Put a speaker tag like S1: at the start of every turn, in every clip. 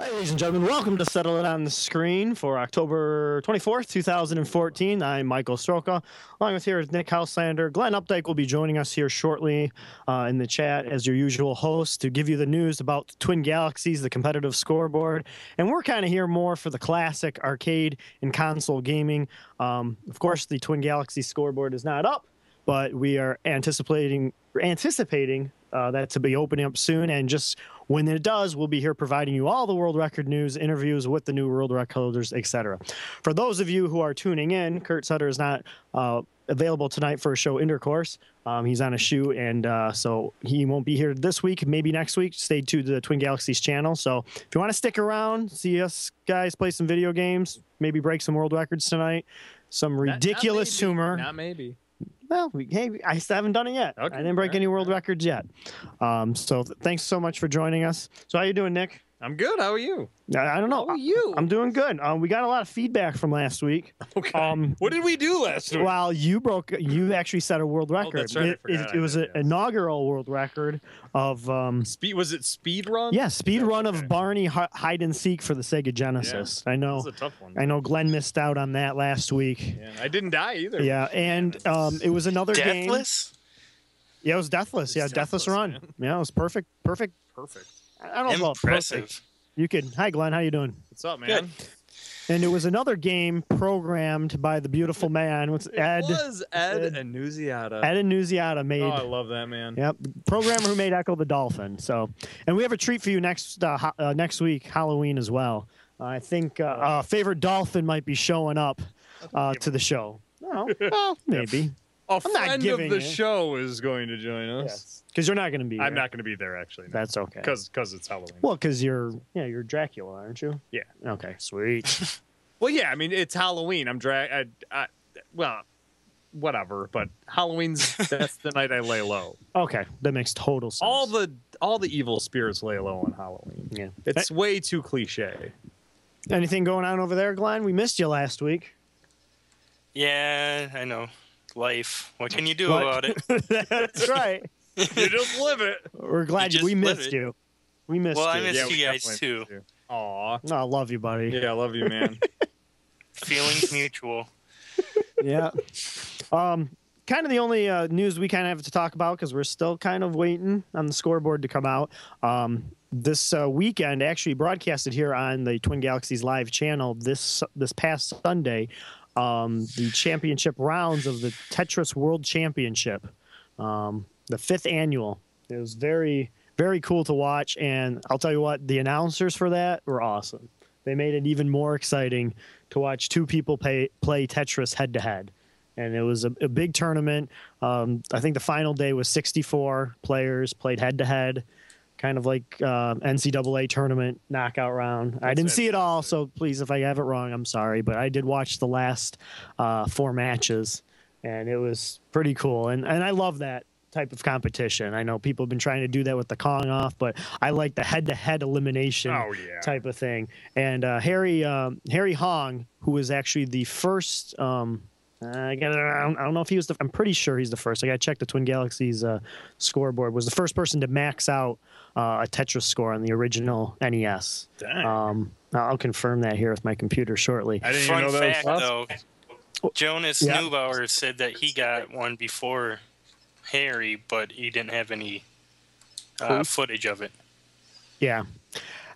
S1: Ladies and gentlemen, welcome to Settle It on the Screen for October 24th, 2014. I'm Michael Stroka. Along with here is Nick Houselander. Glenn Updike will be joining us here shortly uh, in the chat as your usual host to give you the news about the Twin Galaxies, the competitive scoreboard. And we're kind of here more for the classic arcade and console gaming. Um, of course, the Twin Galaxy scoreboard is not up, but we are anticipating anticipating uh, that to be opening up soon. And just when it does, we'll be here providing you all the world record news, interviews with the new world record holders, etc. For those of you who are tuning in, Kurt Sutter is not uh, available tonight for a show intercourse. Um, he's on a shoot, and uh, so he won't be here this week. Maybe next week. Stay tuned to the Twin Galaxies channel. So if you want to stick around, see us guys play some video games, maybe break some world records tonight. Some
S2: Not- not
S1: ridiculous
S2: maybe.
S1: humor.
S2: Not maybe.
S1: Well, we, hey, I still haven't done it yet.
S2: Okay,
S1: I didn't break
S2: alright,
S1: any world records yet. Um, so th- thanks so much for joining us. So how you doing, Nick?
S2: I'm good. How are you?
S1: I, I don't know.
S2: How are
S1: I-
S2: you?
S1: I'm doing good. Um, we got a lot of feedback from last week.
S2: okay.
S1: Um,
S2: what did we do last week?
S1: well, you broke. You actually set a world record.
S2: that's right, I
S1: It- it,
S2: forgot I
S1: it was an
S2: did, yes.
S1: inaugural world record of um,
S2: Speed was it speed run?
S1: yeah speed
S2: Yes,
S1: run
S2: okay.
S1: of Barney hi- hide and seek for the Sega Genesis. I
S2: That
S1: know.
S2: was a tough one.
S1: I know. Glenn missed out on that last week.
S2: yeah, I didn't die either.
S1: Yeah, and um, it was another game.
S3: Deathless?
S1: Yeah, it was deathless.
S2: It's
S1: Yeah, deathless,
S2: deathless,
S1: run. Yeah, it was perfect. Perfect.
S2: Perfect.
S1: I don't know. about perfect.
S3: Impressive.
S1: You could. Hi, Glenn. How you doing?
S2: What's up, man?
S1: And it was another game programmed by the beautiful man. What's Ed?
S2: It was Ed,
S1: Ed.
S2: Annunziata.
S1: Ed Annunziata made.
S2: Oh, I love that man.
S1: Yep, programmer who made Echo the Dolphin. So, and we have a treat for you next uh, ho- uh, next week, Halloween as well. Uh, I think uh, uh, favorite dolphin might be showing up uh, to the show. Oh, well, maybe
S2: A
S1: I'm not
S2: friend
S1: giving
S2: of the
S1: it.
S2: show is going to join us.
S1: because you're not going to be.
S2: I'm
S1: here.
S2: not going to be there actually. No.
S1: That's okay.
S2: Because it's Halloween.
S1: Well, because you're yeah you're Dracula, aren't you?
S2: Yeah.
S1: Okay. Sweet.
S2: Well, yeah, I mean it's Halloween. I'm drag. I, I, well, whatever. But Halloween's that's the night I lay low.
S1: Okay, that makes total sense.
S2: All the all the evil spirits lay low on Halloween.
S1: yeah.
S2: It's way too cliche.
S1: Anything going on over there, Glenn? We missed you last week.
S3: Yeah, I know. Life. What can you do
S1: What?
S3: about it?
S1: That's right.
S2: you just live it.
S1: We're glad
S3: You
S1: you, we
S3: just live
S1: missed
S3: it.
S1: you. We missed
S3: Well, I
S1: you.
S3: missed
S1: yeah.
S3: you. guys, too.
S2: Aw.
S1: No, I love you, buddy.
S2: Yeah, I love you, man.
S3: Feelings mutual.
S1: yeah. Um, kind of the only uh, news we kind of have to talk about because we're still kind of waiting on the scoreboard to come out. Um, this uh, weekend, actually broadcasted here on the Twin Galaxies live channel this this past Sunday, um, the championship rounds of the Tetris World Championship, um, the fifth annual. It was very very cool to watch, and I'll tell you what, the announcers for that were awesome. They made it even more exciting to watch two people play play Tetris head to head, and it was a, a big tournament. Um, I think the final day was 64 players played head to head, kind of like uh, NCAA tournament knockout round. I
S2: That's
S1: didn't see it all, so
S2: fantastic.
S1: please, if I have it wrong, I'm sorry, but I did watch the last uh, four matches, and it was pretty cool, and and I love that type of competition. I know people have been trying to do that with the Kong off, but I like the head to head elimination
S2: oh yeah.
S1: type of thing. And uh, Harry um, Harry Hong, who was actually the first, um, I, got I, don't, I don't know if he was the. I'm pretty sure he's the first. I got to check the Twin Galaxies uh, scoreboard. Was the first person to max out uh, a Tetris score on the original E NES.
S2: Dang.
S1: Um, I'll confirm that here with my computer shortly.
S2: I didn't
S3: Fun
S2: even know that
S3: fact,
S2: was possible.
S3: though Jonas
S1: Yeah.
S3: Neubauer said that he got one before Harry, but he didn't have any uh, footage of it.
S1: Yeah,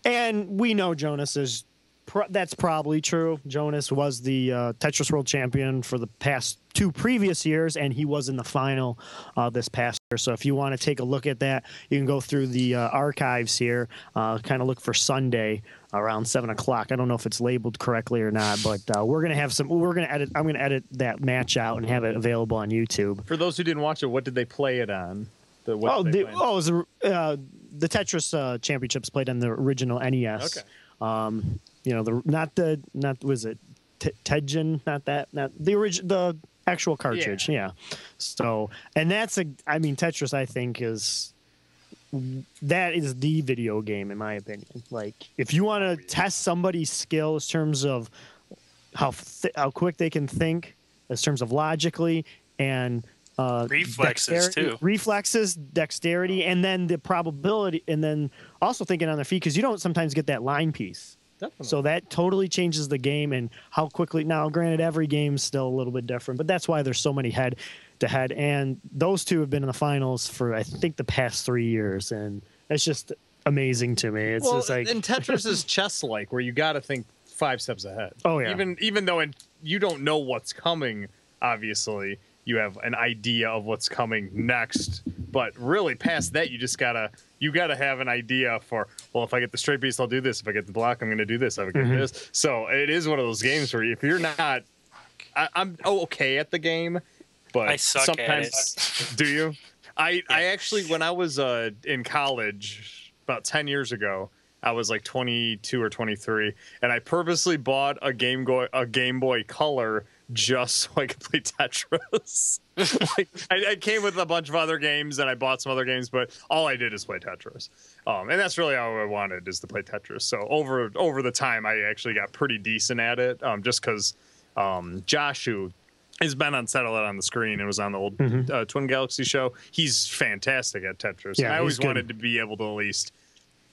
S1: and we know Jonas is. Pro- that's probably true. Jonas was the uh, Tetris World Champion for the past two previous years, and he was in the final uh, this past year. So if you want to take a look at that, you can go through the uh, archives here. Uh, kind of look for Sunday around seven o'clock. I don't know if it's labeled correctly or not, but uh, we're gonna have some. We're gonna edit. I'm gonna edit that match out and have it available on YouTube.
S2: For those who didn't watch it, what did they play it on? The, what
S1: oh,
S2: did
S1: the,
S2: they play it on?
S1: oh, it was the, uh, the Tetris uh, championships played on the original NES.
S2: Okay.
S1: Um, you know, the not the not was it T- Tejin? Not that. Not the original. The actual cartridge. Yeah. So, and that's a. I mean, Tetris. I think is that is the video game in my opinion. Like, if you want to test somebody's skills in terms of how th- how quick they can think, in terms of logically and uh,
S3: Reflexes,
S1: dexterity-
S3: too.
S1: reflexes, dexterity, and then the probability, and then also thinking on their feet because you don't sometimes get that line piece.
S2: Definitely.
S1: So that totally changes the game and how quickly. Now, granted, every game's still a little bit different, but that's why there's so many head to head. And those two have been in the finals for, I think, the past three years. And it's just amazing to me. It's
S2: well,
S1: just like,
S2: and Tetris is chess like, where you got to think five steps ahead.
S1: Oh, yeah.
S2: Even even though in, you don't know what's coming, obviously you have an idea of what's coming next. But really, past that, you just gotta you gotta have an idea for. Well, if I get the straight piece, I'll do this. If I get the block, I'm gonna do this. If I get
S1: Mhm.
S2: this, so it is one of those games where if you're not, I, I'm okay at the game, but
S3: I suck at
S2: sometimes do you? I I actually when I was uh in college about 10 years ago, I was like 22 or 23 and I purposely bought a Game Boy a Game Boy Color just so I could play Tetris. like I, I came with a bunch of other games and I bought some other games, but all I did is play Tetris. Um, and that's really all I wanted is to play Tetris. So over over the time, I actually got pretty decent at it, um, just because um, Josh, who has been on Satellite on the Screen and was on the old
S1: Mhm.
S2: uh, Twin Galaxy show, he's fantastic at Tetris.
S1: Yeah,
S2: and I
S1: he's
S2: always
S1: good.
S2: wanted to be able to at least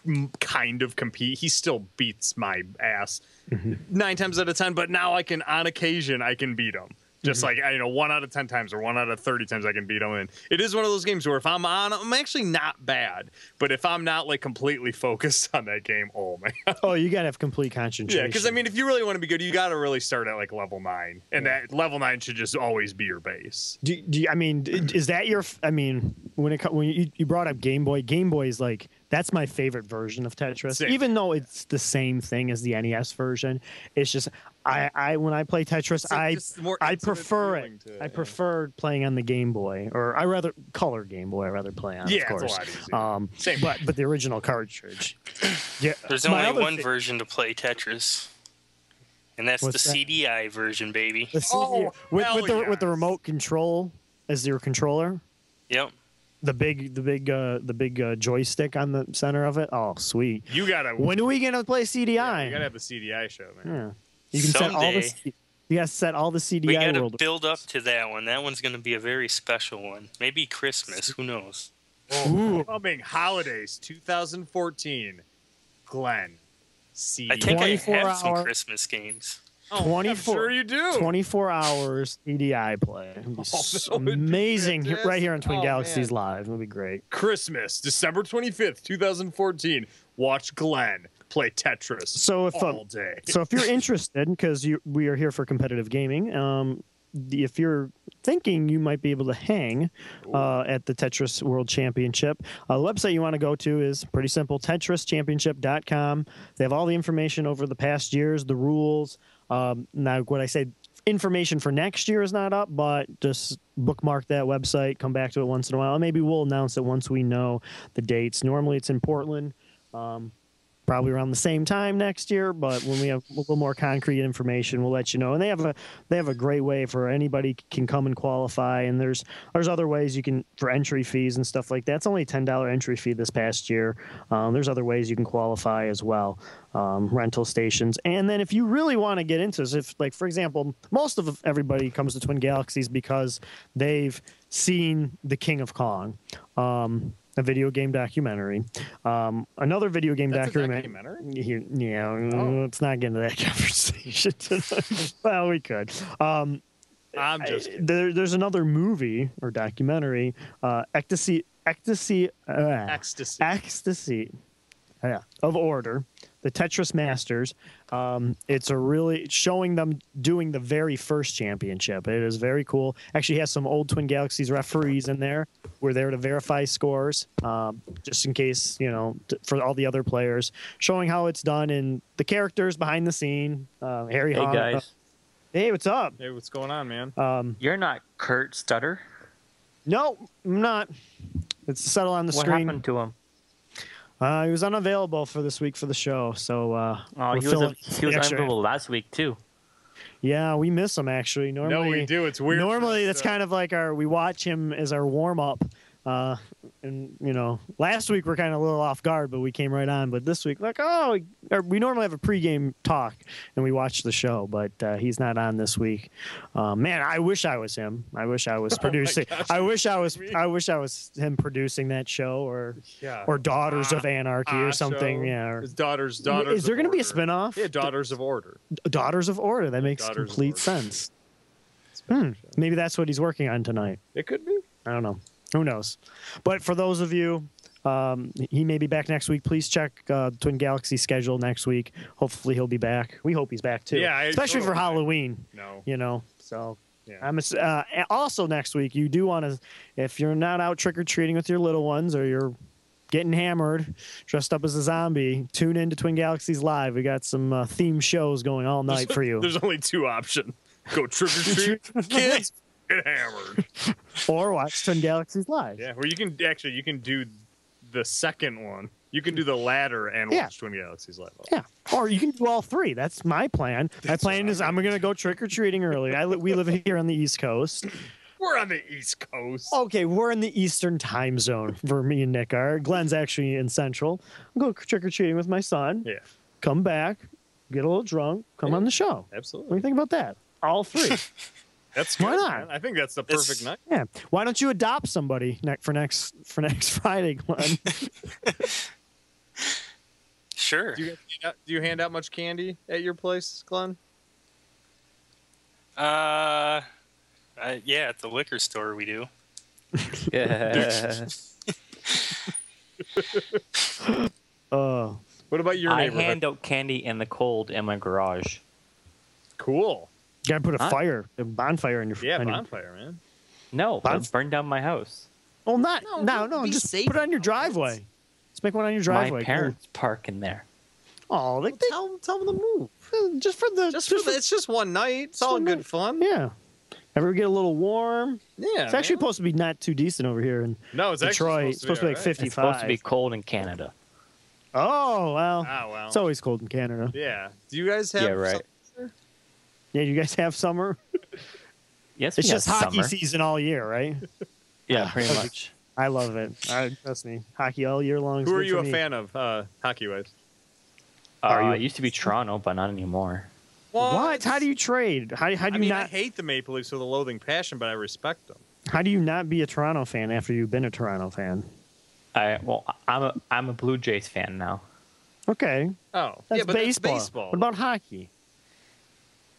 S2: mm, kind of compete. He still beats my ass
S1: Mm-hmm.
S2: nine times out of ten, but now I can, on occasion, I can beat him. Just
S1: Mm-hmm.
S2: like I- you know, one out of ten times or one out of thirty times I can beat him, and it is one of those games where if I'm on, I'm actually not bad, but if I'm not like completely focused on that game, oh my god,
S1: oh, you got to have complete concentration.
S2: yeah. Because I mean, if you really want to be good, you got to really start at like level nine, and that level nine should just always be your base.
S1: Do, do you, I mean d- is that your f- I mean when it co- when you, you brought up Game Boy Game Boy is like that's my favorite version of Tetris
S2: Same.
S1: even though it's the same thing as the NES version it's just I I when I play Tetris I I prefer it I prefer playing on the Game Boy or I rather color Game Boy I rather play on
S2: Yeah,
S1: of
S2: it's a
S1: course
S2: lot easier.
S1: um
S2: Same.
S1: but but the original cartridge yeah
S3: There's
S1: my
S3: only
S1: other
S3: one
S1: thi-
S3: version to play Tetris, and that's
S1: What's
S3: the
S1: that?
S3: CDI version, baby.
S1: the CD
S2: Oh,
S1: with,
S2: hell
S1: with the with the
S2: yes.
S1: remote control as your controller
S3: Yep.
S1: the big the big uh the big uh, joystick on the center of it oh sweet
S2: you gotta
S1: when are we Hmm. gonna play
S2: yeah,
S1: CDI?
S2: you gotta have the CDI show, man.
S1: Yeah. You can set all the
S3: Someday.
S1: C- you gotta set all the CDI
S3: We got to
S1: world.
S3: build up to that one. That one's going to be a very special one. Maybe Christmas. Who knows?
S1: Ooh.
S2: Oh, Coming holidays 2014, Glenn. See,
S3: I think I
S1: 24
S3: have some
S1: hour-
S3: Christmas games.
S2: I'm
S1: 24
S2: sure you do.
S1: 24 hours CDI play. It'd be s-
S2: that would be
S1: amazing he- right here on Twin
S2: fantastic. Oh,
S1: Galaxies
S2: man.
S1: Live. It'll be great.
S2: Christmas, December 25th, 2014. Watch Glenn play Tetris
S1: So if,
S2: all
S1: um,
S2: day.
S1: So if you're interested, because you we are here for competitive gaming, um, the- if you're thinking you might be able to hang uh, at the Tetris World Championship, uh, the website you want to go to is pretty simple: TetrisChampionship.com. They have all the information over the past years, the rules. Um, now, what I say, information for next year is not up, but just bookmark that website, come back to it once in a while, and maybe we'll announce it once we know the dates. Normally, it's in Portland. Um, probably around the same time next year but when we have a little more concrete information we'll let you know and they have a they have a great way for anybody can come and qualify and there's there's other ways you can for entry fees and stuff like that it's only $10 entry fee this past year um, there's other ways you can qualify as well um, rental stations and then if you really want to get into this if like for example most of everybody comes to twin galaxies because they've seen the king of kong um, a video game documentary um, another video game
S2: That's a
S1: documentary
S2: documentary?
S1: you, yeah,
S2: Oh.
S1: let's not get into that conversation. tonight. well, we could. Um,
S2: I'm just.
S1: I- there, there's another movie or documentary, uh, Ecstasy, Ecstasy, uh,
S2: Ecstasy.
S1: Ecstasy, oh, yeah, of Order, the Tetris Masters. Um, it's a really it's showing them doing the very first championship. It is very cool. Actually, has some old Twin Galaxies referees in there. We're there to verify scores, um, just in case you know t- for all the other players, showing how it's done and the characters behind the scene. Uh, Harry,
S4: Hey
S1: Hahn-
S4: guys,
S1: hey, what's up?
S2: Hey, what's going on, man?
S1: Um,
S4: you're not Kurt Stutter.
S1: no, I'm not. It's settle on the
S4: what
S1: screen.
S4: happened to him?
S1: Uh, he was unavailable for this week for the show, so uh,
S4: Oh,
S1: we're
S4: he was
S1: filling-
S4: he was
S1: extra-
S4: unavailable last week too.
S1: Yeah, we miss him actually. Normally,
S2: no, we do. It's weird.
S1: Normally, that's kind of like our we watch him as our warm up, uh, and you know, last week we're kind of a little off guard, but we came right on. But this week, like, oh, or we normally have a pregame talk and we watch the show, but uh, he's not on this week. Uh, man, I wish I was him. I wish I was producing.
S2: Oh gosh,
S1: I wish I was.
S2: me.
S1: I wish I was him producing that show or
S2: Yeah.
S1: or Daughters of
S2: Ah,
S1: Anarchy
S2: Ah,
S1: or something.
S2: so
S1: Yeah. Or,
S2: his daughters, daughters.
S1: is there
S2: going
S1: gonna
S2: to
S1: be a spinoff?
S2: Yeah, daughters of order.
S1: Daughters of Order. That makes
S2: Daughters of
S1: complete
S2: Order.
S1: sense. Hmm. Maybe that's what he's working on tonight.
S2: It could be.
S1: I don't know. Who knows? But for those of you, um, he may be back next week. Please check uh, Twin Galaxy schedule next week. Hopefully he'll be back. We hope he's back too.
S2: Yeah, I
S1: especially
S2: hope
S1: for
S2: he's back.
S1: Halloween.
S2: No.
S1: You know, so
S2: Yeah.
S1: I'm ass- uh, and also next week. You do want to, if you're not out trick or treating with your little ones or you're getting hammered, dressed up as a zombie, tune in to Twin Galaxies Live. We got some uh, theme shows going all night for you.
S2: There's only two options: go trick or treat, kids, get hammered.
S1: or watch Twin Galaxies Live.
S2: Yeah, well, you can actually you can do the second one. You can do the latter and
S1: Yeah.
S2: watch Twin Galaxies live.
S1: Yeah. Or you can do all three. That's my plan. My plan is I'm going to go trick or treating early. I li- we live here on the East Coast.
S2: We're on the East Coast.
S1: Okay, we're in the Eastern time zone for me and Nick are. Glenn's actually in Central. I'll go trick or treating with my son.
S2: Yeah,
S1: Come back, get a little drunk, come on the show. What do
S2: absolutely.
S1: you think about that? All three.
S2: That's
S1: Why
S2: good,
S1: not?
S2: man. I think that's the
S3: It's-
S2: perfect night.
S1: yeah. Why don't you adopt somebody ne- for next for next Friday, Glenn?
S3: Sure.
S2: Do you, do you hand out much candy at your place, Glenn?
S3: Uh, I, yeah, at the liquor store we do.
S4: Yeah.
S1: Oh,
S2: What about your
S4: I
S2: neighborhood?
S4: hand out candy in the cold in my garage.
S2: cool.
S1: gotta put a
S4: Huh?
S1: fire, a bonfire in your.
S2: Yeah,
S1: on your-
S2: bonfire, man.
S4: No,
S1: Huh?
S4: don't burn down my house.
S1: Well, not no,
S5: No,
S1: no,
S5: it'd be
S1: just
S5: safe
S1: put it on your
S5: outlets.
S1: driveway. Let's make one on your driveway.
S4: my parents park in there.
S1: Oh, like they,
S5: Tell, tell them to move.
S1: just for the
S2: Just for the, it's just one night. It's all
S1: one
S2: in
S1: night.
S2: good fun.
S1: yeah. Ever get a little warm?
S2: Yeah,
S1: it's actually
S2: man.
S1: supposed to be not too decent over here in
S2: no, it's
S1: Detroit.
S2: actually
S1: It's supposed to be like
S2: alright.
S1: fifty
S4: It's supposed to be
S1: five.
S4: cold in Canada.
S1: Oh well,
S2: Ah, well.
S1: it's always cold in Canada.
S2: yeah. Do you guys have?
S4: Yeah, right.
S1: Yeah, you guys have summer.
S4: Yes,
S1: It's
S4: we
S1: just
S4: have
S1: hockey
S4: summer.
S1: season all year, right?
S4: Yeah, pretty much.
S1: I love it. I, trust me, hockey all year long. is
S2: Who are
S1: good
S2: you
S1: for
S2: a
S1: me.
S2: fan of, uh, hockey wise?
S1: Are
S4: Uh,
S1: you-
S4: it used to be Toronto, but not anymore.
S1: What? How do you trade? How, how
S2: I
S1: do you
S2: mean, I
S1: not?
S2: hate the Maple Leafs with a loathing passion, but I respect them.
S1: How do you not be a Toronto fan after you've been a Toronto fan?
S4: I well, I'm a I'm a Blue Jays fan now.
S1: Okay,
S2: Oh,
S1: that's
S2: yeah, but
S1: baseball.
S2: that's baseball.
S1: What about hockey?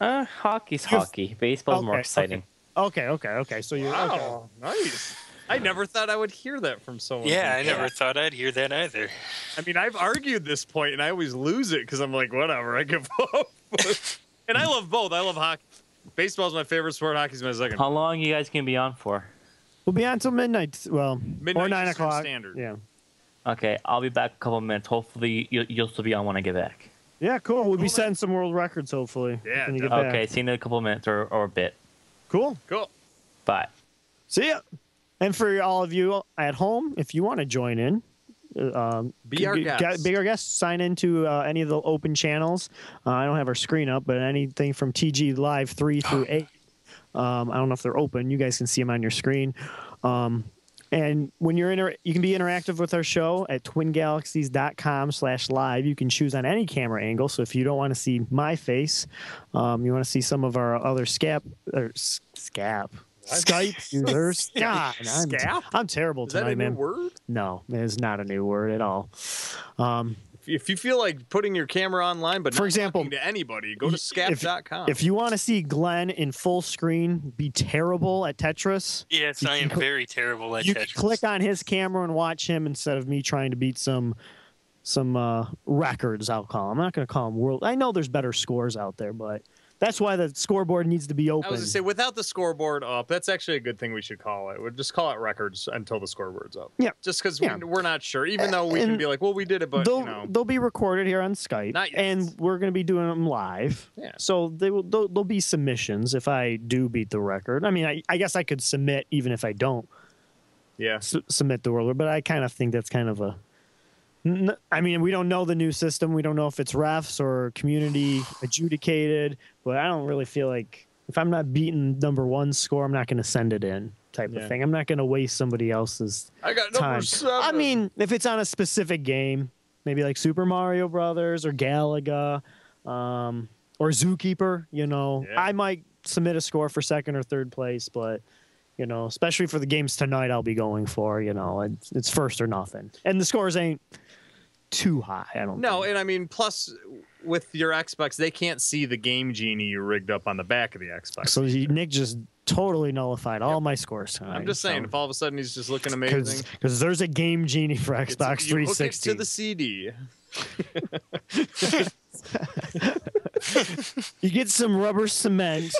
S4: Uh, hockey's
S1: You've-
S4: hockey. Baseball's more
S1: Okay,
S4: exciting.
S1: Okay, okay, okay. So you're okay.
S2: Wow, Oh, nice. I never thought I would hear that from someone.
S3: Yeah, I
S2: like
S3: never
S2: that.
S3: thought I'd hear that either.
S2: I mean, I've argued this point, and I always lose it because I'm like, whatever, I give up. and I love both. I love hockey. Baseball's my favorite sport. Hockey's my second.
S4: How long you guys gonna be on for?
S1: We'll be on till midnight. Well, or
S2: Midnight
S1: nine
S2: Eastern
S1: o'clock.
S2: Standard.
S1: Yeah,
S4: Okay, I'll be back a couple minutes. Hopefully, you'll, you'll still be on when I get back.
S1: yeah, cool. We'll be
S2: Cool,
S1: setting some world records hopefully.
S2: Yeah,
S1: when you get back.
S4: Okay, see you in a couple minutes or, or a bit.
S1: cool.
S2: Cool.
S4: Bye.
S1: See ya. And for all of you at home, if you want to join in, uh, um,
S2: Be our
S1: g- g-
S2: guest.
S1: Be our guest. Sign into uh, any of the open channels. Uh, I don't have our screen up, but anything from TG Live three
S2: Ah.
S1: through eight. Um, I don't know if they're open. You guys can see them on your screen. Um, and when you're inter- you can be interactive with our show at twingalaxies.com slash live. You can choose on any camera angle. So if you don't want to see my face, um, you want to see some of our other scap or s- scap Skype users. God, I'm,
S2: Scap?
S1: I'm terrible
S2: Is that
S1: tonight,
S2: a new
S1: man.
S2: word?
S1: No, it is not a new word at all. Um,
S2: If you feel like putting your camera online, but
S1: For
S2: not
S1: example,
S2: talking to anybody, go
S1: y-
S2: to
S1: if-
S2: scap.com.
S1: if you want to see Glenn in full screen be terrible at Tetris,
S3: Yes,
S1: You
S3: I
S1: can
S3: am
S1: cl-
S3: very terrible at
S1: you can
S3: Tetris.
S1: click on his camera and watch him instead of me trying to beat some some uh, records. I'll call. 'em. I'm not going to call them world. I know there's better scores out there, but that's why the scoreboard needs to be
S2: I
S1: open.
S2: was gonna say without the scoreboard up, that's actually a good thing we should call it. We'll just call it records until the scoreboard's up.
S1: Yeah.
S2: Just because
S1: Yeah.
S2: we, we're not sure, even though we can
S1: And
S2: be like, well, we did it, but
S1: they'll
S2: you know,
S1: they'll be recorded here on Skype,
S2: Not yet.
S1: and we're going to be doing them live.
S2: Yeah.
S1: So they will there'll, there'll be submissions if I do beat the record. I mean, I, I guess I could submit even if I don't
S2: yeah.
S1: su- submit the world, record, but I kind of think that's kind of a. N- I mean, we don't know the new system. We don't know if it's refs or community adjudicated, but I don't really feel like if I'm not beating number one score, I'm not going to send it in. type
S2: Yeah.
S1: of thing. I'm not going to waste somebody else's
S2: I got number
S1: time.
S2: seven.
S1: I mean, if it's on a specific game, maybe like Super Mario Brothers or Galaga, um, or Zookeeper. You know,
S2: Yeah.
S1: I might submit a score for second or third place, but you know, especially for the games tonight, I'll be going for. You know, it's, it's first or nothing, and the scores ain't too high. I don't.
S2: no,
S1: think.
S2: and I mean, plus with your Xbox, they can't see the game genie you rigged up on the back of the Xbox.
S1: so he- Nick just totally nullified all my scores tonight.
S2: I'm just saying, if all of a sudden he's just looking amazing,
S1: because there's a game genie for
S2: it's-
S1: Xbox
S2: you hook it
S1: 360.
S2: to the CD.
S1: You get some rubber cement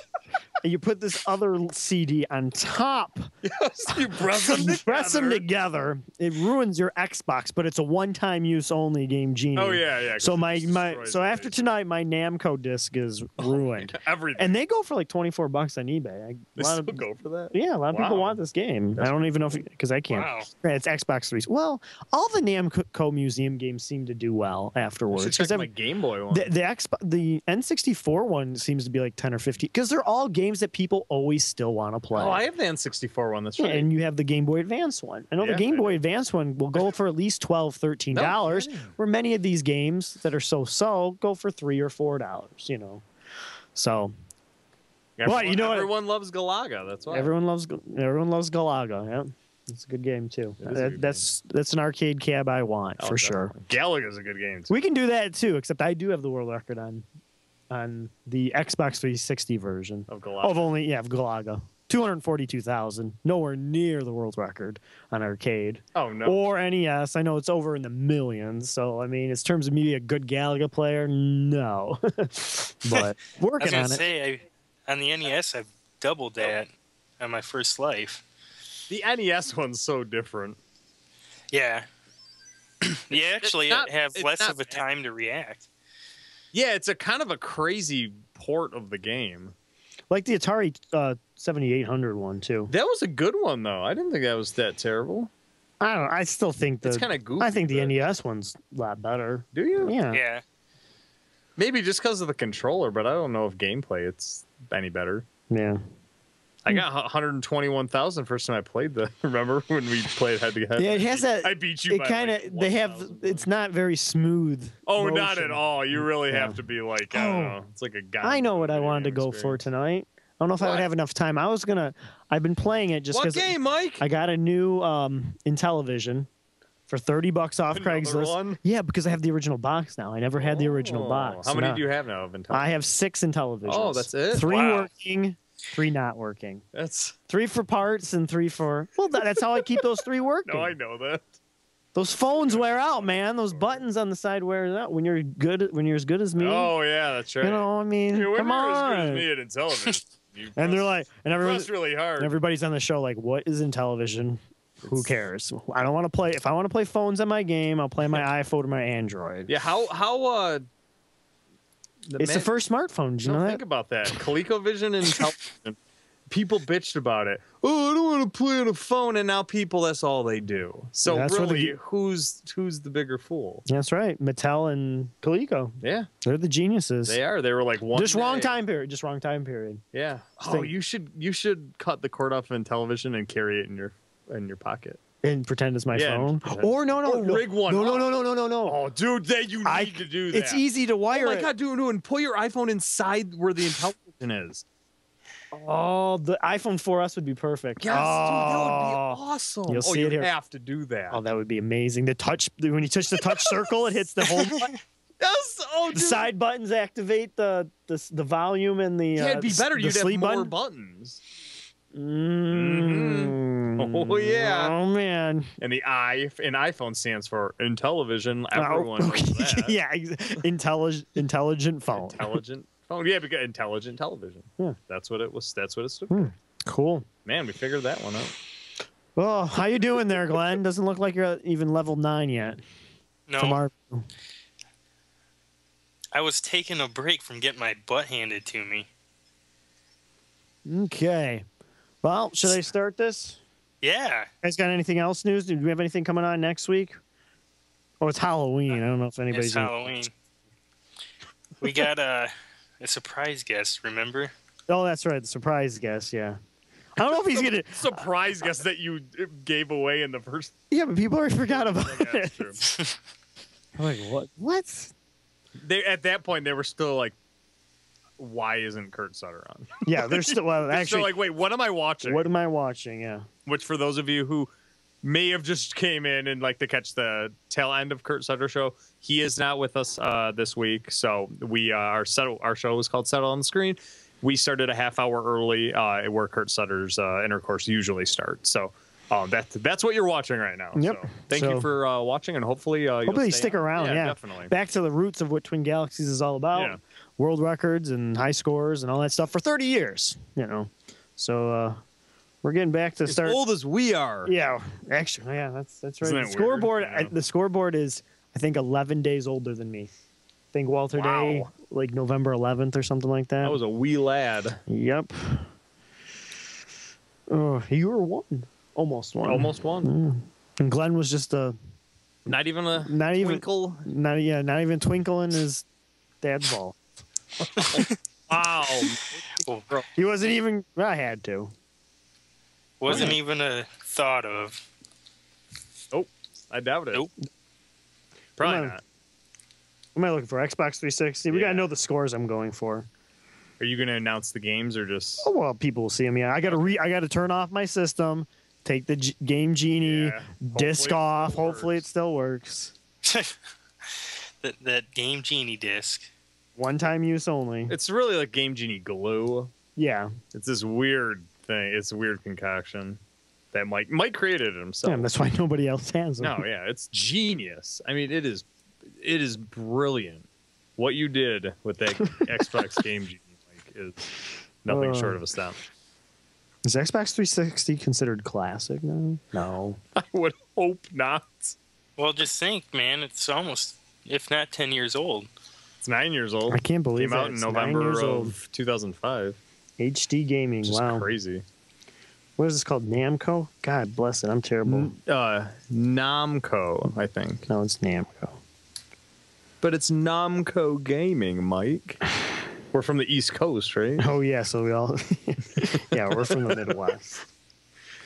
S1: and you put this other CD on top.
S2: you press
S1: You press them together. It ruins your Xbox, but it's a one-time use only game genie.
S2: Oh yeah, yeah. 'cause
S1: So
S2: it
S1: my,
S2: just
S1: my
S2: destroys
S1: so
S2: the
S1: after
S2: base.
S1: tonight, my Namco disc is
S2: Oh,
S1: ruined,
S2: everything,
S1: and they go for like twenty-four bucks on eBay. I,
S2: they
S1: a lot
S2: still
S1: of,
S2: go for that.
S1: yeah, a lot of people
S2: Wow.
S1: want this game. I don't even know if because I can't.
S3: Wow.
S1: Yeah, It's Xbox Three. Well, all the Namco Museum games seem to do well
S2: I
S1: afterwards.
S2: should
S1: 'cause
S2: check my
S1: every-
S2: Game Boy one.
S1: the the, Xbox, the N64 one seems to be like 10 or 15 because they're all games that people always still want to play.
S2: oh, I have the N64 one. That's
S1: Yeah,
S2: right.
S1: and you have the Game Boy Advance one. I know
S2: Yeah,
S1: the Game
S2: I
S1: Boy Advance one will go for at least 12 $13, dollars,
S2: No kidding.
S1: where many of these games that are so so go for 3 or $4, dollars, you know. So
S2: Everyone,
S1: Well, you know what-
S2: everyone loves Galaga. That's why.
S1: everyone loves everyone loves Galaga. Yeah, it's a good game too.
S2: It is a
S1: That-
S2: good
S1: that's that's an arcade cab I want
S2: Oh,
S1: for sure.
S2: definitely. Galaga's a good game. Too.
S1: We can do that too, except I do have the world record on on the Xbox 360 version.
S2: Of Galaga.
S1: Of only yeah, of Galaga. 242,000, nowhere near the world record on arcade
S2: oh no.
S1: or NES. I know it's over in the millions, so I mean, in terms of me a good Galaga player, no. but
S3: I was
S1: working
S3: gonna
S1: on it.
S3: say I, on the NES I've doubled that on my first life.
S2: The NES one's so different.
S3: Yeah. you actually
S2: not-
S3: have
S2: it's
S3: less
S2: not
S3: of a
S2: bad.
S3: time to react.
S2: Yeah, it's a kind of a crazy port of the game.
S1: Like the Atari uh, 7800 one too.
S2: That was a good one though. I didn't think that was that terrible.
S1: I don't. I still think the.
S2: it's kind of goofy.
S1: I think the
S2: but-
S1: NES one's a lot better.
S2: Do you?
S1: Yeah.
S3: Yeah.
S2: Maybe just because of the controller, but I don't know if gameplay it's any better.
S1: Yeah.
S2: I got 121,000 first time I played the. Remember when we played head to head?
S1: Yeah, it has that-
S2: I beat you.
S1: it
S2: by,
S1: kind of
S2: like,
S1: they have
S2: 1,000.
S1: it's not very smooth
S2: Oh,
S1: motion.
S2: not at all. You really
S1: Yeah.
S2: have to be like I don't
S1: Oh.
S2: know. It's like a guy.
S1: i know what i wanted to go for tonight i don't know if i would
S2: What?
S1: have enough time i was gonna i've been playing it just
S2: what
S1: because
S2: game, Mike?
S1: i got a new um in television for 30 bucks off
S2: Another
S1: craigslist
S2: one?
S1: yeah because i have the original box now i never had the original
S2: Oh.
S1: box
S2: How many
S1: no.
S2: do you have now of Intelli?
S1: i have six in television
S2: Oh, that's it?
S1: three
S3: Wow.
S1: working three not working
S2: That's
S1: three for parts and three for well that- that's how i keep those three working
S2: no, I know that.
S1: Those phones wear out, man. Those buttons on the side wear out. When you're good, when you're as good as me,
S2: Oh yeah, that's right.
S1: you know. I mean,
S2: Yeah, when
S1: come
S2: you're
S1: on.
S2: as good as me at Intellivision, you
S1: and they're
S2: press-
S1: like, and
S2: press
S1: everyone's,
S2: really hard.
S1: and everybody's on the show like, what is in television? Who
S2: It's-
S1: cares? I don't want to play. If I want to play phones on my game, I'll play my iPhone or my Android.
S2: yeah, how how uh. The
S1: it's the
S2: man-
S1: first smartphone. Do you
S2: No,
S1: know
S2: think
S1: that?
S2: about that. ColecoVision and television, people bitched about it. Oh, I don't want to play on a phone, and now people that's all they do. So
S1: Yeah, that's where the
S2: really,
S1: ge-
S2: who's who's the bigger fool?
S1: That's right. Mattel and Coleco.
S2: Yeah,
S1: They're the geniuses.
S2: they are. They were like one.
S1: Just wrong
S2: day.
S1: time period. Just wrong time period.
S2: Yeah. Oh,
S1: think-
S2: you should you should cut the cord off in television and carry it in your in your pocket.
S1: And pretend it's my
S2: Yeah, and
S1: phone.
S2: pretend-
S1: Or no, no,
S2: Or
S1: no,
S2: rig one
S1: No, no,
S2: up.
S1: no, no, no, no, no.
S2: Oh, dude, that you need
S1: I-
S2: to do that.
S1: it's e-, easy to
S2: Oh
S1: wire
S2: my
S1: it.
S2: god, dude, no, and put your iPhone inside where the television is.
S1: Oh, the iPhone 4S would be perfect.
S2: Yes, dude, that would be
S1: Oh.
S2: awesome.
S1: You'll
S2: oh,
S1: see
S2: you
S1: it here.
S2: have to do that.
S1: Oh, that would be amazing. The touch when you touch the touch circle, it hits the whole
S2: yes. Oh, dude.
S1: side buttons activate the the, the volume and the.
S2: Yeah,
S1: uh,
S2: it'd be
S1: s-
S2: better.
S1: The
S2: You'd have
S1: sleep
S2: more
S1: button.
S2: buttons.
S1: mm
S2: Mhm. Oh, yeah.
S1: Mm-hmm. Oh man.
S2: And the I in iPhone stands for in television.
S1: Oh,
S2: Everyone knows
S1: okay.
S2: that.
S1: yeah, intelligent intelligent phone.
S2: Intelligent. Oh yeah, because intelligent television.
S1: Yeah.
S2: That's what it was. That's what it stood.
S1: Hmm.
S2: for.
S1: cool.
S2: Man, we figured that one out.
S1: Oh, how you doing there, Glenn? Doesn't look like you're at even level nine yet.
S3: No.
S1: From our
S3: I was taking a break from getting my butt handed to me.
S1: okay. Well, should I start this?
S3: Yeah.
S1: You guys got anything else news? Do we have anything coming on next week? Oh, it's Halloween. I don't know if anybody's.
S3: It's Halloween. We got a, a surprise guest, remember?
S1: Oh, that's right. The surprise guest. Yeah. I don't know if he's gonna.
S2: Surprise guess that you uh, gave away in the first.
S1: Yeah, but people already forgot about
S2: Like,
S1: it.
S2: that's true.
S1: I'm like, what? What?
S2: They at that point they were still like, why isn't Kurt Sutter on?
S1: Yeah, they're still well,
S2: They're still
S1: actually.
S2: like, wait, what am I watching?
S1: what am I watching? Yeah,
S2: Which for those of you who may have just came in and like to catch the tail end of Kurt Sutter show, he is not with us uh, this week. So we uh, our settle our show was called Settle on the Screen. We started a half hour early uh, where Kurt Sutter's uh, intercourse usually starts. So. Um, that's that's what you're watching right now.
S1: Yep.
S2: So thank
S1: So-
S2: you for uh, watching, and hopefully, uh, you'll
S1: hopefully you
S2: stay
S1: stick
S2: on.
S1: around. Yeah,
S2: definitely.
S1: Back to the roots of what Twin Galaxies is all about:
S2: Yeah.
S1: world records and high scores and all that stuff for 30 years. You know, so uh, we're getting back to start.
S2: As old as we are.
S1: Yeah, actually, yeah, that's that's right.
S2: Isn't that
S1: the scoreboard,
S2: weird?
S1: I,
S2: Yeah.
S1: the scoreboard is, I think, eleven days older than me. I think Walter Day,
S2: Wow.
S1: like November eleventh or something like that.
S2: I was a wee lad.
S1: yep. Oh, you were one, almost one.
S2: Almost one.
S1: And Glenn was just a
S2: Not even a
S1: Not even-
S2: twinkle.
S1: not yeah, not even twinkling his dad's ball.
S2: Wow.
S1: He wasn't even. I had to.
S3: Wasn't even a thought of.
S2: I doubt it.
S3: Nope.
S2: Probably
S1: Come on.
S2: not.
S1: What am I looking for? Xbox 360. We
S2: Yeah.
S1: gotta know the scores I'm going for.
S2: Are you going to announce the games or just.
S1: Oh well, people will see them. Yeah, I gotta re. I gotta turn off my system. Take the G- game genie.
S2: Yeah.
S1: disc
S2: Hopefully it
S1: off.
S2: still
S1: Hopefully it
S2: works.
S1: still works.
S3: that that game genie disc.
S1: One time use only.
S2: It's really like Game Genie glue.
S1: Yeah.
S2: It's this weird thing. It's a weird concoction that Mike Mike created it himself.
S1: Damn, that's why nobody else has them.
S2: no, yeah, it's genius. I mean, it is, it is brilliant. What you did with that Xbox Game Genie Mike is nothing
S1: Uh.
S2: short of astounding.
S1: Is Xbox 360 considered classic now? No.
S2: I would hope not.
S3: Well, just think, man. It's almost, if not ten years old.
S2: It's nine years old.
S1: I can't believe
S2: Came out
S1: that.
S2: in
S1: It's
S2: November
S1: nine years
S2: of
S1: old.
S2: 2005.
S1: HD gaming.
S2: Just
S1: Wow.
S2: crazy.
S1: What is this called? Namco? God bless it. I'm terrible.
S2: Uh, Namco, I think.
S1: no, it's Namco.
S2: But it's Namco Gaming, Mike. We're from the East Coast, right?
S1: Oh yeah, so we all Yeah, we're from the Midwest.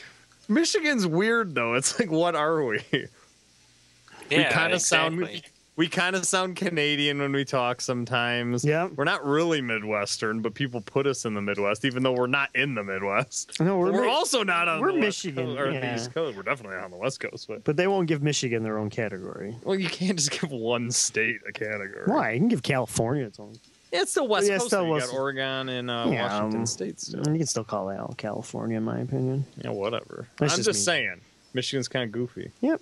S2: Michigan's weird though. It's like, what are we? we
S3: Yeah,
S2: kind of sound
S3: exactly.
S2: we, kind of sound Canadian when we talk sometimes.
S1: Yeah.
S2: we're not really Midwestern, but people put us in the Midwest, even though we're not in the Midwest.
S1: No, we're,
S2: We're,
S1: Mi-
S2: also not on
S1: we're
S2: the West
S1: Michigan,
S2: Coast, or
S1: yeah.
S2: the East Coast. We're definitely not on the West Coast, but
S1: but they won't give Michigan their own category.
S2: well, you can't just give one state a category.
S1: Why? You can give California its own.
S2: It's the West
S1: Yeah, it's
S2: Coast.
S1: the
S2: though. You
S1: West-
S2: got Oregon and uh,
S1: Yeah,
S2: Washington
S1: um,
S2: State still.
S1: You can still call that all California, in my opinion.
S2: Yeah, whatever.
S1: That's
S2: I'm
S1: just
S2: just,
S1: me.
S2: saying, Michigan's kind of goofy.
S1: Yep.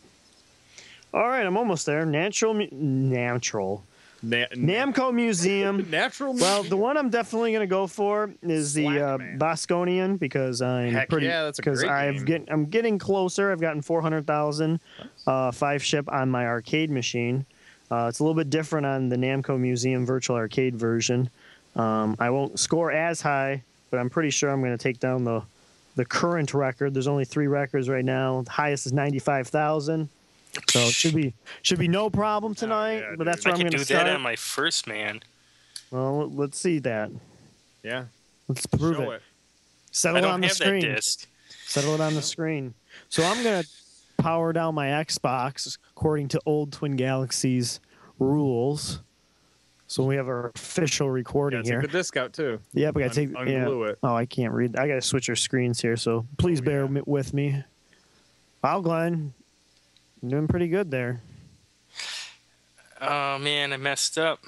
S1: All right, I'm almost there. Natural, mu- natural.
S2: Na-
S1: Namco Museum.
S2: natural.
S1: Well,
S2: Michigan.
S1: the one I'm definitely going to go for is the
S2: Slack
S1: uh,
S2: Man.
S1: Bosconian because I'm
S2: Heck
S1: pretty.
S2: yeah, that's a
S1: Because
S2: great
S1: I've
S2: game.
S1: get, I'm getting closer. I've gotten 400,000 uh, five ship on my arcade machine. Uh, it's a little bit different on the Namco Museum Virtual Arcade version. Um, I won't score as high, but I'm pretty sure I'm going to take down the the current record. There's only three records right now. The highest is 95,000. So it should be should be no problem tonight.
S2: yeah,
S1: but that's where
S2: dude.
S3: I
S1: I'm
S3: could
S1: going
S3: do
S1: to start.
S3: that um, on my first man.
S1: Well, let's see that.
S2: yeah,
S1: Let's prove
S2: show
S1: it.
S2: it.
S1: Settle
S3: I
S1: it
S3: don't
S1: on the
S3: have
S1: screen.
S3: that disc.
S1: Settle it on the screen. So I'm gonna power down my Xbox according to old Twin Galaxies rules. So we have our official recording
S2: Yeah, take
S1: here.
S2: the disc out too.
S1: Yep, I gotta take.
S2: un- unglue
S1: yeah.
S2: it.
S1: Oh, I can't read. I gotta switch our screens here. So please
S2: Oh,
S1: bear
S2: yeah.
S1: mi- with me. Wow, Glenn, you're doing pretty good there.
S3: Oh man, I messed up.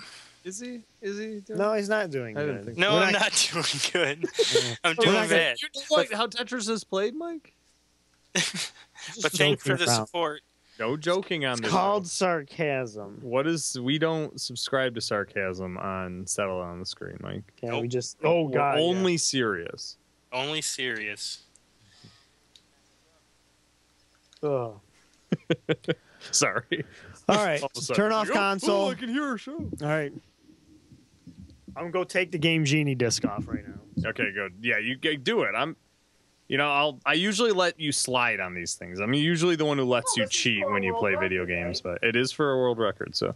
S2: Is he? Is he? Doing
S1: No, he's not doing
S2: I
S1: good.
S2: didn't think
S3: No,
S1: We're
S3: I'm
S1: not-
S3: not, doing good. I'm
S1: We're
S3: doing
S1: not gonna-
S3: bad.
S2: You know what, how Tetris is played, Mike?
S3: But thanks for the
S1: Joking around.
S3: support.
S2: No joking on
S1: It's
S2: this.
S1: called sarcasm.
S2: What is? We don't subscribe to sarcasm on Settle on the Screen, Mike.
S1: Yeah,
S3: Nope.
S1: we just. Oh,
S2: We're only serious.
S3: Only serious.
S1: yeah. Ugh.
S3: Oh,
S2: Sorry.
S1: All right,
S2: All of a sudden,
S1: turn off
S2: oh,
S1: console.
S2: Oh, I can hear a show.
S1: All right. I'm gonna go take the game genie disc off right now.
S2: Okay, good. Yeah, you g- do it. I'm. You know, I'll. I usually let you slide on these things. I'm usually the one who lets you
S1: this is
S2: cheat
S1: for a
S2: when you
S1: world
S2: play video
S1: record,
S2: games, but it is for a world record. So,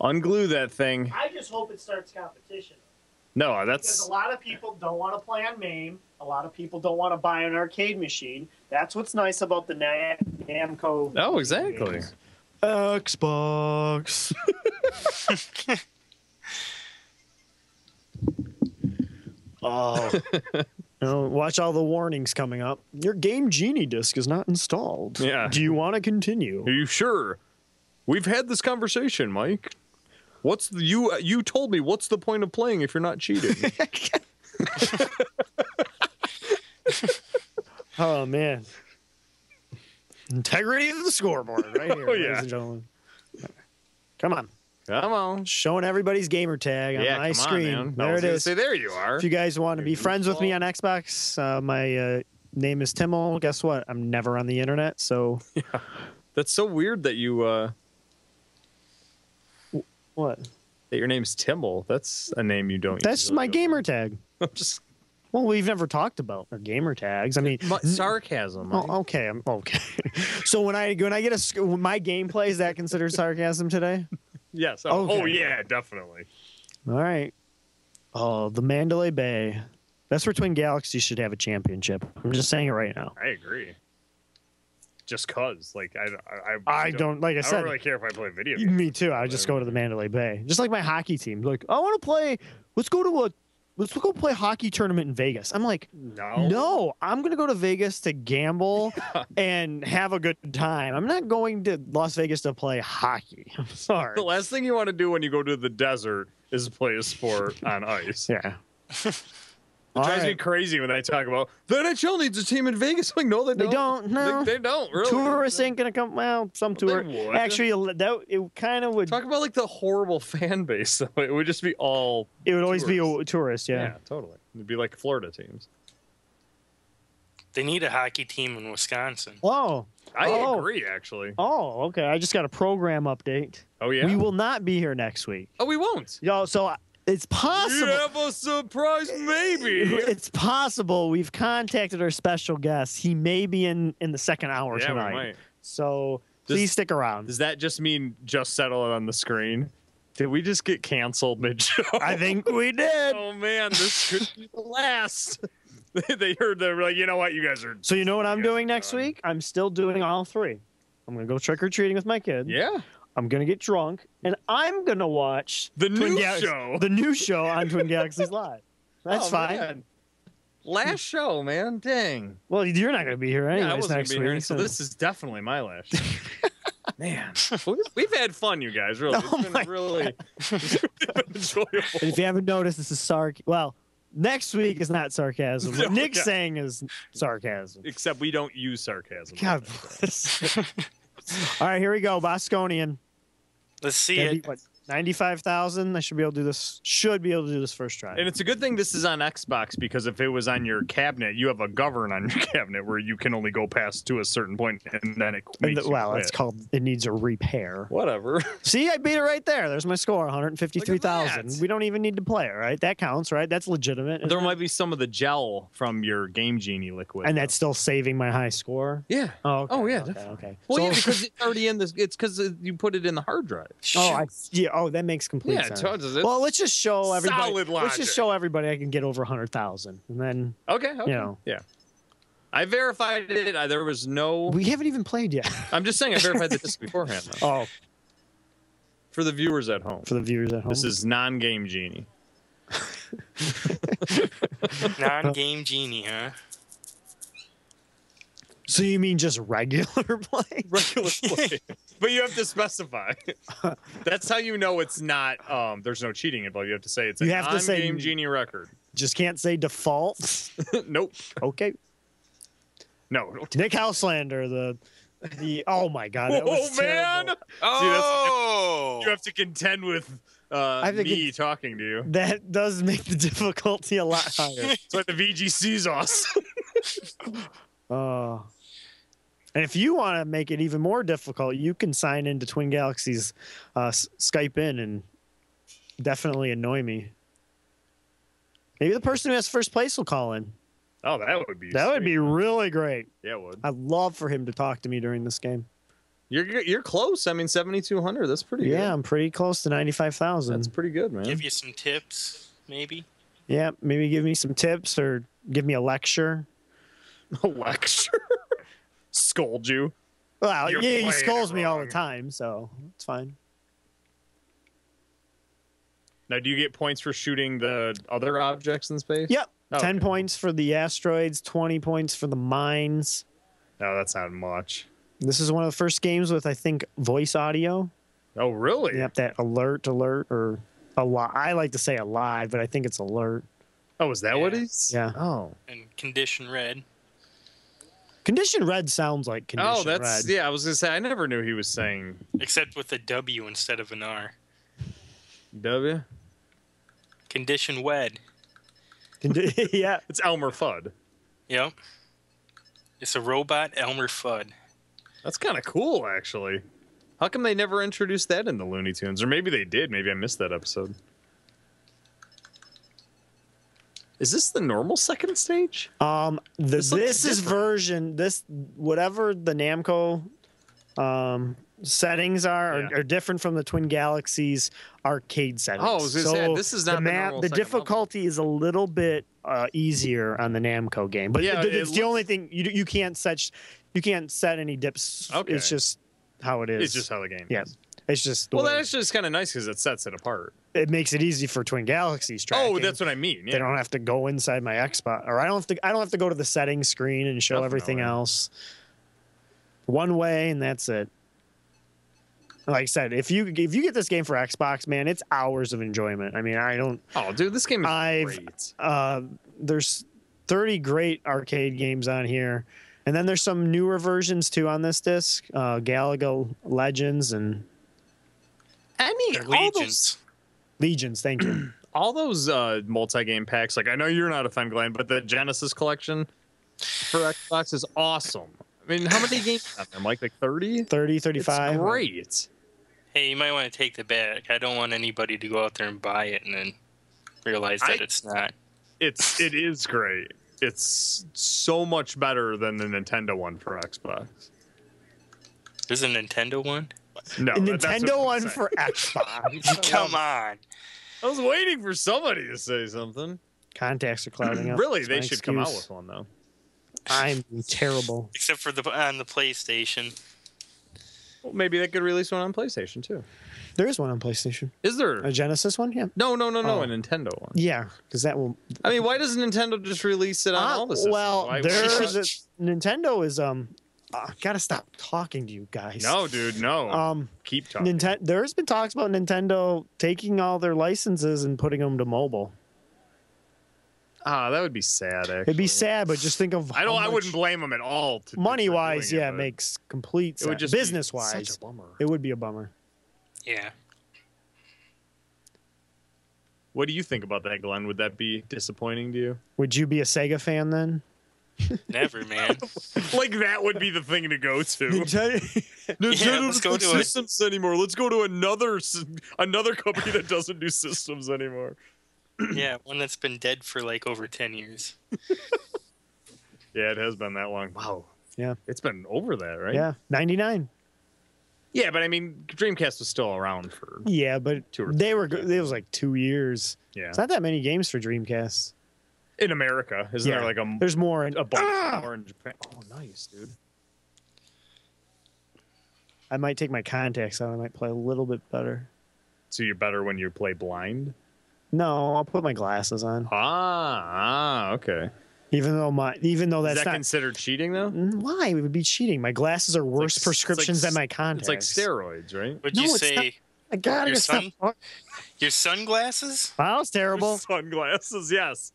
S2: unglue that thing.
S1: I just hope it starts competition.
S2: No,
S5: because
S2: that's
S5: a lot of people don't want to play on MAME. A lot of people don't want to buy an arcade machine. That's what's nice about the Na- Namco.
S2: oh exactly.
S5: games.
S1: Xbox. oh. You know, watch all the warnings coming up. Your Game Genie disc is not installed.
S2: Yeah.
S1: Do you want to continue?
S2: Are you sure? We've had this conversation, Mike. What's the, you you told me what's the point of playing if you're not cheating?
S1: Oh man. Integrity of the scoreboard right here,
S2: Oh,
S1: ladies
S2: yeah.
S1: and gentlemen. Come on.
S2: Come on.
S1: Showing everybody's gamer tag on
S2: yeah,
S1: my
S2: come
S1: screen.
S2: on, man. I
S1: there it
S2: was gonna
S1: is.
S2: Say there you are.
S1: If you guys want to be
S2: You're
S1: friends with me on Xbox, uh, my uh, name is Timmel. Guess what? I'm never on the internet, so
S2: That's so weird that you uh
S1: what?
S2: that your name's Timble. That's a name you don't.
S1: That's
S2: usually
S1: my
S2: go
S1: gamer
S2: by.
S1: tag.
S2: I'm just
S1: Well, we've never talked about our gamer tags. I mean,
S2: my, sarcasm. Mike.
S1: uh, oh, okay, I'm okay. so when I when I get a sc- my gameplay is that considered sarcasm today?
S2: Yes. Oh,
S1: Okay.
S2: oh, yeah, definitely.
S1: All right. Oh, the Mandalay Bay. That's where Twin Galaxies should have a championship. I'm just saying it right now.
S2: I agree. Just cause, like, I, I,
S1: I don't like I
S2: I
S1: said.
S2: don't really care if I play video games.
S1: Me too. I would just go to the Mandalay Bay, just like my hockey team. Like, I want to play. Let's go to a. Let's go play hockey tournament in Vegas. I'm like,
S2: No.
S1: no, I'm gonna go to Vegas to gamble and have a good time. I'm not going to Las Vegas to play hockey. I'm sorry.
S2: The last thing you want to do when you go to the desert is play a sport on ice.
S1: Yeah.
S2: It
S1: All
S2: drives me
S1: right.
S2: crazy when they talk about the NHL needs a team in Vegas. Like, no, they
S1: They
S2: don't.
S1: don't, no.
S2: They, they don't really.
S1: Tourists ain't gonna come. Well, some
S2: They
S1: tourists.
S2: would.
S1: Actually, that it kind of would.
S2: Talk about like the horrible fan base. Though it would just be all.
S1: It would always be a
S2: tourists.
S1: tourist. yeah.
S2: totally. It'd be like Florida teams.
S3: They need a hockey team in Wisconsin.
S1: Oh.
S2: I
S1: Oh.
S2: agree, actually.
S1: Oh. Okay. I just got a program update.
S2: Oh yeah.
S1: We will not be here next week.
S2: oh, we won't.
S1: Yo, so I- it's
S2: You
S1: possible.
S2: have a surprise, maybe.
S1: It's possible we've contacted our special guest. He may be in in the second hour
S2: Yeah, we
S1: tonight.
S2: might.
S1: So
S2: Does-
S1: please stick around.
S2: Does that just mean just settle it on the screen? Did we just get canceled mid show?
S1: I think we did.
S2: Oh man, this could be the last. They- they heard they were like, you know what, you guys are.
S1: So you know what I'm
S2: Yes,
S1: doing next
S2: done.
S1: week? I'm still doing all three. I'm gonna go trick or treating with my kid.
S2: Yeah,
S1: I'm gonna get drunk, and I'm gonna watch
S2: the
S1: Twin
S2: new
S1: Galax-
S2: show.
S1: the new show on Twin Galaxies Live. That's
S2: Oh,
S1: fine.
S2: man. Last show, man. Dang.
S1: Well, you're not gonna be here anyways
S2: yeah, I wasn't gonna
S1: next
S2: be
S1: week.
S2: here, so this is definitely my last. Show. man, we've, we've had fun, you guys. Really,
S1: Oh,
S2: it's been
S1: my
S2: really it's been enjoyable.
S1: And if you haven't noticed, this is sarc. Well, next week is not sarcasm. What
S2: No,
S1: Nick's
S2: yeah.
S1: saying is sarcasm.
S2: Except we don't use sarcasm.
S1: God bless. All right, here we go. Bosconian.
S3: Let's see
S1: That'd
S3: it.
S1: be, what, 95,000? I should be able to do this. Should be able to do this first try.
S2: And it's a good thing this is on Xbox because if it was on your cabinet, you have a govern on your cabinet where you can only go past to a certain point, and then it
S1: And
S2: makes
S1: the-
S2: you
S1: well, it's
S2: quit.
S1: called it needs a repair.
S2: whatever.
S1: See, I beat it right there. There's my score, 153,000.
S2: that.
S1: We don't even need to play it, right? That counts, right? That's legitimate.
S2: there might be some of the gel from your Game Genie liquid,
S1: and that's still saving my high score.
S2: yeah.
S1: Oh, okay,
S2: Oh, yeah,
S1: Okay. okay.
S2: Well,
S1: So-
S2: yeah, because it's already in this. It's because you put it in the hard drive.
S1: Oh, I, yeah. Oh, that makes complete
S2: Yeah, it
S1: sense.
S2: does. It's-
S1: well, let's just show everybody. Let's
S2: Solid logic.
S1: just show everybody I can get over hundred thousand, and then
S2: Okay. okay.
S1: know.
S2: Yeah. I verified it. I, there was no.
S1: we haven't even played yet.
S2: I'm just saying I verified the disc beforehand though,
S1: oh,
S2: for the viewers at home.
S1: for the viewers at home.
S2: This is non-game genie.
S3: Non-game genie, huh?
S1: so you mean just regular play?
S2: regular play. but you have to specify. That's how you know it's not. Um, there's no cheating involved. You have to say it's
S1: You
S2: an
S1: have to say-
S2: on-game genie record.
S1: Just can't say default.
S2: nope.
S1: okay.
S2: No. no.
S1: Nick Houselander, the the oh my god, that
S2: Whoa,
S1: was
S2: man!
S1: terrible.
S3: Oh,
S2: You have to contend with uh,
S1: I
S2: me
S1: think it's-
S2: talking to you.
S1: That does make the difficulty a lot higher.
S2: That's why the VGC's awesome.
S1: Oh. And if you want to make it even more difficult, you can sign into Twin Galaxies, uh, S- Skype in, and definitely annoy me. Maybe the person who has first place will call in.
S2: oh, that would be.
S1: That would
S2: sweet.
S1: be really great.
S2: Yeah, it would.
S1: I'd love for him to talk to me during this game.
S2: You're you're close. I mean, 7,200. That's pretty.
S1: Yeah,
S2: Good.
S1: I'm pretty close to
S2: That's
S1: 95,000.
S2: pretty good, man.
S3: give you some tips, maybe.
S1: Yeah, maybe give me some tips or give me a lecture.
S2: A lecture. Scold you.
S1: Well,
S2: You're
S1: yeah, he
S2: playing it
S1: scolds me all the
S2: wrong.
S1: time, so it's fine.
S2: Now, do you get points for shooting the other objects in space?
S1: Yep.
S2: Oh,
S1: 10
S2: okay.
S1: points for the asteroids, 20 points for the mines.
S2: No, that's not much.
S1: This is one of the first games with, I think, voice audio.
S2: Oh, really?
S1: Yep, that alert, alert, or a lot. I like to say alive, but I think it's alert.
S2: Oh, is that what he's?
S1: Yeah.
S2: Oh.
S3: and condition red.
S1: Condition red sounds like condition
S2: Oh, that's
S1: red.
S2: yeah. I was gonna say I never knew he was saying
S3: Except with a W instead of an R.
S2: W.
S3: Condition wed.
S1: Condi- yeah.
S2: It's Elmer Fudd.
S3: Yep. It's a robot Elmer Fudd.
S2: That's kind of cool, actually. How come they never introduced that in the Looney Tunes? Or maybe they did. Maybe I missed that episode. Is this the normal second stage?
S1: Um, the,
S2: This
S1: this,
S2: looks
S1: is
S2: different.
S1: version this whatever the Namco um, settings are,
S2: Yeah. Oh,
S1: are are different from the Twin Galaxies arcade settings.
S2: I was gonna say, this is not
S1: the
S2: the
S1: map.
S2: normal
S1: The,
S2: second level.
S1: difficulty is a little bit uh, easier on the Namco game, but
S2: Yeah,
S1: it-
S2: it
S1: it's the
S2: looks-
S1: only thing you you can't set you can't set any dips.
S2: Okay.
S1: It's just how it is.
S2: It's just how the game
S1: yeah.
S2: is.
S1: It's just the
S2: Well,
S1: way-
S2: that's just kind of nice because it sets it apart.
S1: it makes it easy for Twin Galaxies. Tracking.
S2: Oh, that's what I mean.
S1: They
S2: Yeah.
S1: don't have to go inside my Xbox, or I don't have to. I don't have to go to the settings screen and show everything
S2: Definitely.
S1: else. One way, and that's it. Like I said, if you if you get this game for Xbox, man, it's hours of enjoyment. I mean, I don't.
S2: Oh, dude, this game is
S1: I've-
S2: great.
S1: Uh, there's 30 great arcade games on here, and then there's some newer versions too on this disc. Uh, Galaga Legends and
S2: Any
S3: They're
S2: all those
S3: legions.
S1: Legions. Thank you.
S2: all those uh, multi-game packs. Like I know you're not a fan, Glenn, but the Genesis collection for Xbox is awesome. I mean, how many games? I'm like like thirty.
S1: 30, 35.
S2: It's great.
S3: Hey, you might want to take the back. I don't want anybody to go out there and buy it and then realize that
S2: I-
S3: it's not.
S2: It's it is great. It's so much better than the Nintendo one for Xbox.
S3: There's a Nintendo one.
S2: No,
S1: A
S2: that- Oh, that's what
S1: Nintendo
S2: I'm
S1: one
S2: saying.
S1: for Xbox.
S3: Come on.
S2: I was waiting for somebody to say something.
S1: Contacts are clouding up.
S2: Really,
S1: It's
S2: they
S1: my
S2: should come out
S1: excuse.
S2: with one though.
S1: I'm terrible.
S3: Except for the on the PlayStation.
S2: Well, maybe they could release one on PlayStation too.
S1: There is one on PlayStation.
S2: Is there?
S1: A Genesis one? Yeah.
S2: No, no, no, no,
S1: Oh.
S2: a Nintendo one.
S1: Yeah, because that will.
S2: I mean, why does Nintendo just release it on all the
S1: Uh,
S2: systems?
S1: well,
S2: Why-
S1: there's a, Nintendo is um. I gotta stop talking to you guys.
S2: No, dude, no.
S1: Um,
S2: Keep talking.
S1: Nintendo. There's been talks about Nintendo taking all their licenses and putting them to mobile.
S2: Ah, that would be sad. Actually.
S1: It'd be sad, but just think of
S2: I don't.
S1: how
S2: I wouldn't
S1: much
S2: blame them at all. to- for
S1: Money wise,
S2: doing
S1: yeah,
S2: but
S1: makes complete
S2: it would
S1: sense.
S2: just be
S1: Business
S2: such
S1: wise,
S2: a bummer.
S1: it would be a bummer.
S3: Yeah.
S2: What do you think about that, Glenn? Would that be disappointing to you?
S1: Would you be a Sega fan then?
S3: Never, man.
S2: like that would be the thing to go to.
S1: Nintendo-
S3: Yeah, let's go to a-
S2: systems anymore. Let's go to another s- another company that doesn't do systems anymore.
S3: yeah, one that's been dead for like over ten years.
S2: Yeah, it has been that long. Wow.
S1: Yeah.
S2: It's been over that, right?
S1: yeah, ninety nine.
S2: Yeah, but I mean, Dreamcast was still around for
S1: Yeah, but
S2: Two or
S1: they were.
S2: three.
S1: go- It was like two years.
S2: yeah.
S1: It's not that many games for Dreamcast.
S2: In America, isn't
S1: Yeah.
S2: there like a
S1: There's more. In,
S2: a bunch
S1: Ah!
S2: more in Japan? Oh, nice, dude.
S1: I might take my contacts out. I might play a little bit better.
S2: So you're better when you play blind.
S1: No, I'll put my glasses on.
S2: Ah, ah okay.
S1: Even though my, even though that's
S2: Is that
S1: not Mm,
S2: considered cheating though?
S1: why it would be cheating. My glasses are worse
S2: it's like
S1: prescriptions than my
S2: It's
S1: contacts.
S2: like steroids, right?
S3: Would
S1: No,
S3: you
S1: it's
S3: say
S1: I gotta
S3: Your
S1: get
S3: son?
S1: some. Wow,
S3: your sunglasses?
S1: that was terrible.
S2: Sunglasses, yes.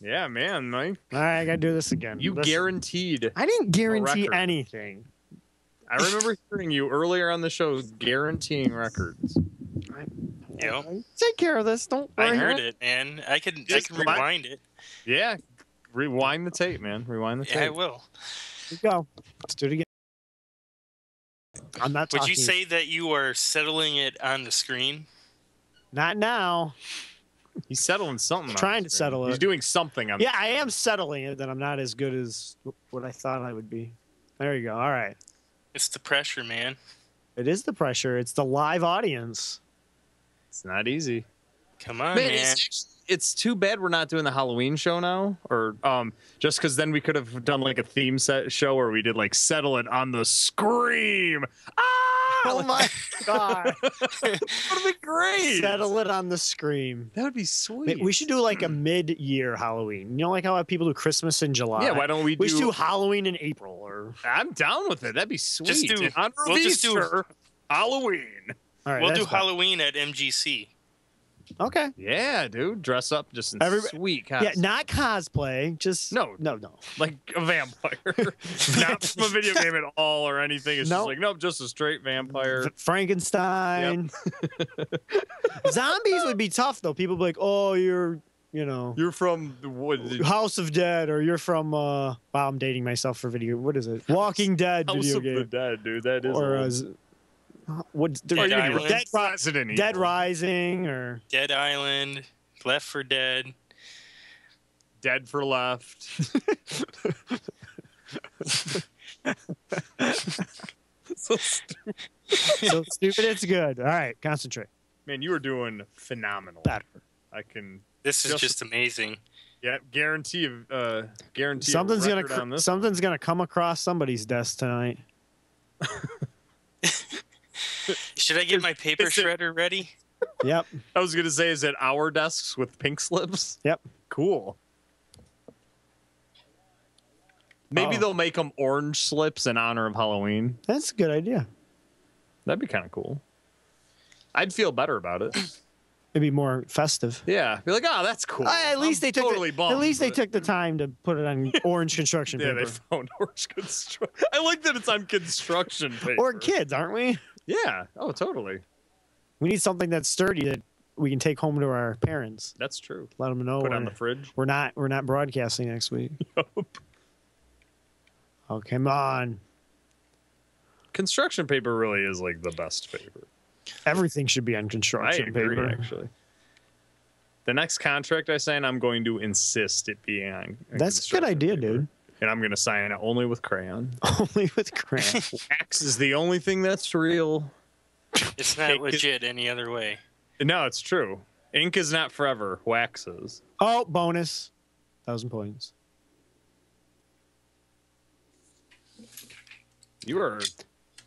S2: Yeah, man, Mike.
S1: All right, I gotta do this again.
S2: You
S1: This-
S2: guaranteed.
S1: I didn't guarantee
S2: record.
S1: anything.
S2: I remember hearing you earlier on the show guaranteeing records.
S3: Yep.
S1: Take care of this. Don't worry.
S3: I heard it, man. I can I
S2: Just
S3: can
S2: come on.
S3: rewind it.
S2: Yeah. Rewind the tape, man. Rewind the tape.
S3: Yeah, I will.
S1: Here we go. Let's do it again. I'm not
S3: Would
S1: talking.
S3: you say that you are settling it on the screen?
S1: not now?
S2: He's settling something. on
S1: Trying
S2: the
S1: to
S2: screen.
S1: settle
S2: He's
S1: it.
S2: doing something. On
S1: Yeah, I am settling it that I'm not as good as what I thought I would be. There you go. All right.
S3: It's the pressure, man.
S1: It is the pressure. It's the live audience.
S2: It's not easy.
S3: Come on,
S1: Oh,
S2: Man,
S3: man.
S2: it's it's too bad we're not doing the Halloween show now, or um, just because then we could have done like a theme set show where we did like settle it on the scream. Ah,
S1: Oh my god!
S2: that would be great.
S1: Settle it on the scream.
S2: That would be
S1: Ma-
S2: sweet.
S1: We should do like a mid-year Halloween. You know, like how people do Christmas in July.
S2: Yeah, why don't we do?
S1: we should do Halloween in April or
S2: I'm down with it. That'd be sweet.
S3: do-
S2: In honor of
S3: we'll just do-
S2: Easter, Halloween.
S1: all right.
S3: we'll
S1: that's
S3: do
S1: fine.
S3: Halloween at MGC.
S1: Okay.
S2: Yeah, dude, dress up just in
S1: Every-
S2: sweet
S1: Yeah,
S2: costume.
S1: not cosplay. Just
S2: No.
S1: no, no.
S2: like a vampire, not from a video game at all or anything. It's
S1: No.
S2: just like nope, just a straight vampire.
S1: F- Frankenstein. Zombies would be tough though. People be like, "Oh, you're, you know,
S2: You're from the wood.
S1: House of Dead, or you're from." uh Wow, I'm dating myself for video. What is it? Walking Dead
S2: House
S1: video
S2: of the
S1: game,
S2: Dead, dude. That is
S1: or
S2: old.
S1: uh, z- what?
S3: Dead
S1: Dead,
S3: Island.
S1: Dead, Ri-
S2: Resident Evil.
S1: Dead Rising, or
S3: Dead Island, Left for Dead.
S2: Dead for left. so st-
S1: so stupid. It's good. All right, concentrate.
S2: man, you are doing phenomenal.
S1: Better.
S2: I can
S3: This is
S2: Just-
S3: just amazing.
S2: yeah, guarantee uh guarantee a
S1: Something's gonna
S2: record
S1: cr-
S2: on this.
S1: something's gonna come across somebody's desk tonight.
S3: Should I get my paper
S2: Is it-
S3: shredder ready?
S1: Yep.
S2: I was gonna say, is it our desks with pink slips?
S1: Yep.
S2: Cool. Maybe
S1: Oh.
S2: they'll make them orange slips in honor of Halloween.
S1: That's a good idea.
S2: That'd be kind of cool. I'd feel better about it.
S1: It'd be more festive.
S2: Yeah, be like, oh, that's cool.
S1: Uh, at least
S2: I'm
S1: they took
S2: totally
S1: the,
S2: bummed,
S1: at least they
S2: but-
S1: took the time to put it on orange construction
S2: Yeah, they
S1: paper.
S2: found orange construction. I like that it's on construction paper.
S1: Or kids, aren't we?
S2: Yeah. Oh, totally.
S1: We need something that's sturdy that we can take home to our parents.
S2: That's true.
S1: Let them know
S2: Put
S1: we're,
S2: on the fridge.
S1: we're not we're not broadcasting next week. Oh come on!
S2: Construction paper really is like the best paper.
S1: Everything should be on construction
S2: I agree,
S1: paper.
S2: actually. The next contract I sign, I'm going to insist it be on. on
S1: That's a good
S2: construction
S1: idea,
S2: paper.
S1: dude.
S2: And I'm going to sign it only with crayon.
S1: Only with crayon.
S2: Wax is the only thing that's real.
S3: It's not
S2: Take it-
S3: legit any other way.
S2: No, it's true. Ink is not forever. Wax is.
S1: oh, bonus, thousand points.
S2: You are.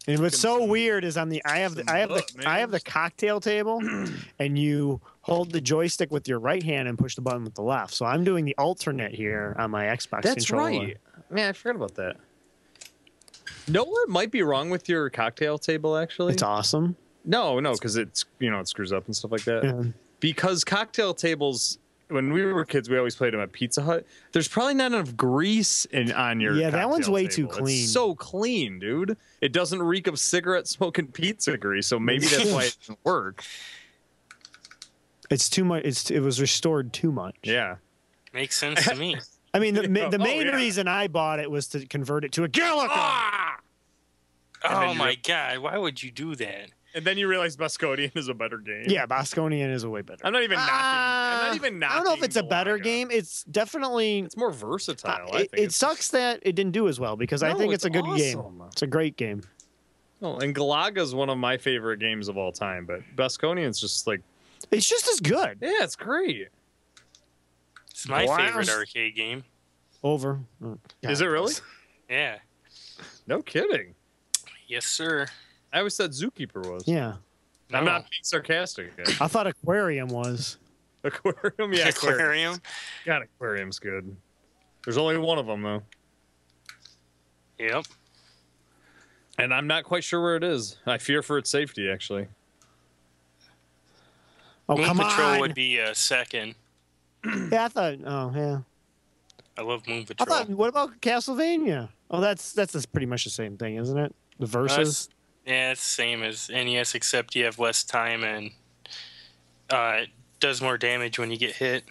S1: And what's so
S2: Fucking-
S1: weird is on the I have the, I have the
S2: Look, man.
S1: I have the cocktail table, and you hold the joystick with your right hand and push the button with the left. So I'm doing the alternate here on my Xbox. controller.
S2: Man, I forgot about that. No, what might be wrong with your cocktail table actually?
S1: It's awesome.
S2: No, no, because it's you know it screws up and stuff like that.
S1: Yeah.
S2: Because cocktail tables, when we were kids, we always played them at Pizza Hut. There's probably not enough grease in on your.
S1: Yeah, that one's
S2: cocktail
S1: way
S2: table.
S1: too
S2: It's
S1: clean.
S2: so clean, dude. It doesn't reek of cigarette smoke and pizza grease. So maybe that's why it didn't work.
S1: It's too much. It's it was restored too much.
S2: Yeah.
S3: Makes sense to me.
S1: I mean, the, ma-
S2: Yeah.
S1: the
S2: Oh,
S1: main
S2: yeah.
S1: reason I bought it was to convert it to a Gallica.
S2: Ah! And then
S3: oh
S2: you
S3: my
S2: rip-
S3: god, why would you do that?
S2: And then you realize Bascodian is a better game.
S1: Yeah, Bosconian is a way better.
S2: I'm not even knocking. I'm
S1: Uh,
S2: not even knocking.
S1: I don't know if it's a better
S2: Galaga.
S1: game. It's definitely.
S2: It's more versatile. I
S1: it,
S2: think
S1: it sucks that it didn't do as well because I
S2: No,
S1: think
S2: it's
S1: it's, a good game.
S2: awesome.
S1: It's a great game.
S2: Oh, and Galaga is one of my favorite games of all time, but Basconian's just like,
S1: It's just as good.
S2: yeah, it's great.
S3: It's my
S2: Wow.
S3: favorite arcade game.
S1: Over. Mm,
S2: is
S1: God.
S2: it really?
S3: Yeah.
S2: No kidding.
S3: Yes, sir.
S2: I always thought Zookeeper was.
S1: Yeah.
S2: I'm
S3: No.
S2: not being sarcastic. again.
S1: I thought aquarium was.
S2: aquarium, yeah, aquarium.
S3: aquarium.
S2: God, aquarium's good. There's only one of them though,
S3: Yep.
S2: and I'm not quite sure where it is. I fear for its safety, actually.
S1: Oh
S3: Moon
S1: come
S3: Patrol
S1: on!
S3: would be uh, second.
S1: Yeah, I thought. Oh yeah.
S3: I love Moon
S1: I
S3: Patrol.
S1: thought. What about Castlevania? Oh, that's that's that's pretty much the same thing, isn't it? The verses.
S3: yeah, it's the same as NES, except you have less time and uh, it does more damage when you get hit.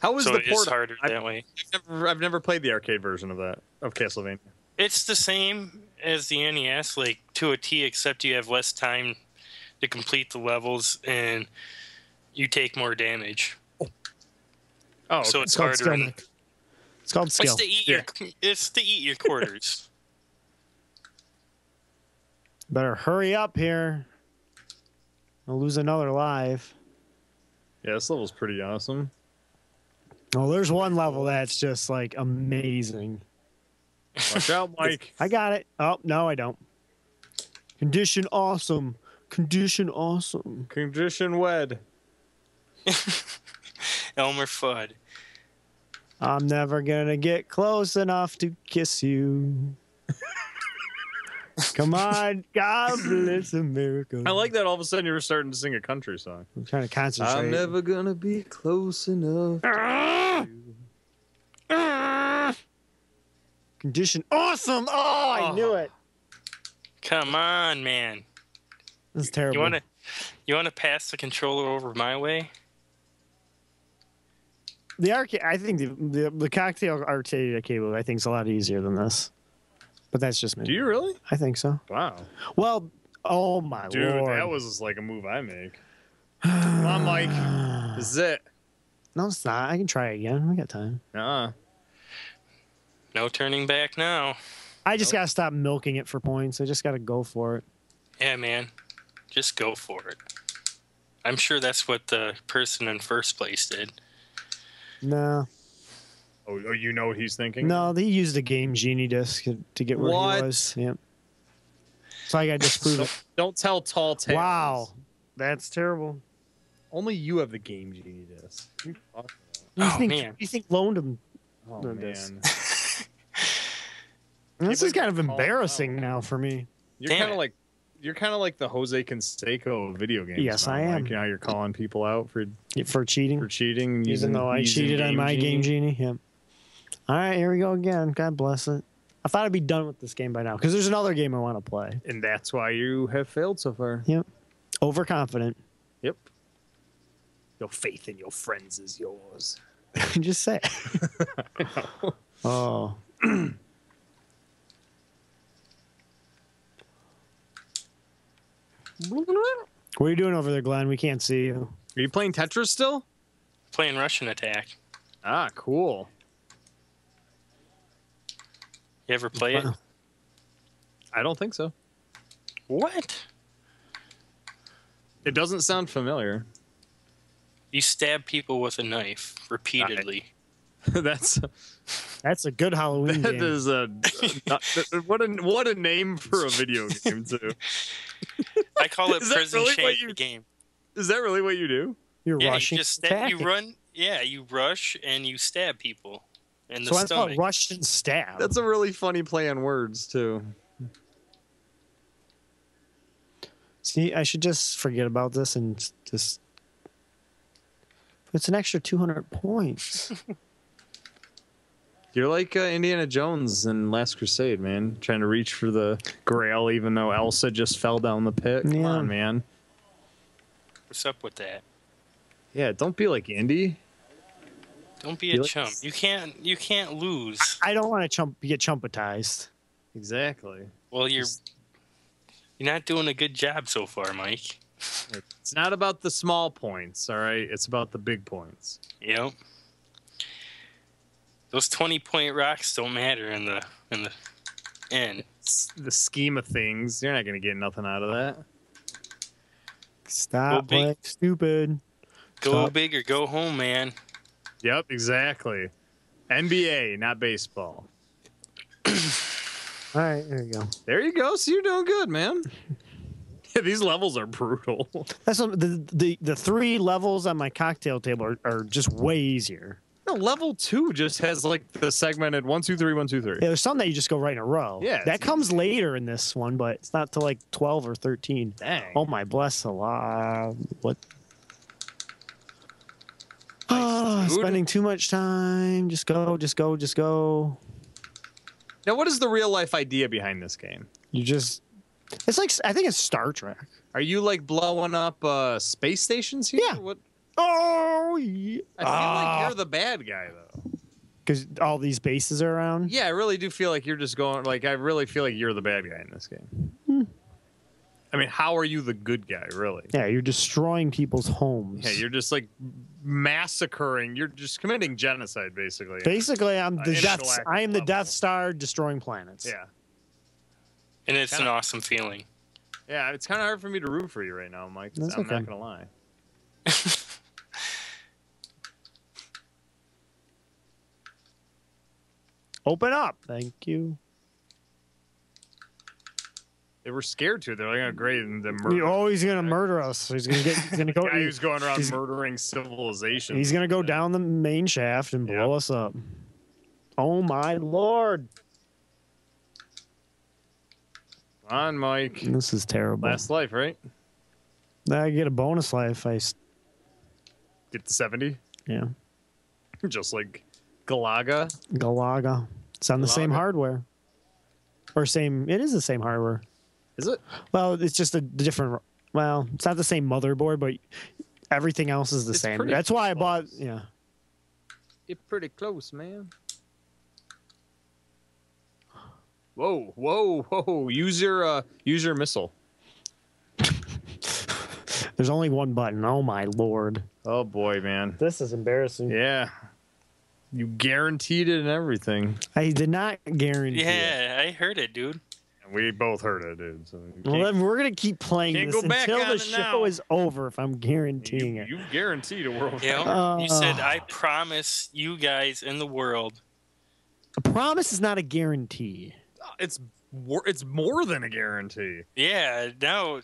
S2: How is
S3: so
S2: the
S3: it is
S2: port?
S3: harder
S2: I've,
S3: that way.
S2: I've never, I've never played the arcade version of that of Castlevania.
S3: It's the same as the NES, like to a T, except you have less time to complete the levels and you take more damage.
S2: Oh, okay.
S3: So it's,
S1: it's called
S3: harder.
S1: skill.
S3: and-
S1: Nick. It's called
S3: It's
S1: skill.
S3: to eat your. It's to eat your quarters.
S1: Better hurry up here. I'll lose another live.
S2: Yeah, this level's pretty awesome.
S1: Oh, there's one level that's just like amazing.
S2: Watch out, Mike.
S1: I got it. Oh no, I don't. Condition awesome. Condition awesome.
S2: Condition wed.
S3: Elmer Fudd.
S1: I'm never gonna get close enough to kiss you. Come on, God bless America.
S2: I like that all of a sudden you were starting to sing a country song.
S1: I'm trying to concentrate.
S2: gonna be close enough.
S1: Condition awesome. Oh, I
S2: Oh.
S1: knew it.
S3: Come on, man.
S1: That's terrible.
S3: You wanna you wanna pass the controller over my way?
S1: the arcade. I think the, the the cocktail arcade cable. I think is a lot easier than this. But that's just me.
S2: Do you really?
S1: I think so.
S2: Wow.
S1: Well, oh my
S2: Dude,
S1: lord.
S2: that was like a move I make. Come on, Mike. This is it.
S1: No, it's not. I can try it again. We got time.
S2: Uh-uh.
S3: No turning back now.
S1: I just
S2: Nope.
S1: gotta stop milking it for points. I just gotta go for it.
S3: Yeah, man. Just go for it. I'm sure that's what the person in first place did.
S1: No,
S2: Oh, oh, you know what he's thinking?
S1: no, they used a game genie disc to get where
S2: What?
S1: he was. Yep. So I gotta disprove it.
S2: Don't, don't tell tall tales.
S1: Wow, that's terrible.
S2: Only you have the game genie disc. You fuck.
S1: You
S3: Oh,
S1: think
S3: man.
S1: you think loaned him?
S2: Oh,
S1: The
S2: man.
S1: disc. This is kind of
S2: believe it? Oh, wow.
S1: embarrassing now for me.
S2: You're
S3: Damn
S2: kind
S3: it.
S2: of like you're kind of like the Jose Canseco of video games.
S1: Yes,
S2: now.
S1: I am.
S2: Like, now you're calling people out for
S1: For cheating,
S2: for cheating,
S1: even
S2: using,
S1: though I
S2: using
S1: cheated on my game
S2: Genie.
S1: genie. Yep. All right, here we go again. God bless it. I thought I'd be done with this game by now because there's another game I want to play.
S2: and that's why you have failed so far.
S1: Overconfident.
S2: Yep.
S5: Your faith in your friends is yours.
S1: just say. it. oh. what are you doing over there, Glenn? We can't see you.
S2: Are you playing Tetris still?
S3: Playing Russian attack.
S2: Ah, cool.
S3: You ever play it?
S1: Wow.
S2: I don't think so.
S3: What?
S2: It doesn't sound familiar.
S3: You stab people with a knife repeatedly.
S2: that's
S1: That's a good Halloween
S2: that
S1: game.
S2: is a not- what a what a name for a video game too.
S3: I call it
S2: Is that
S3: prison
S2: really what
S3: shank
S2: you-
S3: the game.
S2: Is that really what you do?
S1: You're
S3: Yeah,
S1: rushing.
S3: you just stab, you
S1: attack.
S3: run. Yeah, you rush and you stab people in the
S1: so I thought
S3: stomach.
S1: Russian stab.
S2: That's a really funny play on words too.
S1: See, I should just forget about this and just. It's an extra 200 points.
S2: You're like uh, Indiana Jones in Last Crusade, man, trying to reach for the Grail, even though Elsa just fell down the pit. Come
S1: Yeah.
S2: on, man.
S3: What's up with that?
S2: Yeah, don't be like Indy.
S3: Don't be a
S2: You like-
S3: chump. You can't. You can't lose.
S1: I don't want to chump get chumpetized.
S2: Exactly.
S3: Well, you're. You're not doing a good job so far, Mike.
S2: It's not about the small points, all right? It's about the big points.
S3: Yep. Those twenty-point rocks don't matter in the in the end.
S2: It's the scheme of things. You're not going to get nothing out of that.
S1: Stop
S3: Well,
S1: playing stupid.
S3: Go
S1: Stop.
S3: big or go home, man.
S2: Yep, exactly. NBA, not baseball.
S1: All right, there you go.
S2: There you go. So you're doing good, man. Yeah, these levels are brutal.
S1: That's what, the, the the three levels on my cocktail table are, are just way easier.
S2: No, level two just has like the segmented one, two, three, one, two, three.
S1: Yeah, there's some that you just go right in a row.
S2: Yeah,
S1: that
S2: it's-
S1: comes later in this one, but it's not till like 12 or 13.
S2: Dang.
S1: Oh my bless a lot. What? Ah,
S2: dude.
S1: spending too much time. Just go, just go, just go.
S2: Now, what is the real life idea behind this game?
S1: You just. It's like I think it's Star Trek.
S2: Are you like blowing up uh, space stations here?
S1: Yeah. Ah.
S2: What?
S1: Oh yeah.
S2: I feel like you're the bad guy though.
S1: because all these bases are around.
S2: Yeah, I really do feel like you're just going. Like, I really feel like you're the bad guy in this game.
S1: Hmm.
S2: I mean, how are you the good guy, really?
S1: Yeah, you're destroying people's homes.
S2: Yeah, you're just like massacring. You're just committing genocide, basically.
S1: Basically, I'm
S2: Uh,
S1: the death.
S2: intergalactic
S1: I am the
S2: level.
S1: Death Star destroying planets.
S2: Yeah,
S3: And it's an
S2: Kinda.
S3: awesome feeling.
S2: yeah. It's kind of hard for me to root for you right now, Mike.
S1: That's
S2: I'm
S1: okay.
S2: not gonna lie.
S1: Open up. Thank you.
S2: They were scared to. They're like, oh, great, and the
S1: He's
S2: murder.
S1: always gonna murder us. He's gonna get. He's gonna go.
S2: guy who's going around
S1: he's-
S2: murdering civilization.
S1: He's gonna go down the main shaft and blow
S2: Yep.
S1: us up. Oh my lord!
S2: Come on, Mike.
S1: This is terrible.
S2: Last life, right?
S1: Now I get a bonus life. I s-
S2: Get to seventy,
S1: yeah.
S2: just like Galaga.
S1: Galaga. It's on the same
S2: Galaga.
S1: hardware. Or same. It is the same hardware.
S2: Is it?
S1: Well, it's just a different. Well, it's not the same motherboard, but everything else is the
S2: It's
S1: same.
S2: pretty
S1: That's why I bought.
S2: close.
S1: Yeah.
S2: You're pretty close, man. Whoa, whoa, whoa! Use your uh, use your missile.
S1: There's only one button. Oh my lord!
S2: Oh boy, man.
S1: This is embarrassing.
S2: Yeah, you guaranteed it and everything.
S1: I did not guarantee. It.
S3: Yeah, I heard it, dude.
S2: And we both heard it, dude. So you
S1: Well,
S2: can't-
S1: then we're gonna keep playing
S2: Can't
S1: this
S2: go back
S1: until
S2: on
S1: the
S2: it
S1: show
S2: now.
S1: is over. If I'm guaranteeing
S2: you,
S1: it,
S2: you guaranteed a world.
S3: You, know,
S2: record.
S3: you said
S1: Oh.
S3: I promise you guys in the world.
S1: a promise is not a guarantee.
S2: It's wor- it's more than a guarantee.
S3: Yeah, now,
S2: A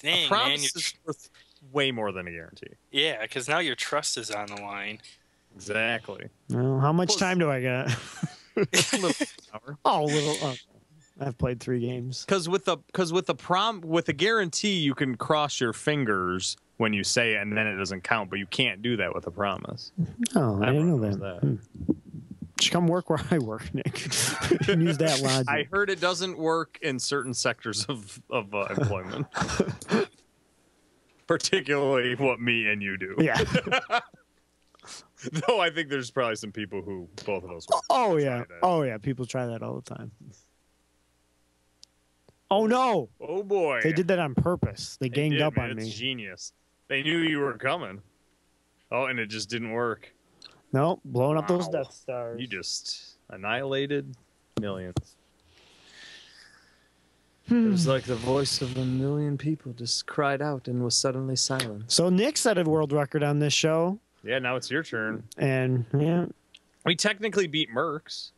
S3: dang man,
S2: promise
S3: your
S2: is
S3: tr-
S2: worth way more than a guarantee.
S3: yeah, because now your trust is on the line.
S2: Exactly.
S1: Well, how much
S2: Close.
S1: time do I got? oh, little. Oh, I've played three games.
S2: Because with a because with a prom with a guarantee, you can cross your fingers when you say it, and then it doesn't count. But you can't do that with a promise.
S1: Oh, I didn't know
S2: Everyone
S1: that.
S2: knows that.
S1: Hmm. Just come work where I work, Nick. You can use that logic.
S2: I heard it doesn't work in certain sectors of of uh, employment, particularly what me and you do.
S1: yeah.
S2: Though I think there's probably some people who both of us. Work.
S1: Oh yeah.
S2: that.
S1: Oh yeah. People try that all the time. Oh no!
S2: Oh boy,
S1: They did that on purpose. They
S2: They
S1: ganged
S2: did,
S1: up
S2: man.
S1: on
S2: It's
S1: me.
S2: Genius. They knew you were coming. Oh, and it just didn't work.
S1: no, blowing up those
S2: Wow.
S1: Death Stars.
S2: You just annihilated millions. It was like the voice of a million people just cried out and was suddenly silent.
S1: So Nick set a world record on this show,
S2: Yeah, now it's your turn.
S1: and yeah,
S2: We technically beat Mercs.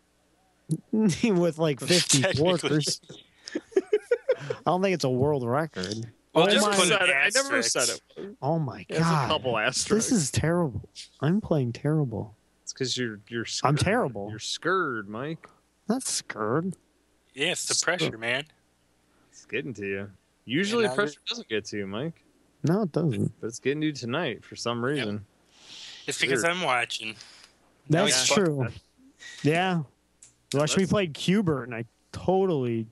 S1: with like 50
S3: Technically.
S1: workers. I don't think it's a world record.
S3: Well,
S1: Oh
S3: just
S1: my-
S3: put an
S2: Said it. I never
S3: asterisk.
S2: said it.
S1: Oh my
S2: It's a
S1: god!
S2: couple asterisks.
S1: This is terrible. I'm playing terrible.
S2: it's because you're you're. Scared.
S1: I'm terrible.
S2: You're scared, Mike.
S1: Not scared.
S3: Yeah, it's the pressure, man.
S2: It's getting to you. Usually
S3: And now
S2: pressure doesn't get to you, Mike,
S1: No, it doesn't.
S2: but it's getting to you tonight for some reason.
S3: It's because
S2: Sure.
S3: I'm watching. Now
S1: That's
S3: he's-
S1: true. Yeah. Rush, we
S2: that's-
S1: played Cubert, and I totally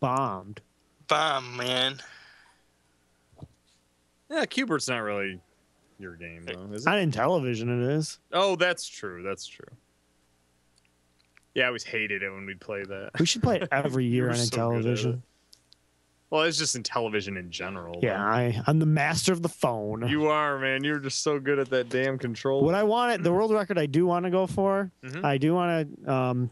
S1: bombed.
S3: Bomb, man.
S2: Yeah, Cubert's not really your game though, is it?
S1: Not in television, it is.
S2: Oh, that's true. That's true. Yeah, I always hated it when we'd play that.
S1: We should play it every year
S2: were
S1: on
S2: so good at
S1: television.
S2: Well, it's just in television in general. though.
S1: Yeah, I, I'm the master of the phone.
S2: You are, man. You're just so good at that damn control.
S1: what I want, the world record I do want to go for,
S2: Mhm.
S1: I do want to um,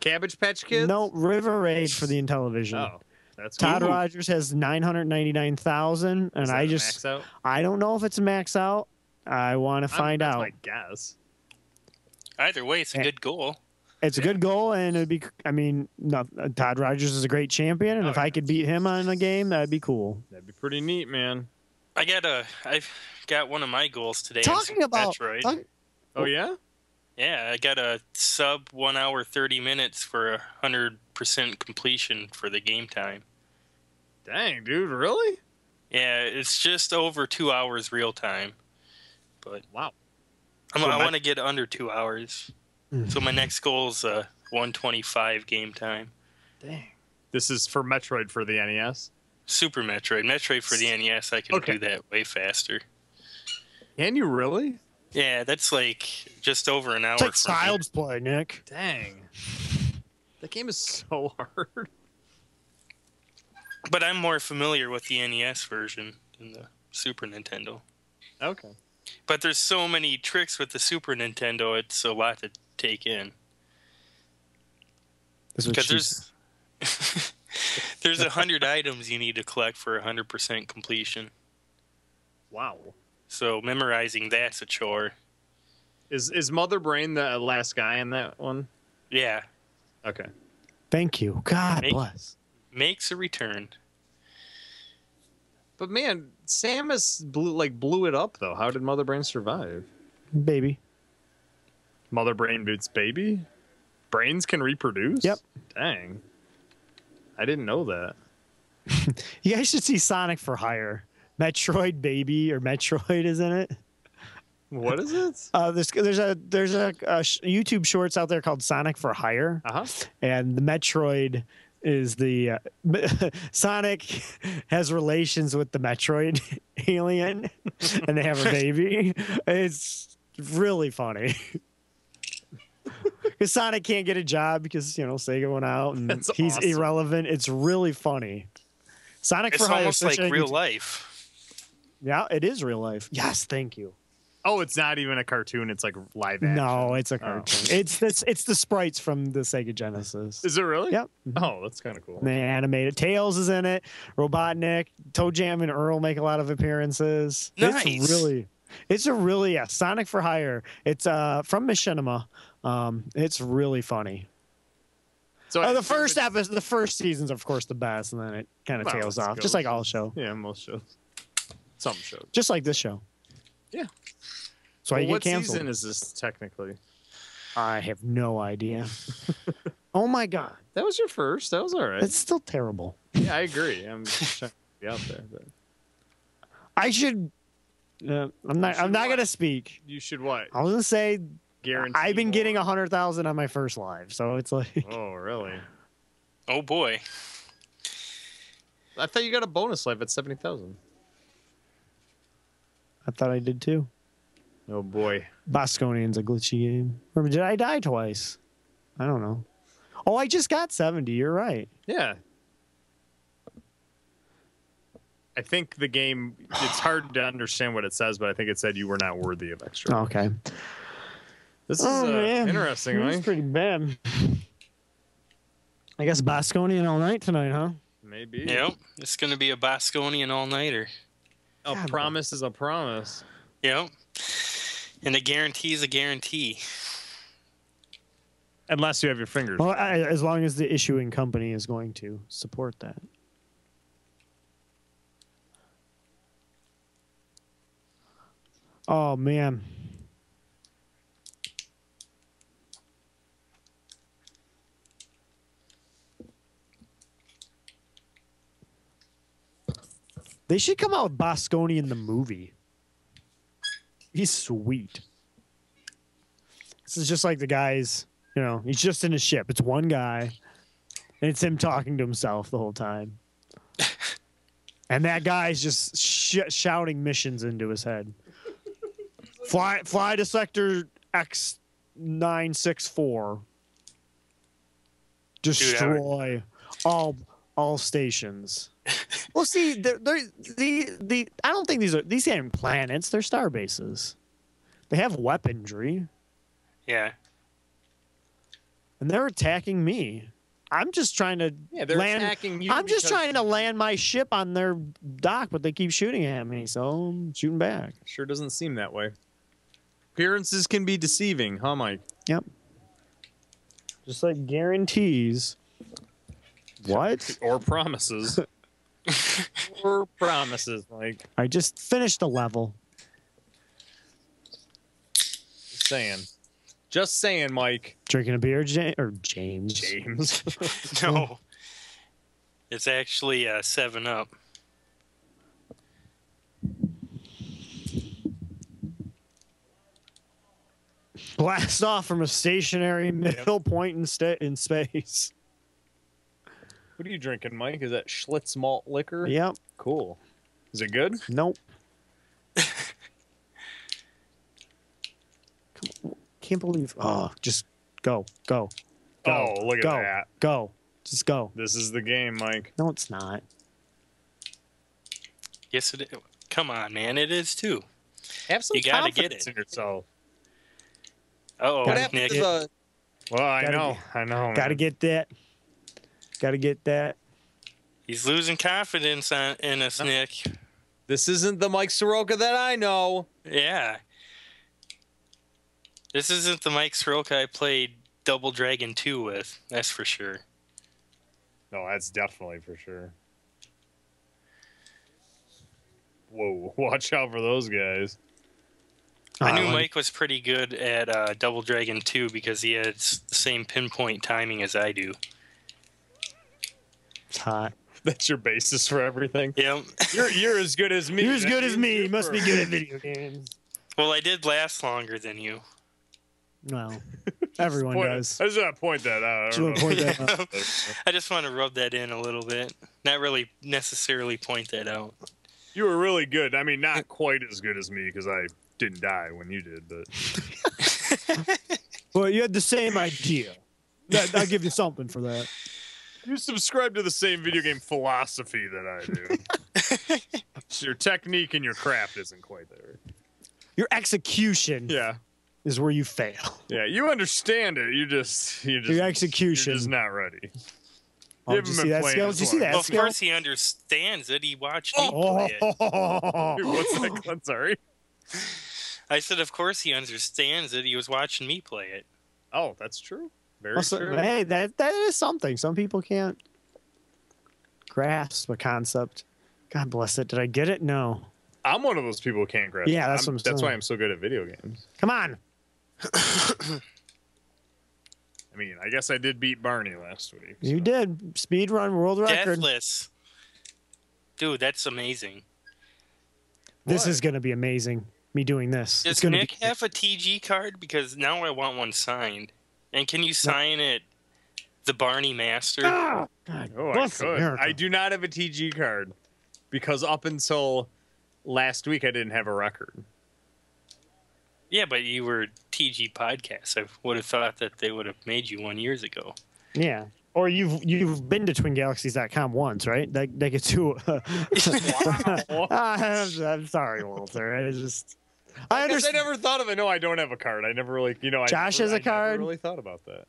S2: Cabbage Patch Kids?
S1: No, River Raid for the Intellivision.
S2: Oh, that's
S1: Todd
S2: cool.
S1: Rogers has 999,000 and
S2: Is that
S1: I
S2: a
S1: just
S2: max out?
S1: I don't know if it's a max out. I want to find
S2: that's
S1: out.
S2: My guess.
S3: Either way, it's a
S1: Yeah.
S3: good goal.
S1: it's a good goal and it'd be I mean, not, Todd Rogers is a great champion and
S2: Oh,
S1: if
S2: yeah.
S1: I could beat him on a game, that'd be cool.
S2: That'd be pretty neat, man.
S3: I got a. I've got one of my goals today. in
S1: Talking about-
S3: Metroid.
S1: talk-
S2: Oh yeah?
S3: yeah, I got a sub one hour thirty minutes for a hundred percent completion for the game time.
S2: Dang, dude, really?
S3: Yeah, it's just over two hours real time.
S2: Wow.
S3: I'm,
S2: So
S3: I
S2: my-
S3: want to get under two hours.
S1: Mm.
S3: So my next goal is uh, 125 game time.
S2: Dang. This is for Metroid for the E NES.
S3: Super Metroid, Metroid for the NES, I can
S2: Okay.
S3: do that way faster.
S2: Can you really?
S3: Yeah, that's like just over an hour.
S1: It's like
S3: for me.
S1: child's play, Nick.
S2: Dang. That game is so hard.
S3: But I'm more familiar with the NES version than the Super Nintendo.
S2: Okay.
S3: But there's so many tricks with the Super Nintendo; it's a lot to take in.
S1: That's what
S3: Because
S1: she
S3: there's there's a hundred items you need to collect for a hundred percent completion.
S2: Wow.
S3: So memorizing that's a chore.
S2: Is is Mother Brain the last guy in that one?
S3: Yeah,
S2: Okay.
S1: Thank you. God
S3: Make-
S1: bless.
S3: Makes a return.
S2: But man, Samus blew like blew it up though. How did Mother Brain survive?
S1: Baby.
S2: Mother Brain beats baby? Brains can reproduce?
S1: Yep.
S2: Dang. I didn't know that.
S1: You guys should see Sonic for Hire. Metroid Baby or Metroid is in it.
S2: What is it?
S1: Uh, there's there's a there's a, a sh- YouTube Shorts out there called Sonic for Hire,
S2: Uh-huh.
S1: and the Metroid is the uh, Sonic has relations with the Metroid alien, and they have a baby. It's really funny. Because Sonic can't get a job because you know Sega went out and
S2: That's
S1: he's
S2: awesome.
S1: irrelevant. It's really funny. Sonic
S3: It's
S1: for Hire, is
S3: almost
S1: such
S3: like
S1: a-
S3: real life.
S1: Yeah, it is real life. Yes, thank you.
S2: Oh, it's not even a cartoon, it's like live action.
S1: No, it's a
S2: Oh.
S1: cartoon. It's it's it's the sprites from the Sega Genesis.
S2: Is it really?
S1: Yep.
S2: Oh, that's kind of cool.
S1: And they animate it. Tails is in it. Robotnik, Toe Jam, and Earl make a lot of appearances. It's
S3: Nice.
S1: really, it's a really yeah. Sonic for Hire. It's uh from Machinima. Um, it's really funny.
S2: So
S1: Uh,
S2: I
S1: the
S2: assume
S1: first
S2: it's-
S1: episode, the first season's of course the best, and then it kind of
S2: Well,
S1: tails
S2: let's
S1: off,
S2: go.
S1: just like all show,
S2: Yeah, most shows. Some shows.
S1: just like this show.
S2: Yeah.
S1: That's why
S2: Well,
S1: you get
S2: what
S1: canceled.
S2: season is this technically?
S1: I have no idea. oh my god,
S2: That was your first. That was all right.
S1: it's still terrible.
S2: Yeah, I agree. I'm just trying to be out there, but
S1: I should. Uh, I'm not.
S2: should
S1: I'm not
S2: what?
S1: gonna speak.
S2: you should what?
S1: I was gonna say
S2: Guarantee.
S1: I've been getting
S2: more?
S1: a hundred thousand on my first live, so it's like
S2: Oh, really?
S3: Oh boy.
S2: I thought you got a bonus life at seventy thousand.
S1: I thought I did too.
S2: Oh boy.
S1: Bosconian's a glitchy game. Or did I die twice? I don't know. Oh, I just got seventy. You're right.
S2: Yeah. I think the game. It's hard to understand what it says, but I think it said you were not worthy of extra.
S1: Oh, Okay,
S2: This is
S1: Oh,
S2: uh,
S1: man.
S2: interesting,
S1: that's
S2: Mike.
S1: pretty bad. I guess Bosconian all night tonight, huh?
S2: Maybe.
S3: Yep. It's gonna be a Bosconian all nighter.
S2: A
S1: God.
S2: promise is a promise.
S3: Yep. And a guarantee is a guarantee.
S2: Unless you have your fingers.
S1: Well, I, as long as the issuing company is going to support that. Oh man. They should come out with Bosconi in the movie. He's sweet. This is just like the guys, you know, he's just in his ship. It's one guy, and it's him talking to himself the whole time. and that guy's just sh- shouting missions into his head. Fly, fly to sector X nine six four. Destroy all all stations. well, see, they're, they're, the the I don't think these are these aren't planets. They're star bases. They have weaponry
S3: Yeah.
S1: and they're attacking me. I'm just trying to
S2: yeah, they're
S1: land.
S2: attacking you.
S1: I'm just
S2: because-
S1: trying to land my ship on their dock, but they keep shooting at me, so I'm shooting back.
S2: Sure doesn't seem that way. Appearances can be deceiving, huh, Mike?
S1: Yep. Just like guarantees. What?
S2: Or promises. or promises, like
S1: I just finished the level.
S2: just saying. Just saying, Mike.
S1: Drinking a beer, ja- or James.
S2: James.
S3: No. It's actually uh, seven up.
S1: Blast off from a stationary middle point in, sta- in space.
S2: what are you drinking, Mike? Is that Schlitz malt liquor?
S1: Yep.
S2: Cool. Is it good?
S1: Nope. Come on, Can't believe. Oh, just go, go, go.
S2: Oh, look at
S1: go,
S2: that.
S1: Go, just go.
S2: This is the game, Mike.
S1: No, it's not.
S3: Yes, it. Come on, man. It is too.
S2: Have some
S3: You gotta get
S2: confidence
S3: it.
S2: in yourself.
S3: Oh,
S1: What
S3: Nick.
S2: to the- Well, I
S1: Gotta
S2: know. I know.
S1: Got to
S2: man.
S1: get that. Got to get that.
S3: He's losing confidence on, in us, Nick.
S2: This isn't the Mike Soroka that I know.
S3: Yeah. This isn't the Mike Soroka I played Double Dragon 2 with, that's for sure.
S2: No, that's definitely for sure. Whoa, watch out for those guys.
S3: I knew
S1: Uh,
S3: Mike was pretty good at uh, Double Dragon 2 because he had s- the same pinpoint timing as I do.
S1: it's hot.
S2: That's your basis for everything.
S3: Yep.
S2: You're you're as good as me.
S1: You're as
S2: That
S1: good as
S2: means
S1: me.
S2: you're
S1: You must be
S2: first.
S1: good at video games.
S3: well, I did last longer than you.
S1: No, everyone
S2: Point-
S1: does.
S2: I just want to point that out. I
S1: Just
S2: don't
S1: wanna
S2: know.
S1: point that out.
S3: I just want to rub that in a little bit. Not really necessarily point that out.
S2: You were really good. I mean, not quite as good as me because I didn't die when you did, but
S1: Well, you had the same idea. That, I'll give you something for that.
S2: you subscribe to the same video game philosophy that I do. so your technique and your craft isn't quite there.
S1: Your execution
S2: Yeah,
S1: is where you fail.
S2: yeah. You understand it. You just you just
S1: execution.
S2: You're just not ready.
S1: Oh,
S2: haven't
S1: did you
S2: been
S1: see that
S2: playing
S1: skill?
S2: as
S1: Did you see
S2: long.
S1: that
S3: Well, of
S1: skill?
S3: course, he understands it. He watched me
S1: Oh,
S3: play it.
S2: Dude, what's that? I'm sorry.
S3: I said, of course, he understands it. He was watching me play it.
S2: Oh, that's true. Very
S1: Also,
S2: true.
S1: hey, that that is something. Some people can't grasp a concept. God bless it. Did I get it? No.
S2: I'm one of those people who can't grasp.
S1: Yeah,
S2: it.
S1: that's
S2: I'm,
S1: what I'm
S2: that's
S1: saying.
S2: why I'm so good at video games.
S1: Come on.
S2: I mean, I guess I did beat Barney last week.
S1: You
S2: so.
S1: did speed run world record.
S3: Deathless. Dude, that's amazing.
S1: This
S2: What?
S1: is going to be amazing. Me doing this. it's
S3: Does
S1: going to
S3: Nick
S1: be.
S3: have a TG card? Because now I want one signed. And can you sign it, the Barney Master?
S1: Ah! God
S2: Oh, I
S1: bless
S2: could.
S1: America.
S2: I do not have a TG card because up until last week I didn't have a record.
S3: Yeah, but you were TG podcast. I would have thought that they would have made you one years ago.
S1: Yeah. Or you've you've been to twingalaxies.com once, right? That that gets you. I'm, I'm sorry, Walter. I just I
S2: Because I
S1: understand.
S2: never thought of it. No, I don't have a card. I never really, you know. I
S1: Josh
S2: never,
S1: has a
S2: I never
S1: card.
S2: really thought about that.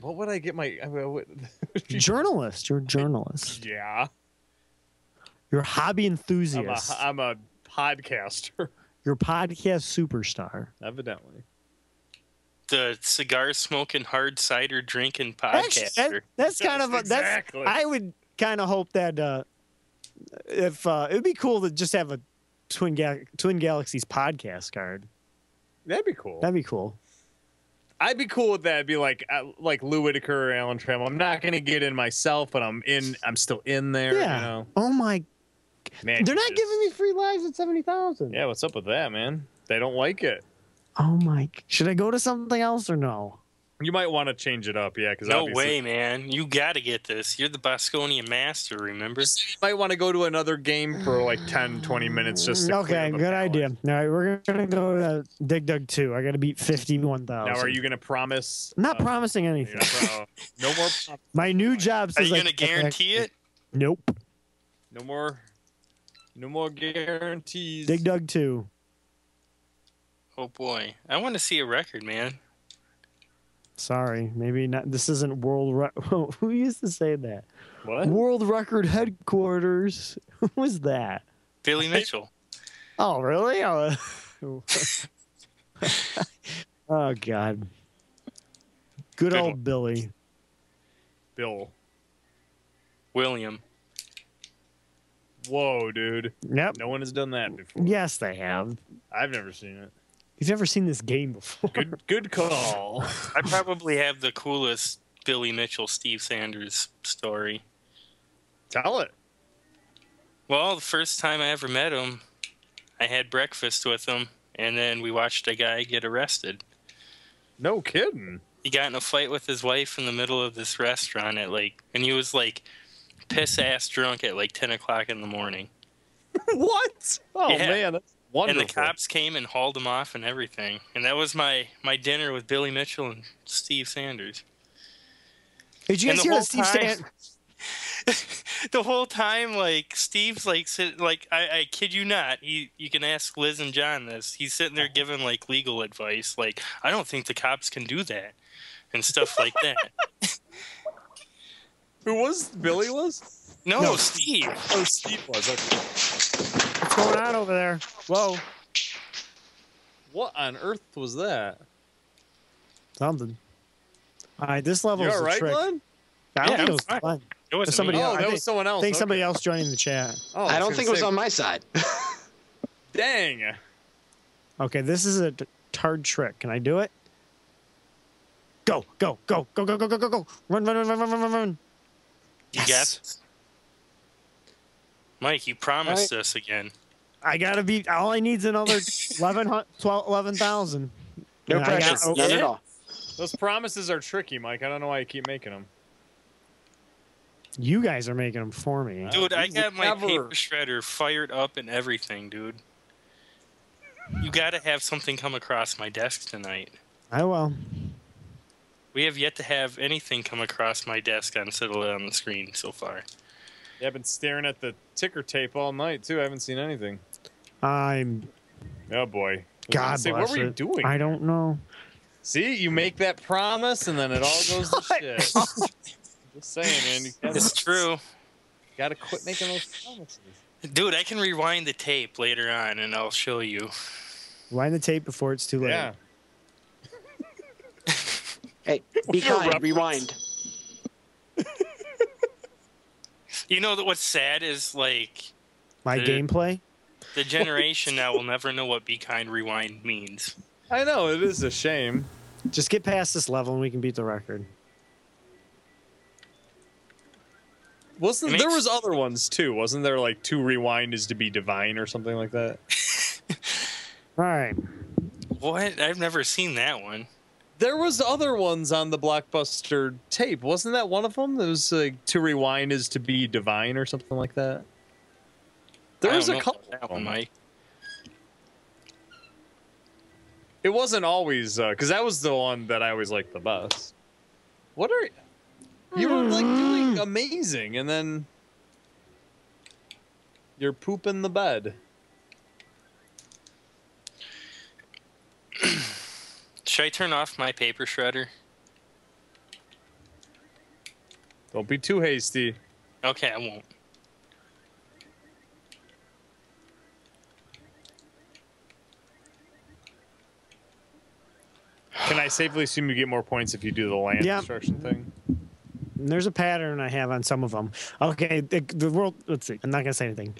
S2: What would I get my? I mean, what,
S1: Journalist, you're a journalist.
S2: yeah,
S1: You're a hobby
S2: I'm a,
S1: enthusiast.
S2: I'm a podcaster,
S1: You're a podcast superstar.
S2: evidently.
S3: The cigar smoking, hard cider drinking
S1: Actually,
S3: podcaster.
S1: that- that's kind of a, that's.
S2: exactly.
S1: I would kind of hope that uh, if uh, it would be cool to just have a twin Gal- twin galaxies podcast card.
S2: That'd be cool.
S1: That'd be cool.
S2: I'd be cool with that. I'd be like uh, like Lou Whitaker or Alan Trammell. I'm not gonna get in myself, but I'm in. I'm still in there.
S1: Yeah.
S2: You know?
S1: Oh my!
S2: man,
S1: They're
S2: you
S1: not
S2: just-
S1: giving me free lives at seventy thousand.
S2: Yeah, what's up with that, man? They don't like it.
S1: Oh my! Should I go to something else or no?
S2: You might want to change it up, yeah. Because
S3: no way, man. You got to get this. You're the Bosconian master, remember?
S2: You might want to go to another game for like 10, 20 minutes. Just to clear
S1: okay,
S2: the
S1: good
S2: palate.
S1: idea. All right, we're gonna go to Dig Dug Two. I gotta beat fifty one thousand.
S2: Now, are you gonna promise?
S1: I'm not
S2: uh,
S1: promising
S2: you
S1: anything.
S2: know, pro- no more.
S1: My new job
S3: Are
S1: says
S3: you
S1: I
S3: going to
S1: can't
S3: guarantee
S1: actually-
S3: it?
S1: Nope.
S2: No more. No more guarantees.
S1: Dig Dug Two.
S3: Oh, boy. I want to see a record, man.
S1: Sorry, maybe not. This isn't world. Re- Who used to say that?
S2: What?
S1: World record headquarters. Who was that?
S3: Billy Mitchell.
S1: Oh, really? Oh, oh God. Good
S2: Good
S1: old
S2: one.
S1: Billy.
S2: Bill.
S3: William.
S2: Whoa, dude.
S1: Yep.
S2: No one has done that before.
S1: Yes, they have.
S2: I've never seen it.
S1: You've never seen this game before.
S2: Good, good call.
S3: I probably have the coolest Billy Mitchell, Steve Sanders story.
S2: Tell it.
S3: Well, the first time I ever met him, I had breakfast with him, and then we watched a guy get arrested.
S2: No kidding.
S3: He got in a fight with his wife in the middle of this restaurant at like, and he was like piss ass drunk at like 10 o'clock in the morning.
S2: what? Oh
S3: Yeah.
S2: man, that's wonderful.
S3: And the cops came and hauled him off and everything. And that was my, my dinner with Billy Mitchell and Steve Sanders.
S1: Did you
S3: And
S1: guys
S3: the
S1: hear
S3: whole
S1: that Steve
S3: time-
S1: Stan-
S3: the whole time, like Steve's like sit, like I, I kid you not. He you can ask Liz and John this. He's sitting there giving like legal advice, like I don't think the cops can do that, and stuff like that.
S2: Who was Billy? Was
S3: No,
S1: No.
S3: Steve.
S2: oh Steve was. Okay.
S1: What's going on over there? Whoa.
S2: what on earth was that?
S1: Something. All right, this level
S2: You
S1: is
S2: all
S1: a
S2: right,
S1: trick.
S2: Glenn?
S1: I don't
S3: Yeah,
S1: think it
S3: I'm
S1: was
S3: fine.
S1: Glenn.
S3: It was
S1: somebody- Yeah, I
S2: oh, that
S1: think-
S2: was someone
S1: I
S2: else.
S1: think
S2: okay.
S1: somebody else joined the chat.
S2: Oh,
S6: I
S2: was
S6: don't
S2: gonna
S6: think it was
S2: say-
S6: on my side.
S2: Dang.
S1: Okay, this is a t- tard trick. Can I do it? Go, go, go, go, go, go, go, go, go. Run, run, run, run, run, run, run, run.
S3: You got this? Mike, you promised us again.
S1: I gotta be. All I need's another 11, hun- 12 11,000.
S6: No
S1: Yeah, I
S6: pressure.
S1: got-
S6: None at
S3: yeah.
S6: all.
S2: Those promises are tricky, Mike. I don't know why you keep making them.
S1: you guys are making them for me.
S3: Dude, I
S2: He's
S3: got my
S2: clever.
S3: paper shredder fired up and everything, dude. You gotta have something come across my desk tonight.
S1: I will.
S3: We have yet to have anything come across my desk on Citadel on the screen so far.
S2: Yeah, I've been staring at the ticker tape all night too. I haven't seen anything.
S1: I'm.
S2: Oh boy. I was gonna
S1: God
S2: say,
S1: bless
S2: What were you
S1: it.
S2: doing?
S1: I don't know.
S2: See, you make that promise and then it all goes
S1: Oh
S2: to shit. Just saying, man. You gotta,
S3: It's true.
S2: gotta quit making those promises.
S3: Dude, I can rewind the tape later on and I'll show you.
S1: Wind the tape before it's too late.
S2: Yeah.
S6: Hey, be
S2: Your
S6: kind.
S2: reference.
S6: Rewind.
S3: You know that what's sad is like
S1: My
S3: Dude.
S1: gameplay.
S3: the generation now will never know what be kind rewind means.
S2: I know, it is a shame.
S1: Just get past this level and we can beat the record.
S2: Wasn't
S3: It
S2: there
S3: makes-
S2: was other ones too? Wasn't there like to rewind is to be divine or something like that?
S1: All right.
S3: What? I've never seen that one.
S2: There was other ones on the blockbuster tape. Wasn't that one of them? That was like to rewind is to be divine or something like that. There
S3: I
S2: was
S3: don't
S2: a
S3: know
S2: couple.
S3: about that one, Mike.
S2: It wasn't always because that was the one that I always liked the best. What are you were like doing amazing, and then you're pooping the bed.
S3: Should I turn off my paper shredder?
S2: Don't be too hasty.
S3: Okay, I won't.
S2: Can I safely assume you get more points if you do the land
S1: Yeah.
S2: destruction thing?
S1: And There's a pattern I have on some of them. Okay, the, the world. Let's see. I'm not gonna say anything.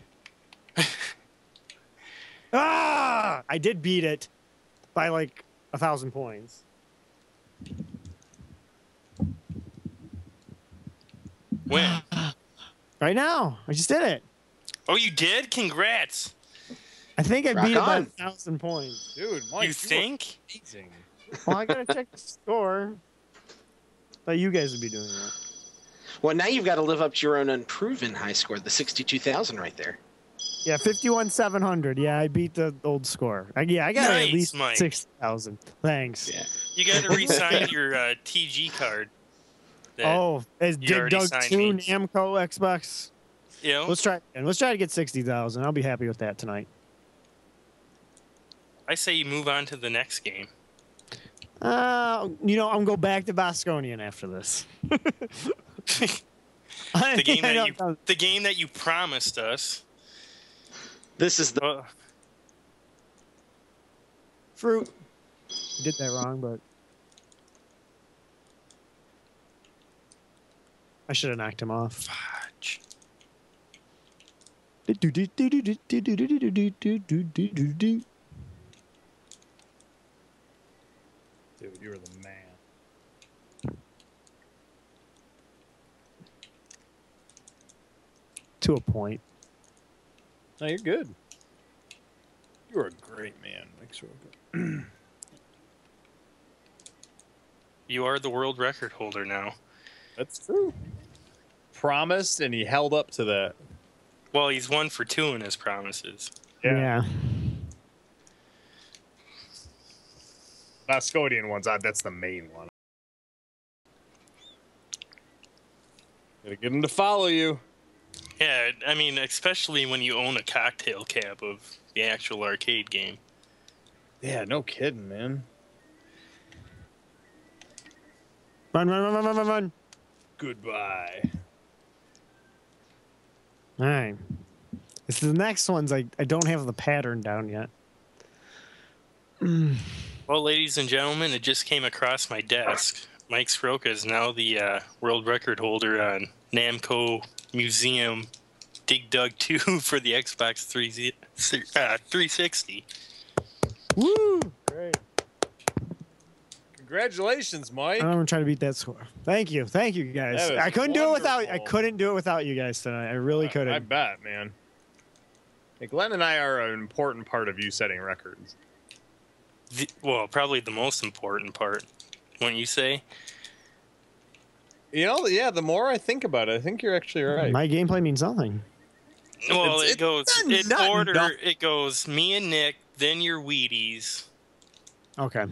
S1: ah! I did beat it by like a thousand points.
S3: When?
S1: Right now, I just did it.
S3: Oh, you did? Congrats.
S1: I think I
S6: Rock
S1: beat it
S6: on.
S1: by a thousand points.
S2: Dude, Mike,
S3: you think?
S2: Were amazing.
S1: Well, I gotta check the score. Thought you guys would be doing that.
S6: Well, now you've got to live up to your own unproven high score, the 62,000 right there.
S1: Yeah, fifty-one seven hundred. Yeah, I beat the old score. I, yeah, I got
S3: Nice,
S1: at least
S3: Mike.
S1: six thousand. Thanks.
S6: Yeah.
S3: You got to re-sign your uh, TG card. That,
S1: Oh, is
S3: You
S1: Dig
S3: already
S1: Dug
S3: signed
S1: Two
S3: me.
S1: Namco Xbox?
S3: you know,
S1: Let's try and let's try to get sixty thousand. I'll be happy with that tonight.
S3: I say you move on to the next game.
S1: Uh, you know, I'm gonna go back to Bosconian after this. I-
S3: The game
S1: I
S3: that
S1: know-
S3: you, the game that you promised us.
S6: This is the.
S3: Uh,
S1: fruit did that wrong, but I should have knocked him off.
S3: fudge.
S2: Dude, you were the man.
S1: To a point.
S2: No, you're good. You are a great man, Mike Soroka.
S3: You are the world record holder now.
S2: That's true. Promised, and he held up to that.
S3: Well, he's one for two in his promises.
S1: Yeah.
S2: Bascodian ones. I, that's the main one. Gotta get him to follow you.
S3: Yeah, I mean, especially when you own a cocktail cap of the actual arcade game.
S2: Yeah, no kidding, man.
S1: Run, run, run, run, run, run, run.
S2: Goodbye.
S1: All right. It's the next ones I, I don't have the pattern down yet.
S3: Well, ladies and gentlemen, it just came across my desk. Mike Sroka is now the uh, world record holder on Namco Museum Dig Dug 2 for the Xbox 3, uh, 360.
S1: Woo! Great.
S2: Congratulations, Mike.
S1: I'm trying to beat that score. Thank you, thank you guys.
S2: That was
S1: I couldn't do it without. I
S2: wonderful.
S1: couldn't do it without you guys tonight. I really
S2: I
S1: couldn't.
S2: bet, man. Hey, Glenn and I are an important part of you setting records.
S3: The, well, probably the most important part, wouldn't you say?
S2: You know, yeah. The more I think about it, I think you're actually right.
S1: My gameplay means nothing.
S3: Well,
S2: It's-
S3: it goes
S2: it's
S3: in
S2: not
S3: order.
S2: enough.
S3: It goes me and Nick, then your Wheaties,
S1: Okay.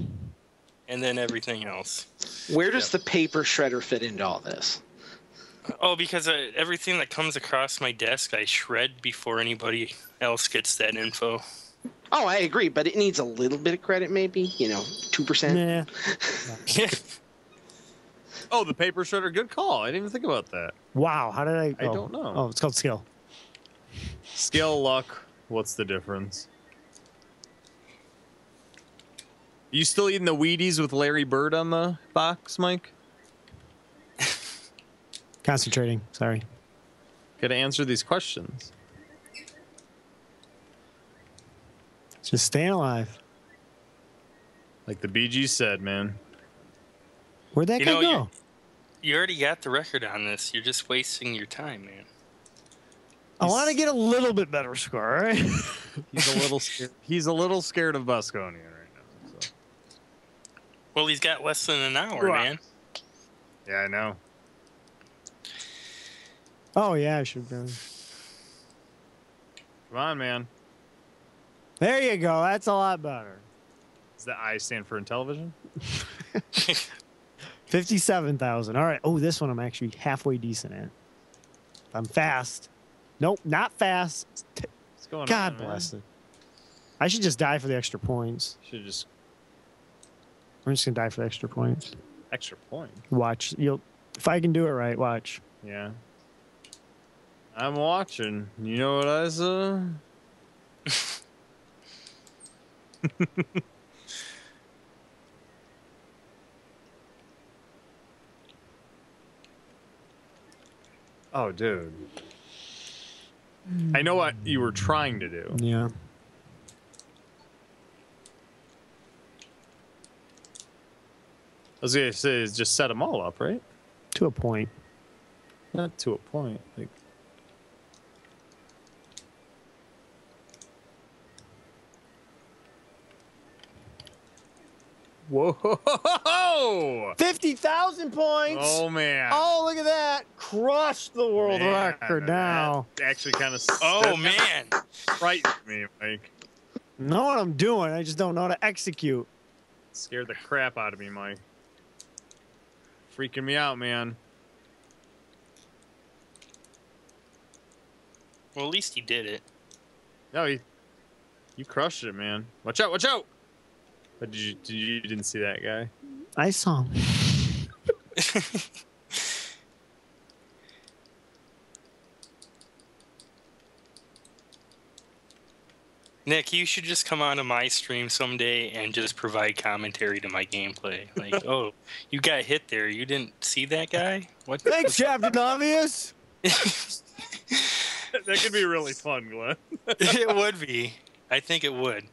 S3: and then everything else.
S6: Where does the paper shredder fit into all this?
S3: Oh, because I, everything that comes across my desk, I shred before anybody else gets that info.
S6: Oh, I agree, but it needs a little bit of credit, maybe. You know, two percent.
S1: Nah.
S2: Oh, the paper shredder. Good call. I didn't even think about that.
S1: Wow. How did I?
S2: I
S1: oh.
S2: don't know.
S1: Oh, it's called skill.
S2: Skill, luck. What's the difference? You still eating the Wheaties with Larry Bird on the box, Mike?
S1: Concentrating. Sorry.
S2: Gotta answer these questions.
S1: Just staying alive.
S2: Like the BG said, man.
S1: Where'd that
S3: You
S1: guy
S3: know,
S1: go?
S3: you- you already got the record on this. You're just wasting your time, man.
S1: I want to get a little bit better score. All right.
S2: He's a little scared. He's a little scared of Busconia right now. So.
S3: Well, he's got less than an hour,
S1: Right.
S3: man.
S2: Yeah, I know.
S1: oh yeah, I should. Really.
S2: Come on, man.
S1: There you go. That's a lot better.
S2: Does the I stand for in television?
S1: Fifty-seven thousand. All right. Oh, this one I'm actually halfway decent at. I'm fast. Nope, not fast.
S2: What's going
S1: God
S2: on?
S1: bless it. I should just die for the extra points.
S2: Should just
S1: I'm just gonna die for the extra points.
S2: extra point.
S1: Watch. You'll if I can do it right, watch.
S2: Yeah. I'm watching. You know what I saw? oh, dude. I know what you were trying to do.
S1: Yeah.
S2: I was gonna say is just set them all up, right?
S1: To a point.
S2: Not to a point. Like Whoa!
S1: Fifty thousand points.
S2: Oh man!
S1: Oh, look at that. Crushed the world
S2: Man,
S1: record
S2: that
S1: now.
S2: Actually, kind of.
S3: Oh man,
S2: Frightened me, Mike.
S1: Know what I'm doing. I just don't know how to execute.
S2: Scared the crap out of me, Mike. Freaking me out, man.
S3: well, at least he did it.
S2: No, you, you crushed it, man. Watch out! Watch out! But did you? Did you, you didn't see that guy?
S1: I saw him.
S3: Nick, you should just come onto my stream someday and just provide commentary to my gameplay. Like, oh, you got hit there. You didn't see that guy? What? the-
S1: Thanks, Captain Obvious.
S2: that could be really fun, Glenn.
S3: it would be. I think it would.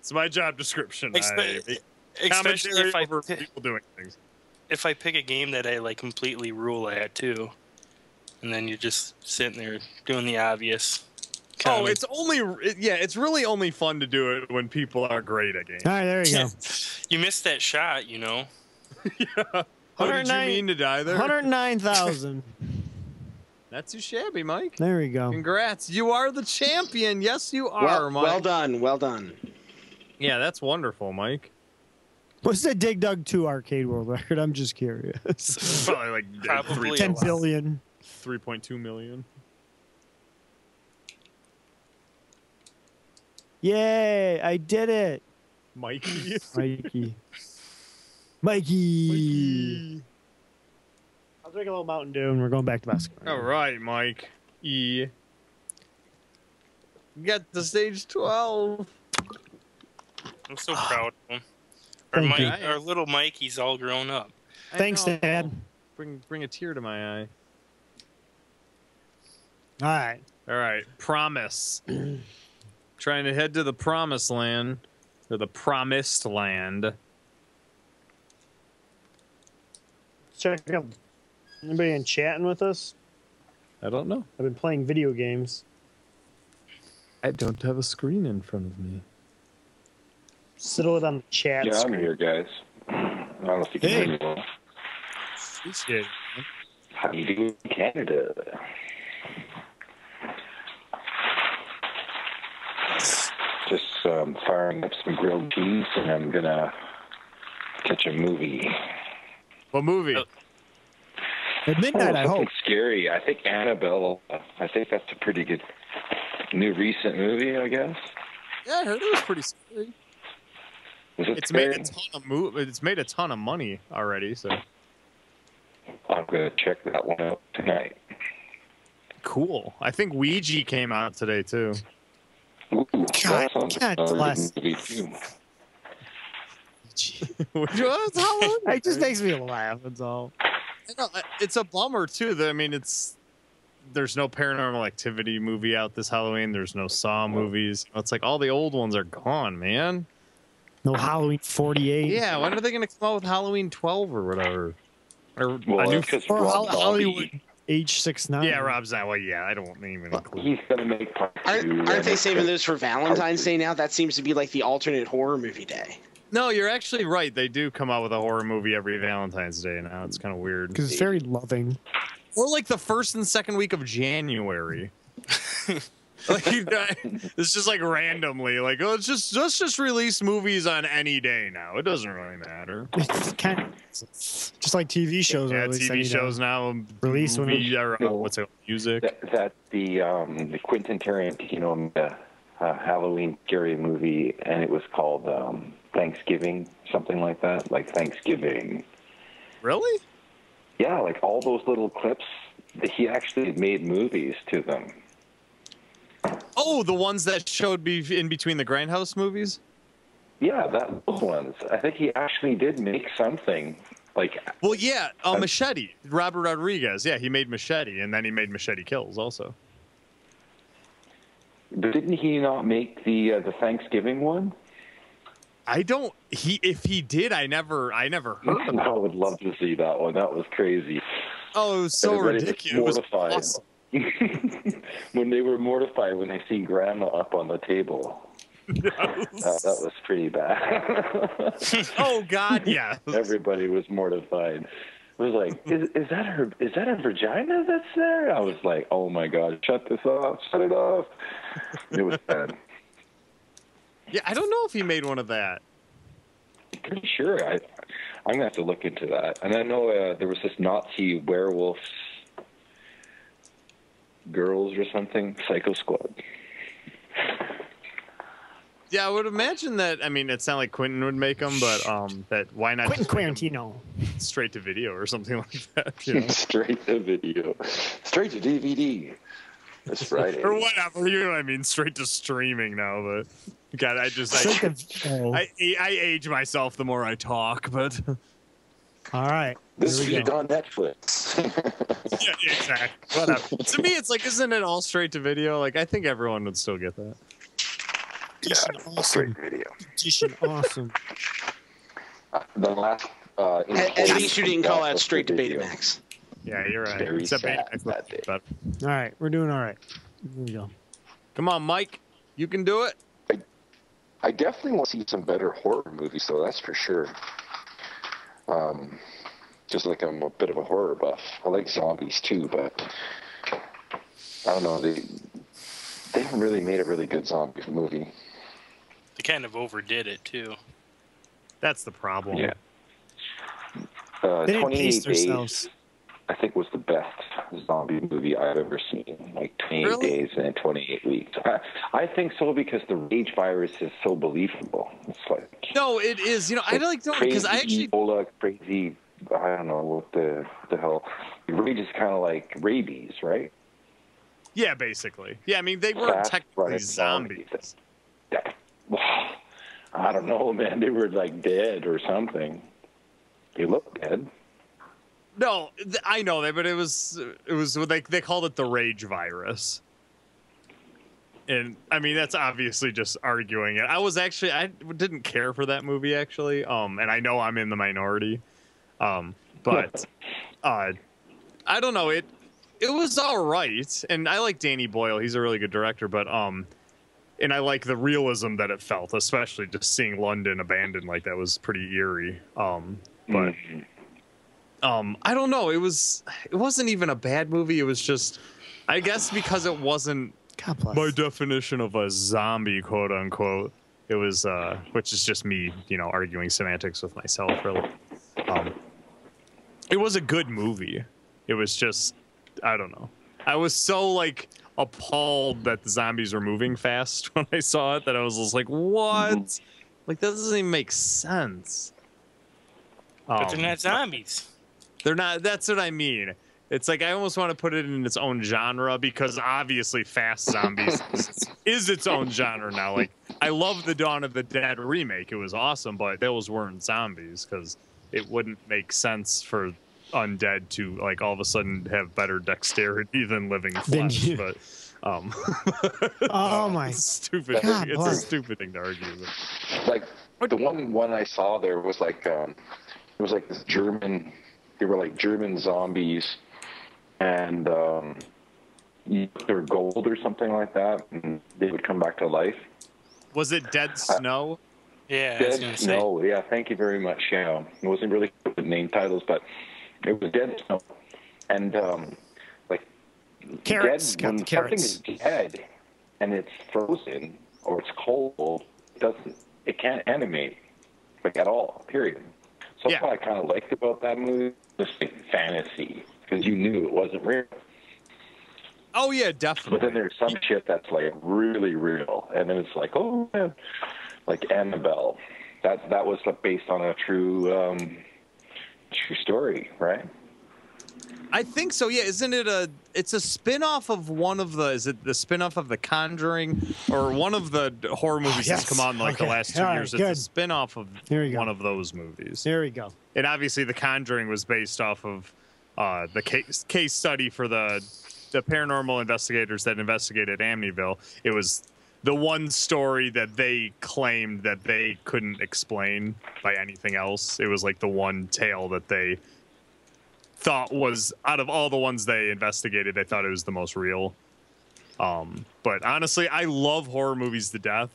S2: It's my job description.
S3: Expe-
S2: I-
S3: Especially
S2: commentary
S3: if I
S2: over
S3: pi-
S2: people doing things.
S3: if I pick a game that I like completely rule at too, and then you're just sitting there doing the obvious.
S2: Oh, it's only it- yeah, it's really only fun to do it when people are great at games.
S1: All right, there you go.
S3: you missed that shot, you know.
S2: How did you
S1: 109
S2: mean to die there?
S1: 109,000.
S2: Not too shabby, Mike.
S1: There we go.
S2: Congrats, you are the champion. Yes, you are,
S6: Well,
S2: Mike.
S6: well done, well done.
S2: Yeah, that's wonderful, Mike.
S1: What's the Dig Dug 2 arcade world record? I'm just curious.
S2: Probably like
S3: Probably a
S1: 10
S3: lot.
S1: billion.
S2: three point two million.
S1: Yay, I did it.
S2: Mikey.
S1: Mikey. Mikey.
S2: Mikey.
S1: I'll drink a little Mountain Dew and we're going back to basketball.
S2: All right, Mike. E. You got the stage twelve.
S3: I'm so proud of him. Our,
S1: Ah. Thank you.
S3: Mike, our little Mike, he's all grown up.
S2: I
S1: Thanks,
S2: know.
S1: Dad.
S2: Bring bring a tear to my eye.
S1: All right.
S2: All right, promise. Trying to head to the promised land, or the promised land.
S1: Check out. Anybody in chatting with us?
S2: I don't know.
S1: I've been playing video games.
S2: I don't have a screen in front of me.
S1: Settle it on the chat
S7: Yeah, I'm
S1: screen.
S7: here, guys. I don't know if you can
S2: Hey.
S7: hear me. well.
S2: Appreciate it.
S7: How do you do in Canada? Just um, firing up some grilled peas, and I'm gonna catch a movie.
S2: What movie?
S3: Oh.
S1: At midnight,
S7: Oh,
S1: I hope.
S7: something scary. I think Annabelle. uh, I think that's a pretty good new recent movie. I guess.
S2: Yeah, I heard it was pretty scary.
S7: Is it
S2: It's made
S7: scary?
S2: a ton of mo- It's made a ton of money already. So
S7: I'm gonna check that one out tonight.
S2: cool. I think Ouija came out today too.
S7: Ooh,
S1: God,
S7: that sounds
S1: God
S7: like a
S1: bless.
S7: movie too.
S2: Which was how long?
S1: It just makes me laugh. That's all.
S2: I know, it's a bummer too. That I mean, it's there's no Paranormal Activity movie out this Halloween. There's no Saw movies. It's like all the old ones are gone, man.
S1: No Halloween 48.
S2: Yeah, when are they gonna come out with Halloween 12 or whatever? Or
S7: Well,
S2: a new?
S7: that's because
S1: Or
S7: Rob
S1: Hol- Hollywood.
S7: Zombie.
S1: H69.
S2: Yeah, Rob's not. Well, yeah, I don't even include.
S7: He's gonna make part
S6: Are,
S7: two.
S6: aren't
S7: and
S6: they
S7: it's
S6: saving
S7: gonna-
S6: those for Valentine's Day now? That seems to be like the alternate horror movie day.
S2: No, you're actually right. They do come out with a horror movie every Valentine's Day now. It's kind of weird.
S1: Because it's very loving.
S2: Or like the first and second week of January. like you know, it's just like randomly like oh, let's just let's just release movies on any day now. It doesn't really matter.
S1: It's kind of, just like TV shows.
S2: Yeah,
S1: are released any
S2: TV
S1: day.
S2: shows now
S1: Release when
S2: movie, or, uh, what's it music.
S7: that, that the um, the Quentin Tarantino uh, uh, Halloween scary movie, and it was called um, Thanksgiving, something like that, like Thanksgiving.
S2: Really?
S7: Yeah, like all those little clips. He actually made movies to them.
S2: Oh, the ones that showed be in between the Grindhouse movies.
S7: Yeah, that those ones. I think he actually did make something. Like
S2: Well, yeah, uh,
S7: Um,
S2: Machete, Robert Rodriguez. Yeah, he made Machete, and then he made Machete Kills also.
S7: But didn't he not make the uh, the Thanksgiving one?
S2: I don't. He if he did, I never, I never heard
S7: I
S2: about.
S7: would love to see that one. That was crazy.
S2: Oh, it was so
S7: Everybody was
S2: ridiculous. It was
S7: mortified.
S2: awesome.
S7: when they were mortified when they seen Grandma up on the table. Uh, that was pretty bad.
S2: oh God, yeah.
S7: Everybody was mortified. It was like, is, is that her? Is that her vagina that's there? I was like, oh my god, shut this off, shut it off. It was bad.
S2: Yeah, I don't know if he made one of that.
S7: pretty sure. I, I'm gonna have to look into that. And I know uh, there was this Nazi werewolf girls or something, Psycho Squad.
S2: Yeah, I would imagine that. I mean, it's not like Quentin would make them, but um, that why not
S1: Quentin
S2: just make 'em
S1: Quarantino.
S2: straight to video or something like that, you know?
S7: Straight to video, straight to DVD. This Friday.
S2: or whatever. You know what I mean? Straight to streaming now, but. God, I just
S1: Straight
S2: I,
S1: to video.
S2: I, I age myself the more I talk, but
S1: All right.
S7: This
S1: Here we
S7: week
S1: go.
S7: on Netflix.
S2: yeah, exactly. Whatever. to me, it's like, isn't it all straight to video? Like, I think everyone would still get that.
S1: Edition
S7: straight
S1: awesome.
S7: to video.
S1: Edition awesome.
S7: The last. Uh,
S6: At, at least you didn't call out
S7: was
S6: straight to
S7: video.
S6: Betamax.
S2: Yeah, you're right.
S7: Very
S2: Except
S7: sad
S2: Apex Legends
S7: that day.
S2: is better.
S1: All right. We're doing all right. Here we go.
S2: Come on, Mike. You can do it.
S7: I definitely want to see some better horror movies, though. That's for sure. Um, just like I'm a bit of a horror buff. I like zombies too, but I don't know. They they haven't really made a really good zombie movie.
S3: They kind of overdid it too.
S1: Oh.
S2: That's the problem.
S7: Yeah. Uh,
S1: They didn't
S7: 28
S1: pace
S7: Days,
S1: themselves.
S7: I think, was the best zombie movie I've ever seen. Like 28
S2: Really?
S7: days and 28 weeks. I, I think so because the rage virus is so believable. It's like
S2: No, it is. You know, I like don't because I
S7: Crazy
S2: actually
S7: Ebola, crazy. I don't know what the the hell. Rage is kind of like rabies, right?
S2: yeah, basically. Yeah, I mean they weren't
S7: Fast
S2: technically
S7: running
S2: zombies.
S7: zombies. Yeah. I I don't know, man. They were like dead or something. They looked dead.
S2: No, th- I know that, but it was it was what they they called it the rage virus. And I mean that's obviously just arguing it. I was actually I didn't care for that movie actually. Um and I know I'm in the minority. Um but uh I don't know it it was all right and I like Danny Boyle. He's a really good director, but um and I like the realism that it felt, especially just seeing London abandoned like that was pretty eerie. Um
S7: Mm.
S2: but um i don't know it was it wasn't even a bad movie it was just i guess because it wasn't
S1: God bless.
S2: my definition of a zombie quote unquote it was uh which is just me you know arguing semantics with myself really um it was a good movie it was just i don't know i was so like appalled that the zombies were moving fast when i saw it that i was just like what
S3: Mm-hmm.
S2: like that doesn't even make sense
S3: But
S2: Um,
S3: they're not zombies.
S2: they're not. That's what I mean. It's like I almost want to put it in its own genre because obviously Fast Zombies is, is its own genre now. Like I love the Dawn of the Dead remake; it was awesome, but those weren't zombies because it wouldn't make sense for undead to like all of a sudden have better dexterity than living
S1: Than
S2: flesh.
S1: you.
S2: But um,
S1: Oh my
S2: it's stupid!
S1: God,
S2: it's a
S1: Mark.
S2: stupid thing to argue. With.
S7: like the one one I saw there was like um, it was like this German. They were like German zombies, and um, you took their gold or something like that, and they would come back to life.
S2: Was it Dead Snow?
S3: Yeah, I was gonna
S7: Dead
S3: say.
S7: Snow. Yeah, thank you very much. Yeah, it wasn't really good with name titles, but it was Dead Snow, and um, like
S1: Carrots,
S7: dead,
S1: got
S7: when
S1: the carrots.
S7: something is dead and it's frozen or it's cold, it doesn't it can't animate like at all. Period. So that's
S2: Yeah.
S7: what I kind of liked about that movie, just like fantasy, because you knew it wasn't real.
S2: Oh yeah,
S7: But then
S2: definitely.
S7: there's some shit that's like really real, and then it's like, oh man, like Annabelle. That that was like based on a true um, true story, right?
S2: I think so. Yeah, isn't it a? It's a spin-off of one of the. Is it the spin-off of The Conjuring or one of the horror
S1: Ah,
S2: movies
S1: yes.
S2: that's come out in like the
S1: Okay.
S2: last two
S1: All right,
S2: years?
S1: good.
S2: It's a spin-off of
S1: Here we go.
S2: one of those movies.
S1: There we go.
S2: And obviously, The Conjuring was based off of uh, the case case study for the the paranormal investigators that investigated Amityville. It was the one story that they claimed that they couldn't explain by anything else. It was like the one tale that they thought was out of all the ones they investigated, they thought it was the most real. Um, but honestly, I love horror movies to death.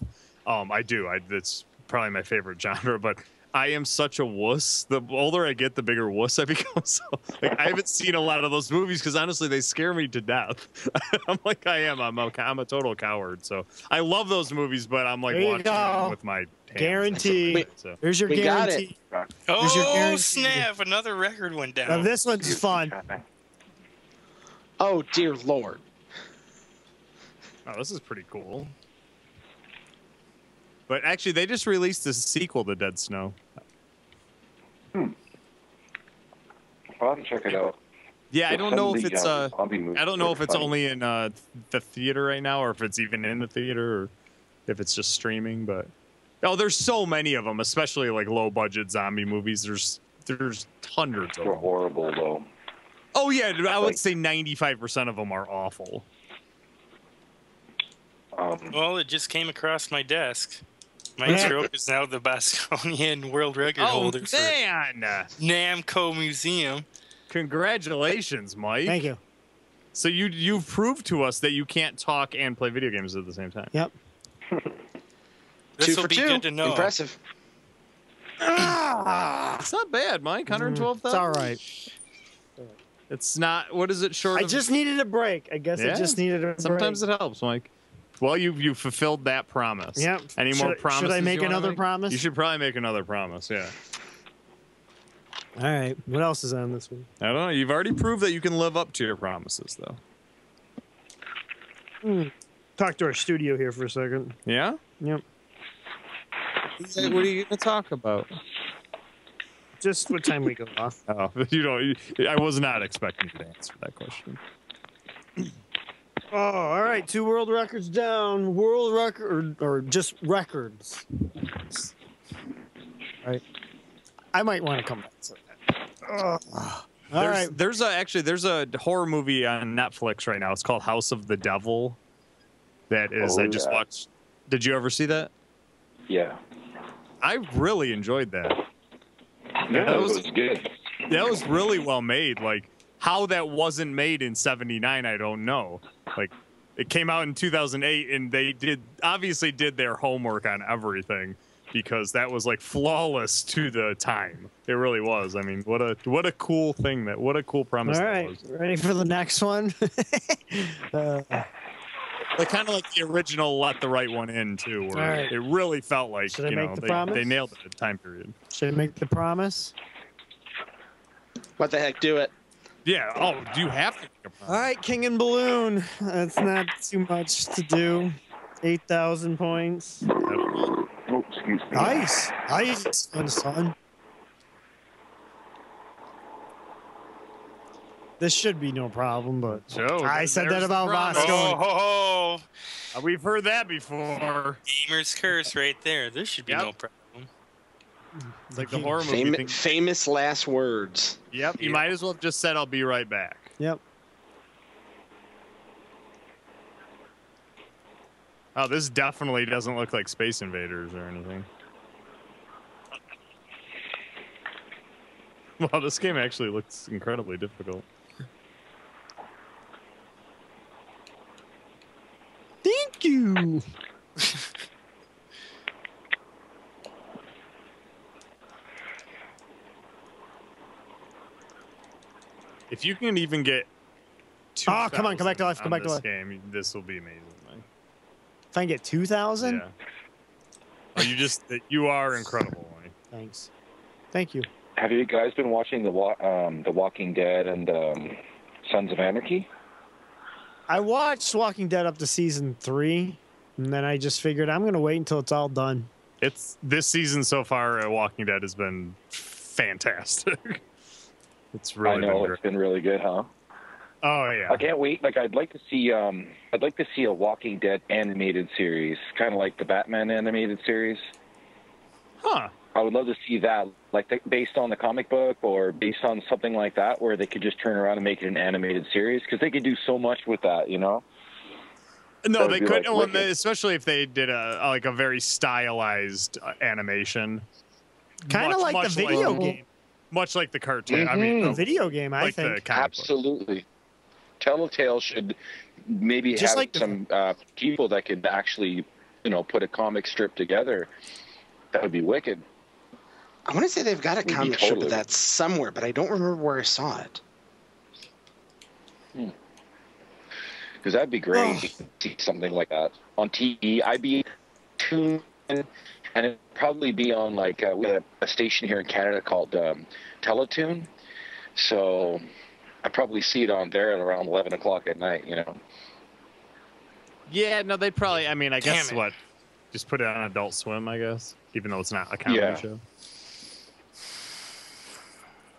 S2: Um, I do. I, it's probably my favorite genre, but I am such a wuss. The older I get, the bigger wuss I become. So, like, I haven't seen a lot of those movies because honestly, they scare me to death. I'm like, I am. I'm a, I'm a total coward. So, I love those movies, but I'm like
S1: There you
S2: watching
S1: go.
S2: them with my hands and stuff
S1: Guaranteed.
S2: like that, so.
S1: There's your
S6: We got
S1: guarantee.
S6: it.
S1: Who's your
S3: Oh
S1: guarantee?
S3: snap! Another record went down.
S1: Now this one's fun.
S6: Oh dear lord.
S2: Oh, this is pretty cool. But actually, they just released a sequel to Dead Snow.
S7: I'll have to check it out.
S2: Yeah, I don't know if it's uh, I
S7: I
S2: don't know if it's only in uh, the theater right now, or if it's even in the theater, or if it's just streaming. But oh, there's so many of them, especially like low budget zombie movies. There's there's hundreds of
S7: They're
S2: them.
S7: horrible though.
S2: Oh yeah, I
S7: Like-
S2: would say 95 percent of them are awful.
S7: Um,
S5: Oh.
S3: Well, it just came across my desk. Mike
S1: Yeah.
S3: Stroke is now the Bostonian world record
S2: Oh
S3: holder for
S2: man!
S3: Namco Museum.
S2: Congratulations, Mike.
S1: Thank you.
S2: So you you've proved to us that you can't talk and play video games at the same time.
S1: Yep.
S3: This
S6: two
S3: will
S6: for
S3: be
S6: two.
S3: good to know.
S6: Impressive.
S2: It's not bad, Mike. Hundred twelve
S1: Ah. Mm. It's
S2: thousand.
S1: all right.
S2: It's not. What is it short?
S1: I
S2: of?
S1: just needed a break. I guess I
S2: Yeah.
S1: just needed a
S2: Sometimes
S1: break.
S2: it helps, Mike. Well, you you fulfilled that promise.
S1: Yep.
S2: Any
S1: Should I-
S2: more
S1: should I
S2: promises?
S1: make
S2: you wanna
S1: another promise?
S2: You should probably make another promise. Yeah.
S1: All right. What else is on this one?
S2: I don't know. You've already proved that you can live up to your promises, though.
S1: Talk to our studio here for a second.
S2: Yeah.
S1: Yep.
S2: What are you gonna talk about?
S1: Just what time we go off.
S2: Oh, you know, I was not expecting you to answer that question.
S1: Oh, all right. Two world records down. World record or, or just records. All right. I might want to come back to that. Ugh. All
S5: there's,
S1: right.
S5: there's a actually there's a horror movie on Netflix right now. It's called House of the Devil. That is,
S7: Oh,
S5: I just
S7: yeah.
S5: watched. Did you ever see that?
S7: Yeah.
S5: I really enjoyed that.
S7: No,
S5: that
S7: that
S5: was-
S7: was good.
S5: That was really well made. Like how that wasn't made in '79, I don't know. Like it came out in 2008, and they did obviously did their homework on everything because that was like flawless to the time. It really was. I mean, what a what a cool thing that what a cool
S1: All
S5: premise. that
S1: right.
S5: was.
S1: Ready for the next one? uh,
S5: like kind of like the original let the right one in too where
S1: All right.
S5: it really felt like
S1: Should I
S5: you
S1: make
S5: know
S1: the
S5: they,
S1: promise?
S5: they nailed it at the time period
S1: should I make the promise?
S6: What the heck? Do it.
S5: yeah oh do you have to make a promise?
S1: All right, King and Balloon. That's not too much to do. 8,000 points.
S7: Oh, excuse me.
S1: Nice. Nice, my son. This should be no problem, but
S5: Joe,
S1: I said
S5: there's
S1: that about
S5: the promise.
S1: Let's Vasco. go.
S3: Oh, ho, ho.
S5: Uh, we've heard that before
S3: Gamer's curse right there. This should be
S5: Yep.
S3: no problem.
S5: it's like the horror movie
S6: Fam-
S5: thing.
S6: famous last words.
S5: yep you might as well have just said i'll be right back
S1: Yep.
S5: oh this definitely doesn't look like space invaders or anything Wow, this game actually looks incredibly difficult.
S1: Thank you.
S5: If you can even get.
S1: Ah, come on, come back to
S5: 2000
S1: life, come
S5: on
S1: back to
S5: this
S1: life.
S5: Game, this will be amazing. Mike.
S1: If I can get 2,000?
S5: Yeah. Oh, you just you are incredible. Mike.
S1: Thanks. Thank you.
S7: Have you guys been watching the Wa- um, the Walking Dead and um, Sons of Anarchy?
S1: I watched Walking Dead up to season three, and then I just figured I'm going to wait until it's all done.
S5: It's this season so far. Uh, Walking Dead has been fantastic. it's really
S7: I know
S5: been great.
S7: it's been really good, huh?
S5: Oh yeah.
S7: I can't wait. Like I'd like to see um I'd like to see a Walking Dead animated series, kind of like the Batman animated series.
S5: Huh.
S7: I would love to see that, like th- based on the comic book or based on something like that, where they could just turn around and make it an animated series because they could do so much with that, you know.
S5: No,
S7: That would
S5: they
S7: be,
S5: could.
S7: like,
S5: well,
S7: wicked.
S5: especially if they did a like a very stylized uh, animation,
S1: Kind
S5: Much-
S1: of like the
S5: much
S1: video
S5: like-
S1: game.
S5: much like the cartoon. I mean,
S7: Mhm.
S1: The
S5: the,
S1: video game, I
S5: like the
S1: think.
S5: comic book.
S7: Absolutely. Telltale should maybe
S1: Just
S7: have
S1: like the-
S7: some uh, people that could actually, you know, put a comic strip together. That would be wicked.
S6: I want to say they've got a
S7: We'd be
S6: comic strip
S7: totally-
S6: of that somewhere, but I don't remember where I saw it.
S7: because that'd be great to see something like that on TV. I'd be tuned in, and it'd probably be on like uh, we had a, a station here in Canada called um, Teletoon, so I probably see it on there at around eleven o'clock at night. You know,
S5: Yeah, no, they probably. I mean, I
S3: Damn
S5: guess
S3: it.
S5: what? Just put it on Adult Swim, I guess, even though it's not a comedy
S7: Yeah.
S5: show.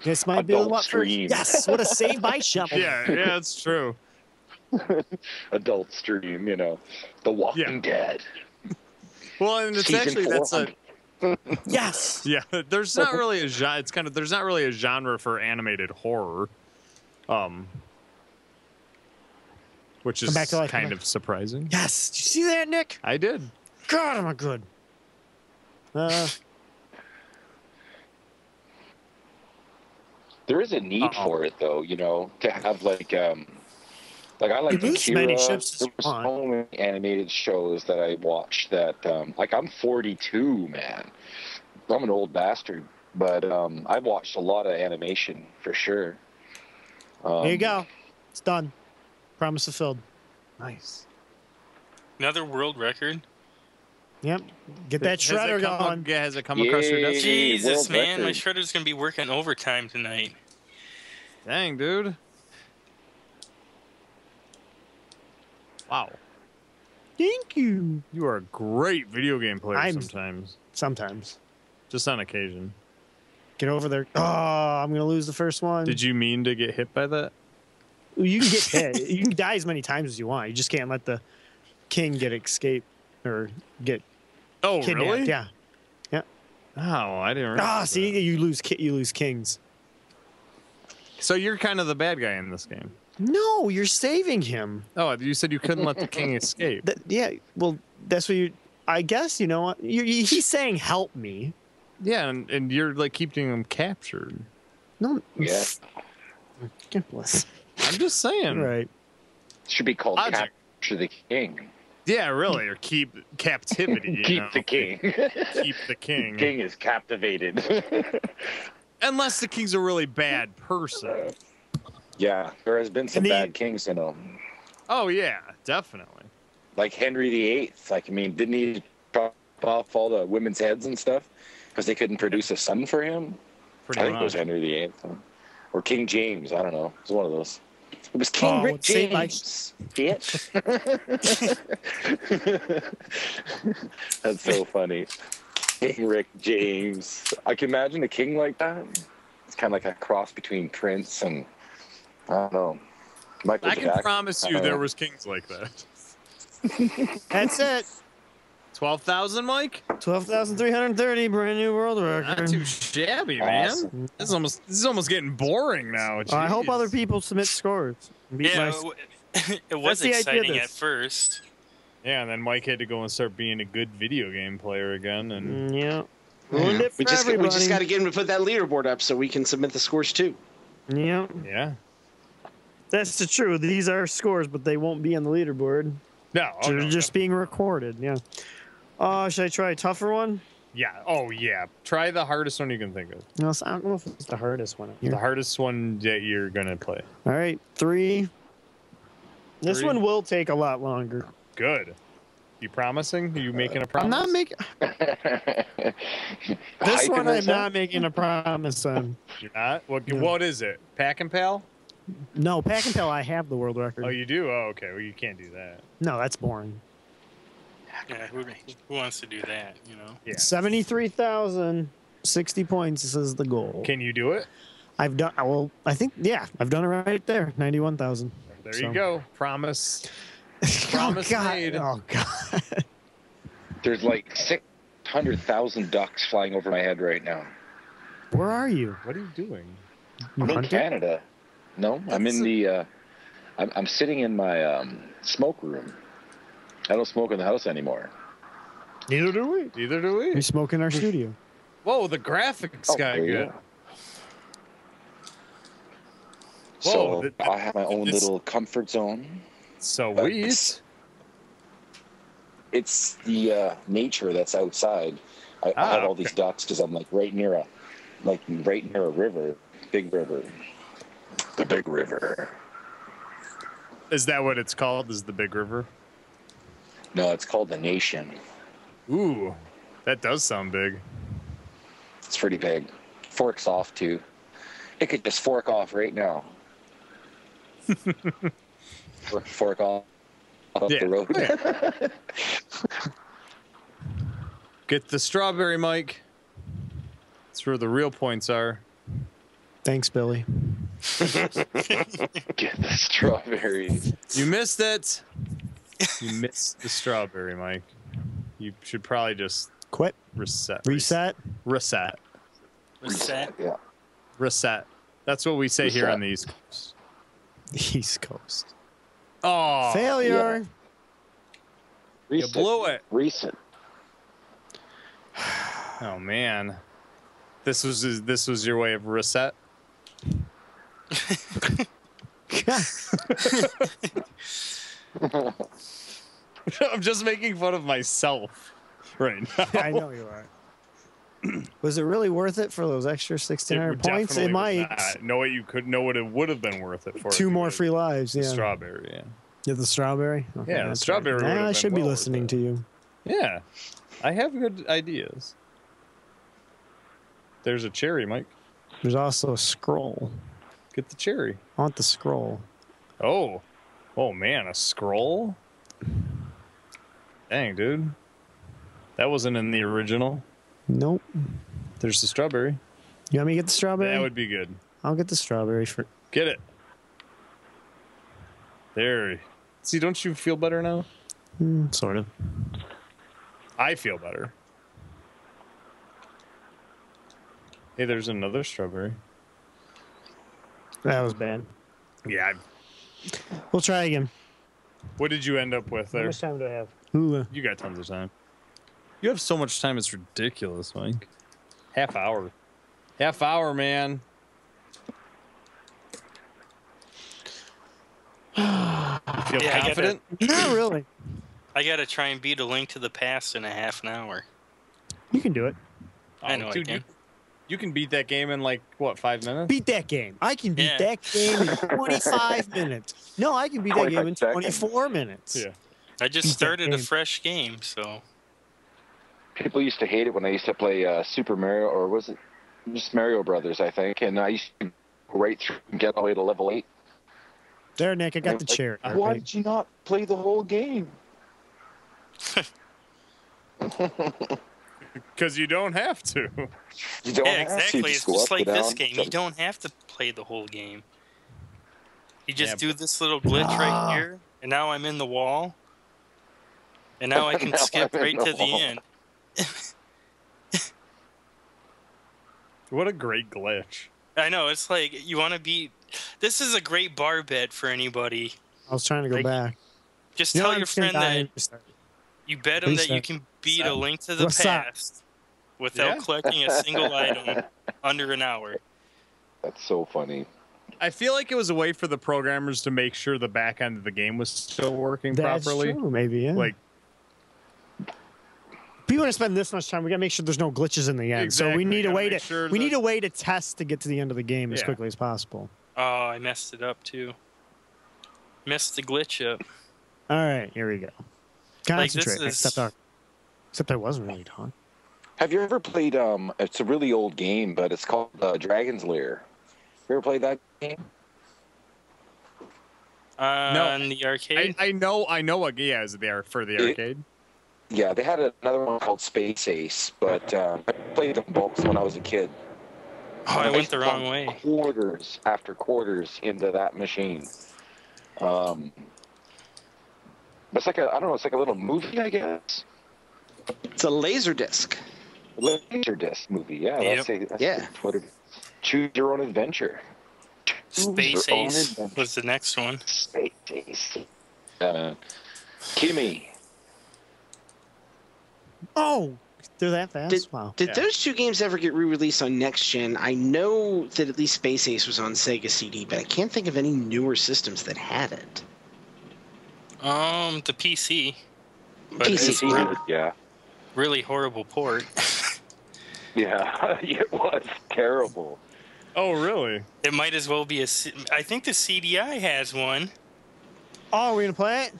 S1: This might be a
S7: Adult
S1: lot for.
S7: Stream.
S1: Yes, what a save by shovel.
S5: Yeah, yeah, it's true.
S7: adult stream. You know, The Walking
S5: Yeah.
S7: Dead.
S5: Well, and it's
S7: Season
S5: actually that's a
S7: 400.
S1: Yes.
S5: yeah. There's not really a genre. It's kind of there's not really a genre for animated horror, um, which is
S1: Come back to life, come
S5: kind
S1: back.
S5: of surprising.
S1: Yes. Did you see that, Nick?
S5: I did.
S1: God, am I good? Uh,
S7: There is a need
S5: Uh-oh.
S7: for it though. You know, to have like um. Like I like
S1: Produce many
S7: Akira.
S1: ships as
S7: There
S1: you
S7: were so many animated shows that I watched that um, like I'm 42, man. I'm an old bastard, but um, I've watched a lot of animation for sure. Um,
S1: there you go. It's done. Promise fulfilled. Nice.
S3: Another world record.
S1: Yep. Get that
S5: Has it
S1: shredder
S5: come-
S1: going.
S5: Has it come across your
S7: Yay.
S5: desk?
S3: Jesus,
S7: world
S3: man, my
S7: record.
S3: shredder's gonna be working overtime tonight.
S5: Dang, dude. Wow.
S1: Thank you.
S5: You are a great video game player
S1: I'm-
S5: sometimes,
S1: Sometimes.
S5: just on occasion.
S1: Get over there. Oh, I'm going to lose the first one.
S5: Did you mean to get hit by that?
S1: You can get hit. you can die as many times as you want. You just can't let the king get escape or get
S5: Oh,
S1: kidnapped.
S5: really?
S1: Yeah.
S5: Oh, I didn't. realize
S1: Ah,
S5: that.
S1: see, you lose ki- you lose kings.
S5: So you're kind of the bad guy in this game.
S1: No, you're saving him.
S5: Oh, you said you couldn't let the king escape.
S1: That, yeah. Well, that's what you. I guess you know. what- You, you, he's saying, "Help me."
S5: Yeah, and, and you're like keeping him captured.
S1: No.
S7: Yeah.
S1: God bless.
S5: I'm just saying.
S1: Right.
S7: Should be called
S5: Logic.
S7: Capture the King.
S5: Yeah, really. Or keep captivity. you
S7: Keep
S5: know?
S7: the King.
S5: Keep the king.
S7: King is captivated.
S5: Unless the king's a really bad person.
S7: yeah, there has been some
S1: And the-
S7: bad kings in them.
S5: Oh yeah, definitely.
S7: Like Henry VIII. Like, I mean, didn't he chop off all the women's heads and stuff because they couldn't produce a son for him? I
S5: Pretty
S7: think it was
S5: much.
S7: Henry VIII. Or King James. I don't know. It was one of those. It was King
S1: Oh,
S7: Rick
S1: it seemed like-
S7: James. Bitch. That's so funny. King Rick James. I can imagine a king like that. It's kind of like a cross between Prince and, I don't know, Michael
S5: I can
S7: Jackson.
S5: promise you there was kings like that.
S1: That's it.
S5: Twelve thousand, Mike.
S1: Twelve thousand three hundred thirty, brand new world
S5: Not
S1: record.
S5: too shabby, man.
S7: Awesome.
S5: This is almost this is almost getting boring now.
S1: I hope
S5: Jeez.
S1: other people submit scores. Beat my-
S3: yeah, w- it was
S1: the idea of
S3: exciting
S1: this.
S3: at first.
S5: Yeah, and then Mike had to go and start being a good video game player again, and
S1: Mm, yeah. Ruined
S6: Yeah.
S1: it
S6: We
S1: for
S6: just we
S1: everybody.
S6: just got to get him to put that leaderboard up so we can submit the scores too.
S1: Yeah.
S5: yeah.
S1: That's the truth. These are scores, but they won't be on the leaderboard.
S5: No, oh,
S1: They're
S5: no,
S1: just being recorded. Yeah. Uh, should I try a tougher one?
S5: Yeah. Oh, yeah. Try the hardest one you can think of.
S1: No, it's- I don't know if it's the hardest one. up here.
S5: The hardest one that you're gonna play.
S1: All right, three. This
S5: Three.
S1: one will take a lot longer.
S5: Good. You promising? Are you making a promise?
S1: Uh, I'm not making this
S7: Hyping
S1: one. I'm
S7: myself?
S1: not making a promise on.
S5: You're not. What?
S1: No.
S5: What is it? Pack and pal?
S1: No, pack and tell. I have the world record.
S5: Oh, you do. Oh, okay. Well, you can't do that.
S1: No, that's boring.
S3: Yeah, who, who wants to do that? You know.
S5: Yeah.
S1: Seventy-three thousand sixty points is the goal.
S5: Can you do it?
S1: I've done. I will. I think. Yeah, I've done it right there. Ninety-one thousand.
S5: There
S1: So-
S5: you go. Promise.
S1: Oh
S5: Promise
S1: God.
S5: made.
S1: Oh God.
S7: There's like 600,000 ducks flying over my head right now.
S1: Where are you?
S5: What are you doing?
S1: You
S7: I'm in
S1: hunting?
S7: Canada. No, I'm
S5: That's
S7: in
S5: a-
S7: the. Uh, I'm, I'm sitting in my um, smoke room. I don't smoke in the house anymore.
S5: Neither do we. Neither do
S1: You're
S5: we.
S1: smoking our studio.
S5: Whoa, the graphics
S7: Oh,
S5: got
S7: there you
S5: good.
S7: go.
S5: Whoa,
S7: So
S5: th-
S7: I have my own
S5: this-
S7: little comfort zone.
S5: Sweet.
S7: It's the uh, nature that's outside. I, I
S5: Ah,
S7: have all these ducks because I'm like right near a, like right near a river, big river. The big river.
S5: Is that what it's called? Is the Big River?
S7: No, it's called the nation.
S5: Ooh, that does sound big.
S7: It's pretty big. Forks off too. It could just fork off right now. fork, fork off up
S5: Yeah.
S7: the road.
S5: Get the strawberry, Mike. That's where the real points are.
S1: Thanks, Billy.
S7: Get the strawberries.
S5: You missed it. You missed the strawberry, Mike. You should probably just
S1: Quit.
S5: reset.
S1: Reset.
S5: Reset.
S3: What's that?
S7: Yeah.
S5: Reset. That's what we say here
S7: Reset.
S5: on the East Coast.
S1: East Coast.
S5: Oh,
S1: Failure.
S5: you
S7: Reset.
S5: blew it.
S7: Reset.
S5: Oh man, this was this was your way of reset. I'm just making fun of myself right now.
S1: I know you are. was it really worth it for those extra
S5: It
S1: 1,600 points?
S5: definitely
S1: It
S5: was
S1: might.
S5: not. know what you could know what it would have been worth it for. if
S1: Two
S5: you
S1: more
S5: would've-
S1: free lives.
S5: the
S1: Yeah.
S5: strawberry. Yeah.
S1: yeah, the strawberry. Okay,
S5: Yeah, the
S1: that's
S5: strawberry
S1: Right.
S5: would've
S1: Ah, I
S5: been
S1: should be
S5: well worth
S1: listening
S5: it.
S1: to you.
S5: Yeah, I have good ideas. There's a cherry, Mike.
S1: There's also a scroll.
S5: Get the cherry.
S1: I want the scroll.
S5: Oh, oh man, a scroll. Dang, dude, that wasn't in the original.
S1: Nope.
S5: There's the strawberry.
S1: You want me to get the strawberry?
S5: That would be good.
S1: I'll get the strawberry for.
S5: Get it.
S2: There. See, don't you feel better now?
S1: Mm, sort of.
S2: I feel better. Hey, there's another strawberry.
S1: That was bad.
S2: Yeah. I-
S1: We'll try again.
S2: What did you end up with
S5: How
S2: there?
S5: much time do I have?
S1: Ooh, uh,
S2: You got tons of time. You have so much time, it's ridiculous, Mike. Half hour. Half hour, man. You feel
S3: Yeah, I get
S2: confident?
S1: not really.
S3: I gotta try and beat a link to the past in a half an hour.
S1: You can do it.
S3: I know I
S2: Um, dude,
S3: can.
S2: You, you can beat that game in like, what, five minutes?
S1: Beat that game. I can beat
S3: Yeah.
S1: that game in 25 minutes. No, I can beat that game in
S7: 25 seconds.
S1: 24 minutes.
S2: Yeah.
S3: I just
S1: Beat that
S3: started a
S1: game.
S3: fresh game, so
S7: People used to hate it when I used to play uh, Super Mario, or was it just Mario Brothers, I think. And I used to go right through and get all the way to level 8.
S1: There, Nick, I got the
S7: Like,
S1: chair.
S7: Why did you not play the whole game?
S2: Because you don't have to.
S7: You don't
S3: yeah,
S7: have to.
S3: exactly. It's
S7: go
S3: just
S7: up, go
S3: like this
S7: down,
S3: game.
S7: jump.
S3: You don't have to play the whole game. You just
S2: Yeah,
S3: do this little glitch
S7: Ah.
S3: right here, and now I'm in the wall, and now I can
S7: Now
S3: skip
S7: I'm in
S3: right
S7: the
S3: to the
S7: wall.
S3: end.
S2: What a great glitch.
S3: I know it's like you want to be. This is a great bar bet for anybody.
S1: I was trying to go
S3: Like,
S1: back.
S3: Just
S1: You know,
S3: tell
S1: I'm
S3: your
S1: just gonna
S3: friend
S1: die
S3: that
S1: and start.
S3: you bet him that you
S1: Reset.
S3: can beat a link to the
S1: What's up?
S3: past without
S2: Yeah.
S3: collecting a single item under an hour.
S7: That's so funny.
S2: I feel like it was a way for the programmers to make sure the back end of the game was still working
S1: That's
S2: properly.
S1: true, maybe, yeah.
S2: Like,
S1: if you want to spend this much time, we got to make sure there's no glitches in the end. So
S2: Exactly.
S1: we need a
S2: Gotta
S1: way to
S2: make sure
S1: we
S2: that-
S1: need a way to test to get to the end of the game as
S2: Yeah.
S1: quickly as possible.
S3: Oh, I messed it up too. Messed the glitch up.
S1: All right, here we go.
S3: Like, this
S1: Concentrate.
S3: is-
S1: Except, I, except I wasn't really done.
S7: Have you ever played? Um, it's a really old game, but it's called uh, Dragon's Lair. You ever played that game?
S3: on the
S2: I,
S3: arcade.
S2: I know, I know what, yeah, is it there for the
S7: It-
S2: arcade?
S7: Yeah, they had another one called Space Ace, but uh, I played them both when I was a kid.
S3: oh, I
S7: I
S3: went the
S7: used to
S3: wrong
S7: pump
S3: way.
S7: Quarters after quarters into that machine. Um, it's like a I don't know. It's like a little movie, I guess.
S6: It's a laser disc.
S7: Laser disc movie. Yeah, that's, a, that's
S6: Yeah.
S7: What it, choose your own adventure.
S3: Space
S7: Your own
S3: Ace
S7: adventure.
S3: was the next one.
S7: Space Ace. Uh, Kimmy.
S1: Oh, they're that fast?
S6: Did-
S1: wow.
S6: Did
S2: Yeah.
S6: those two games ever get re-released on next gen? I know that at least Space Ace was on Sega CD, but I can't think of any newer systems that had it.
S3: Um, the PC. But
S6: PC.
S3: it's really,
S7: Yeah.
S3: really horrible port.
S7: Yeah. it was terrible.
S2: Oh, really?
S3: It might as well be a. C- I think the CDI has one.
S1: Oh, we're going to play it?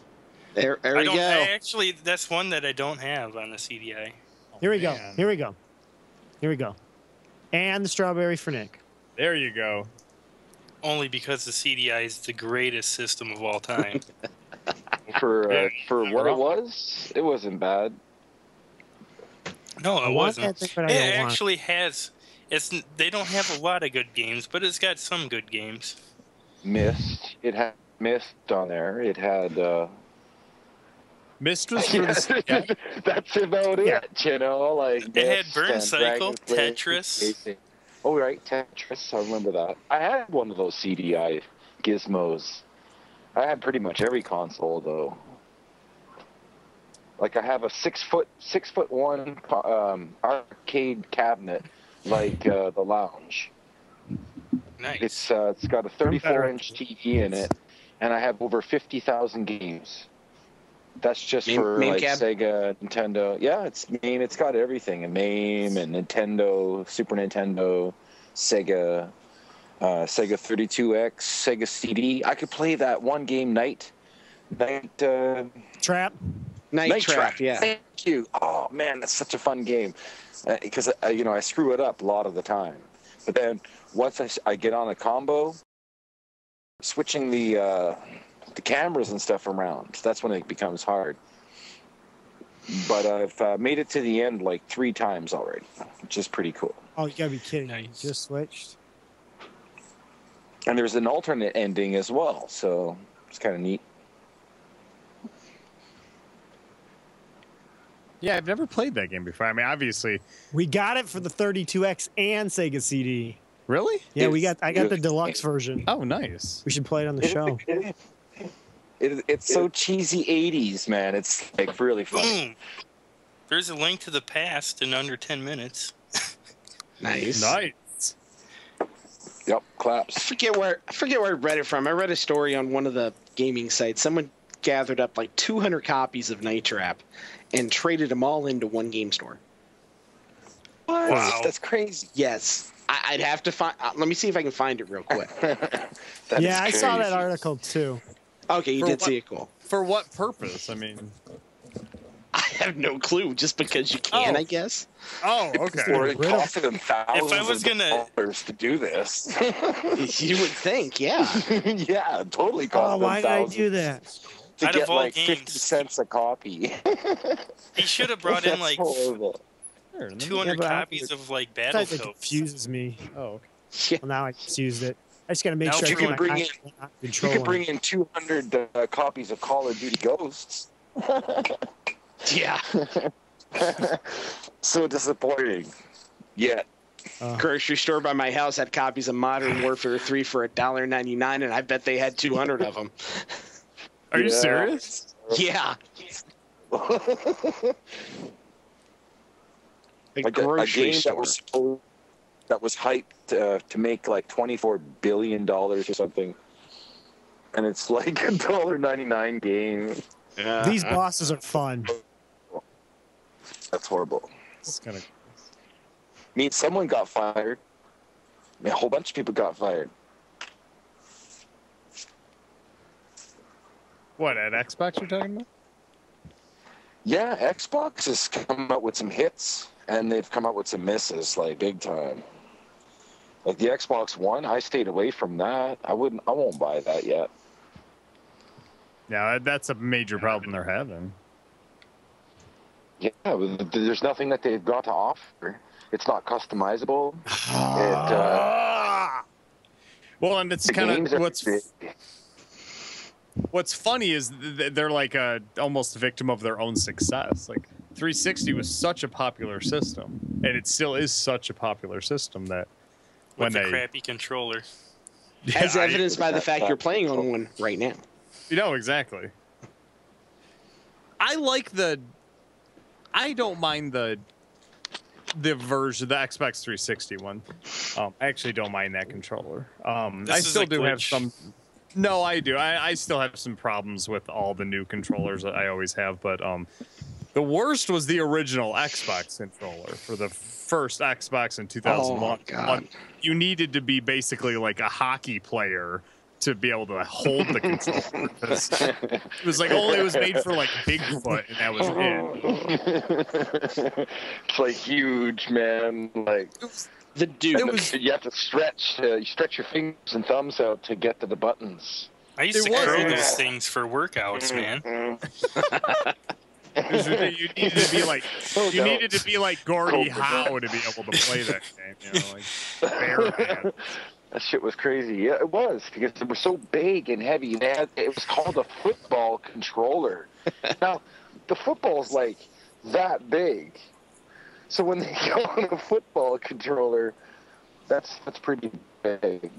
S6: There, there
S3: I
S6: we
S3: don't.
S6: go.
S3: I actually, that's one that I don't have on the CDI.
S1: Here we
S2: Oh, man.
S1: go. Here we go. Here we go. And the strawberry for Nick.
S2: There you go.
S3: Only because the CDI is the greatest system of all time.
S7: For uh,
S2: Yeah.
S7: for what it was, it wasn't bad.
S3: no,
S1: I
S3: it
S1: want
S3: wasn't.
S1: that
S3: It
S1: thing, but I don't want it.
S3: actually has. It's. n- They don't have a lot of good games, but it's got some good games.
S7: Mist. It had mist on there. It had. Uh,
S2: Mist was for
S7: Yes,
S2: the yeah.
S7: that's about it.
S1: Yeah.
S7: You know, like
S3: It had
S7: Myst
S3: Burn
S7: and
S3: Cycle,
S7: Dragon's Lair,
S3: Tetris.
S7: Space- Oh right, Tetris. I remember that. I had one of those CDI gizmos. I had pretty much every console though. Like I have a six foot six foot one co- um, arcade cabinet, like uh, the lounge.
S3: Nice.
S7: It's uh, it's got a 34
S1: better.
S7: inch TV in it, and I have over 50,000 games. That's just
S6: Meme-
S7: for
S6: meme
S7: like
S6: cab?
S7: Sega, Nintendo. Yeah, it's MAME. It's got everything: a MAME and Nintendo, Super Nintendo, Sega, uh, Sega 32X, Sega CD. I could play that one game night. Night, uh,
S1: Trap.
S6: Night, Trap. Yeah.
S7: Thank you. Oh man, that's such a fun game because uh, you know I screw it up a lot of the time, but then once I, s- I get on a combo, switching the uh, the cameras and stuff around, that's when it becomes hard. But I've uh, made it to the end like three times already, which is pretty cool.
S1: Oh, you got to be kidding. me.
S3: Nice.
S1: Just switched.
S7: And there's an alternate ending as well, so It's kind of neat.
S5: Yeah, I've never played that game before. I mean, obviously,
S1: We got it for the 32X and Sega CD.
S5: really?
S1: Yeah, we got
S6: It's-
S1: I got the
S6: it's-
S1: deluxe version.
S5: Oh, nice.
S1: We should play it on the show.
S7: It, it's so cheesy '80s, man. It's like really
S6: Mm.
S7: funny.
S3: Boom. There's a link to the past in under 10 minutes.
S6: Nice.
S5: Nice.
S7: Yep,
S6: I
S7: claps.
S6: forget where I forget where I read it from. I read a story on one of the gaming sites. Someone gathered up like 200 copies of Night Trap and traded them all into one game store.
S7: What?
S3: Wow.
S7: That's crazy.
S6: Yes, I, I'd have to find. Uh, let me see if I can find it real quick.
S7: That
S1: yeah, I
S7: is
S1: saw that
S7: crazy.
S1: article too.
S6: Okay, you
S5: For
S6: did
S5: what-
S6: see it. Cool.
S5: For what purpose? I mean,
S6: I have no clue. Just because you can,
S5: Oh.
S6: I guess.
S5: oh, okay.
S7: Or it
S1: Riddle.
S7: costed them thousands
S3: If I was
S7: of
S3: gonna-
S7: dollars to do this.
S6: You would think, yeah.
S7: yeah, it totally cost
S1: Oh,
S7: them
S1: why did I
S7: thousands
S1: do that?
S7: to
S3: Out of
S7: get
S3: all
S7: like
S3: games.
S7: 50 cents a copy.
S3: He should have brought in
S7: That's
S3: like
S7: horrible.
S5: Sure, let me-
S3: 200
S1: but I-
S3: copies of like
S1: That like,
S3: Battletoads.
S1: confuses me.
S5: Oh, okay.
S6: yeah.
S1: Well, now I just used it. I just gotta make
S3: Now
S1: sure I
S3: you can
S1: keep my
S7: bring
S1: eyes on
S7: You
S1: control
S7: could
S1: on
S7: bring
S1: it.
S7: in 200 uh, copies of Call of Duty Ghosts.
S6: Yeah.
S7: so disappointing. Yet.
S6: Grocery store by my house had copies of Modern Warfare 3 for $1.99, and I bet they had 200 of them.
S5: Are you
S7: Yeah.
S5: serious?
S6: Yeah. A
S7: like a, a
S6: grocery
S7: game
S6: store.
S7: that was supposed- that was hyped uh, to make like 24 billion dollars or something and it's like a dollar 99 game
S6: Yeah.
S7: uh,
S1: These bosses are fun.
S7: that's horrible
S5: It's kind of
S7: i mean someone got fired I mean, a whole bunch of people got fired
S5: what at Xbox you're talking about?
S7: yeah xbox has come up with some hits and they've come up with some misses like big time like the xbox one i stayed away from that i wouldn't i won't buy that yet
S5: Yeah, that's a major problem they're having.
S7: yeah but there's nothing that they've got to offer it's not customizable it uh,
S5: Well, and it's
S7: The
S5: kind
S7: games
S5: of
S7: are-
S5: what's what's funny is th- th- they're like a almost a victim of their own success. Like 360 was such a popular system, and it still is such a popular system that when
S3: With a
S5: they
S3: crappy controller.
S6: As
S5: Yeah, I-
S6: evidenced by the fact you're playing on one right now.
S5: You know exactly. I like the. I don't mind the. The version, the Xbox 360 one. Um, I actually don't mind that controller. Um,
S3: This
S5: I
S3: is
S5: still
S3: a
S5: do have
S3: glitch.
S5: some. No, I do. I, I still have some problems with all the new controllers that I always have, but um, the worst was the original Xbox controller for the first Xbox in 2001.
S6: Oh, God.
S5: You needed to be basically like a hockey player to be able to hold the controller. 'cause it was like only it was made for like Bigfoot, and that was it.
S7: it's like huge, man. Like
S6: The Duke.
S7: and you have to stretch, uh, you stretch your fingers and thumbs out to get to the buttons.
S3: I used
S5: There
S3: to
S5: was-
S3: curl
S7: Yeah.
S3: those things for workouts, man.
S5: It was really- you needed to be like
S7: Oh,
S5: you
S7: no.
S5: needed to be like
S7: Cold
S5: Gordy
S7: with that.
S5: Howe to be able to play that game. You know, like bear man.
S7: That shit was crazy. Yeah, it was because they were so big and heavy. They had it was called a football controller. now, the football's like that big, so when they go on a football controller, that's that's pretty big.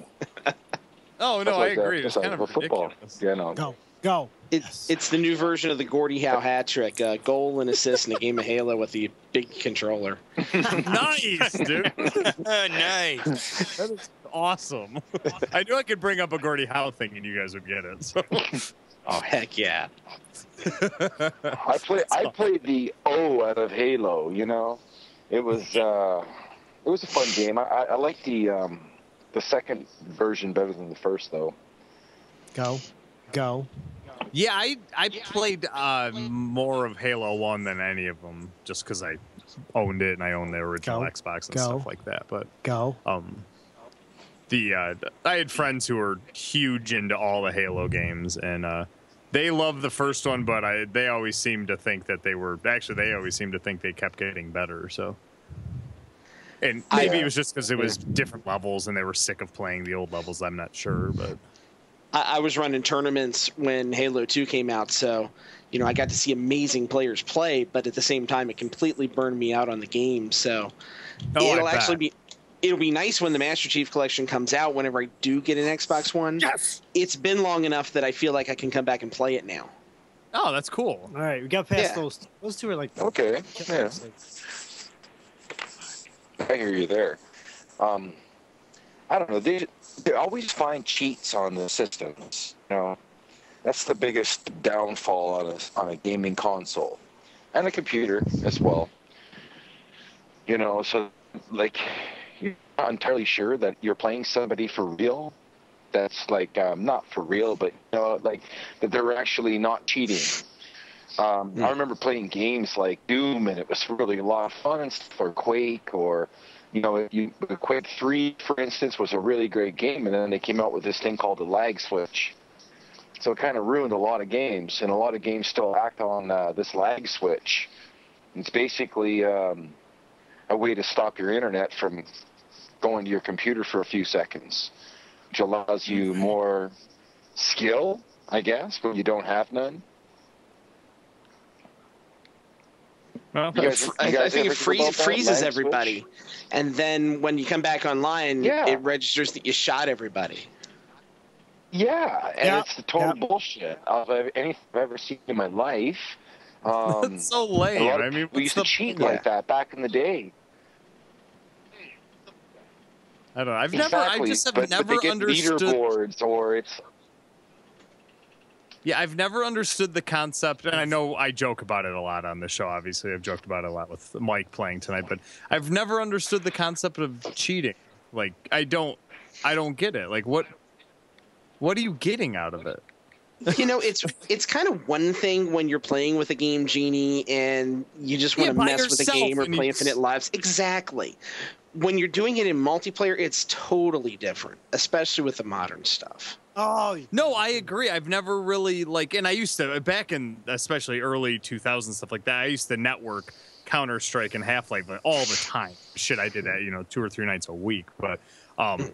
S5: Oh no,
S7: That's
S5: I
S7: like a-
S5: agree. It's
S7: that's
S5: kind
S7: like
S5: of
S7: a football.
S5: ridiculous.
S7: You know.
S1: Go, go.
S6: It, it's the new version of the Gordie Howe hat trick. A goal and assist in a game of Halo with the big controller.
S5: Nice, dude.
S7: Mm-hmm.
S3: Uh, nice.
S5: That is awesome. I knew I could bring up a Gordy Howe thing and you guys would get it. So
S6: Oh, heck yeah.
S7: I play I played the O out of Halo, you know. It was uh it was a fun game. I, I, I like the um the second version better than the first though.
S1: Go. Go.
S5: Yeah, I I played uh, more of Halo One than any of them, just because I owned it and I owned the original
S1: Go.
S5: Xbox and
S1: Go.
S5: stuff like that. But
S1: Go.
S5: um, the uh, I had friends who were huge into all the Halo games, and uh, they loved the first one, but I they always seemed to think that they were actually they always seemed to think they kept getting better. So. And maybe it was just because it was different levels, and they were sick of playing the old levels. I'm not sure, but
S6: I, I was running tournaments when Halo 2 came out, so you know I got to see amazing players play, but at the same time, it completely burned me out on the game. So
S5: Oh, I
S6: it'll
S5: bet.
S6: actually be it'll be nice when the Master Chief Collection comes out. Whenever I do get an Xbox One,
S5: Yes.
S6: it's been long enough that I feel like I can come back and play it now.
S5: Oh, that's cool.
S1: All right, we got past
S6: Yeah.
S1: those. Those two are like
S7: Okay, yeah. I hear you there. Um, I don't know. They they always find cheats on the systems. You know, that's the biggest downfall on a on a gaming console, and a computer as well. You know, so like you're not entirely sure that you're playing somebody for real. That's like um, not for real, but you know, like that they're actually not cheating. Um, I remember playing games like Doom, and it was really a lot of fun, and stuff, or Quake, or you know, if you, Quake Three, for instance, was a really great game, and then they came out with this thing called the lag switch. So it kind of ruined a lot of games, and a lot of games still act on uh, this lag switch. It's basically um, a way to stop your internet from going to your computer for a few seconds, which allows
S6: Mm-hmm.
S7: you more skill, I guess, when you don't have none.
S5: Well,
S7: You
S6: It
S7: guys-
S6: fr-
S7: you
S6: I, I
S7: guys
S6: think
S7: ever
S6: it
S7: heard
S6: free-
S7: about that
S6: freezes
S7: lag
S6: everybody,
S7: switch?
S6: and then when you come back online,
S7: Yeah.
S6: it registers that you shot everybody.
S7: Yeah, and
S1: Yeah,
S7: it's the total
S1: yeah.
S7: bullshit of uh, anything I've ever seen in my life. Um,
S5: that's so
S7: a
S5: lame.
S7: lot of
S5: I mean,
S7: people
S5: what's
S7: used
S5: the
S7: to cheat
S6: Yeah.
S7: like that back in the day.
S5: I don't know. I've never, I
S7: exactly,
S5: just have
S7: but, but
S5: never
S7: they get
S5: understood.
S7: leaderboards, or it's
S5: Yeah, I've never understood the concept, and I know I joke about it a lot on the show. Obviously, I've joked about it a lot with Mike playing tonight, but I've never understood the concept of cheating. Like, I don't, I don't get it. Like, what, what are you getting out of it?
S6: you know, it's it's kind of one thing when you're playing with a game genie and you just want
S5: Yeah,
S6: to
S5: by
S6: mess with a
S5: yourself
S6: game or
S5: and you
S6: play
S5: just-
S6: infinite lives. Exactly. When you're doing it in multiplayer, it's totally different, especially with the modern stuff.
S1: oh
S5: No, I agree. I've never really like, and I used to back in especially early 2000s stuff like that. I used to network Counter Strike and Half Life all the time. Shit, I did that, you know, two or three nights a week. But um,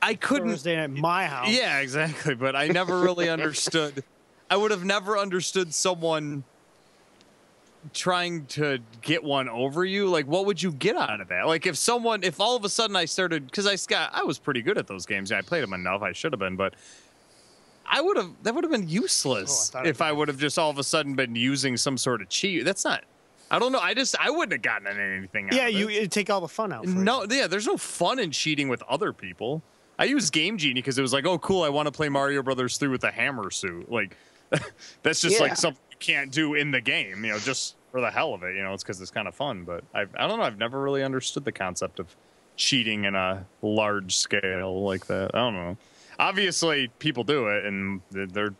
S5: I couldn't
S1: Thursday at my house.
S5: Yeah, exactly. But I never really understood. I would have never understood someone trying to get one over you. Like, what would you get out of that? Like, if someone, if all of a sudden I started, because I got, I was pretty good at those games. I played them enough. I should have been, but I would have. That would have been useless
S1: Oh, I thought it
S5: if I would have just all of a sudden been using some sort of cheat. That's not. I don't know. I just I wouldn't have gotten anything. Out
S1: yeah.
S5: of it.
S1: You it'd take all the fun out. for you.
S5: No, yeah, there's no fun in cheating with other people. I used Game Genie because it was like, oh, cool, I want to play Mario Brothers 3 with a hammer suit. Like, that's just
S6: Yeah.
S5: like something you can't do in the game, you know, just for the hell of it. You know, it's because it's kind of fun. But I, I don't know. I've never really understood the concept of cheating in a large scale like that. I don't know. Obviously, people do it and they're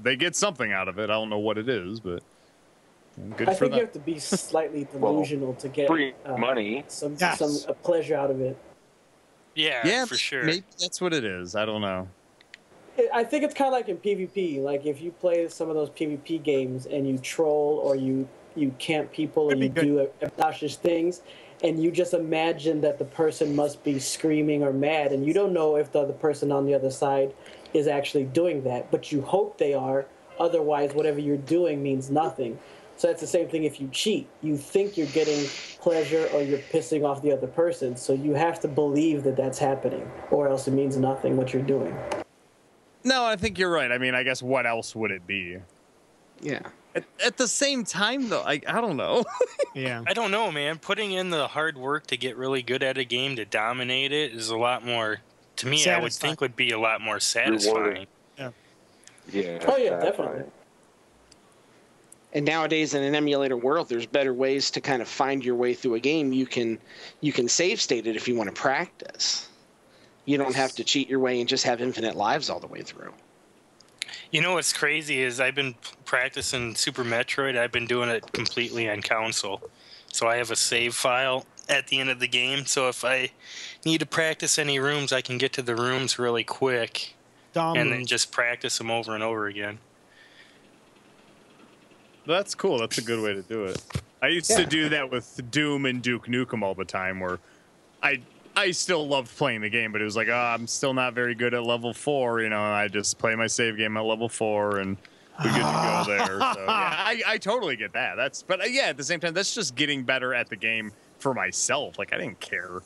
S5: they get something out of it. I don't know what it is, but good
S8: I
S5: for them.
S8: think you have to be slightly
S7: Well,
S8: delusional to get
S7: free
S8: uh,
S7: money.
S8: some
S1: Yes.
S8: some uh, pleasure out of it.
S3: Yeah, for sure.
S5: Maybe that's what it is. I don't know.
S8: It- I think it's kind of like in PvP. Like if you play some of those PvP games and you troll or you you camp people and you do obnoxious things, and you just imagine that the person must be screaming or mad, and you don't know if the other person on the other side is actually doing that, but you hope they are. Otherwise, whatever you're doing means nothing. So that's the same thing if you cheat. You think you're getting pleasure or you're pissing off the other person. So you have to believe that that's happening, or else it means nothing what you're doing.
S5: No, I think you're right. I mean, I guess what else would it be?
S6: Yeah.
S5: At, at the same time, though, I, I don't know.
S1: Yeah.
S3: I don't know, man. Putting in the hard work to get really good at a game to dominate it is a lot more. To me, I would
S1: Satisfying.
S3: think would be a lot more satisfying.
S7: Rewarding. Yeah.
S8: Oh yeah,
S7: that-
S8: definitely.
S6: And nowadays in an emulator world, there's better ways to kind of find your way through a game. You can you can save state it if you want to practice. You don't have to cheat your way and just have infinite lives all the way through.
S3: You know what's crazy is I've been p- practicing Super Metroid. I've been doing it completely on console, so I have a save file at the end of the game. So if I need to practice any rooms, I can get to the rooms really quick
S1: Dumb.
S3: and then just practice them over and over again.
S5: That's cool. That's a good way to do it. I used to do that with Doom and Duke Nukem all the time, where I. I still loved playing the game, but it was like, oh, I'm still not very good at level four. You know, and I just play my save game at level four and we good to go there. So, yeah, I, I totally get that. That's, but uh, yeah, at the same time, that's just getting better at the game for myself. Like, I didn't care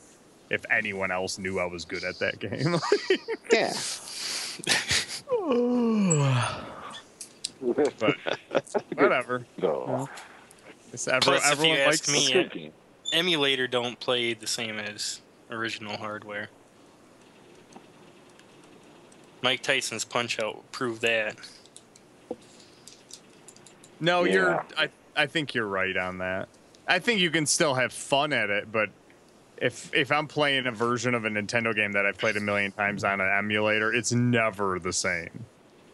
S5: if anyone else knew I was good at that game.
S6: Yeah.
S5: but whatever.
S7: No.
S5: It's ever,
S3: Plus, if you
S5: everyone
S3: ask
S5: likes
S7: It's
S3: me,
S7: a
S3: Yeah.
S7: good game.
S3: Emulator don't play the same as original hardware. Mike Tyson's Punch Out proved that.
S5: No,
S7: Yeah.
S5: you're. I I think you're right on that. I think you can still have fun at it, but if if I'm playing a version of a Nintendo game that I've played a million times on an emulator, it's never the same.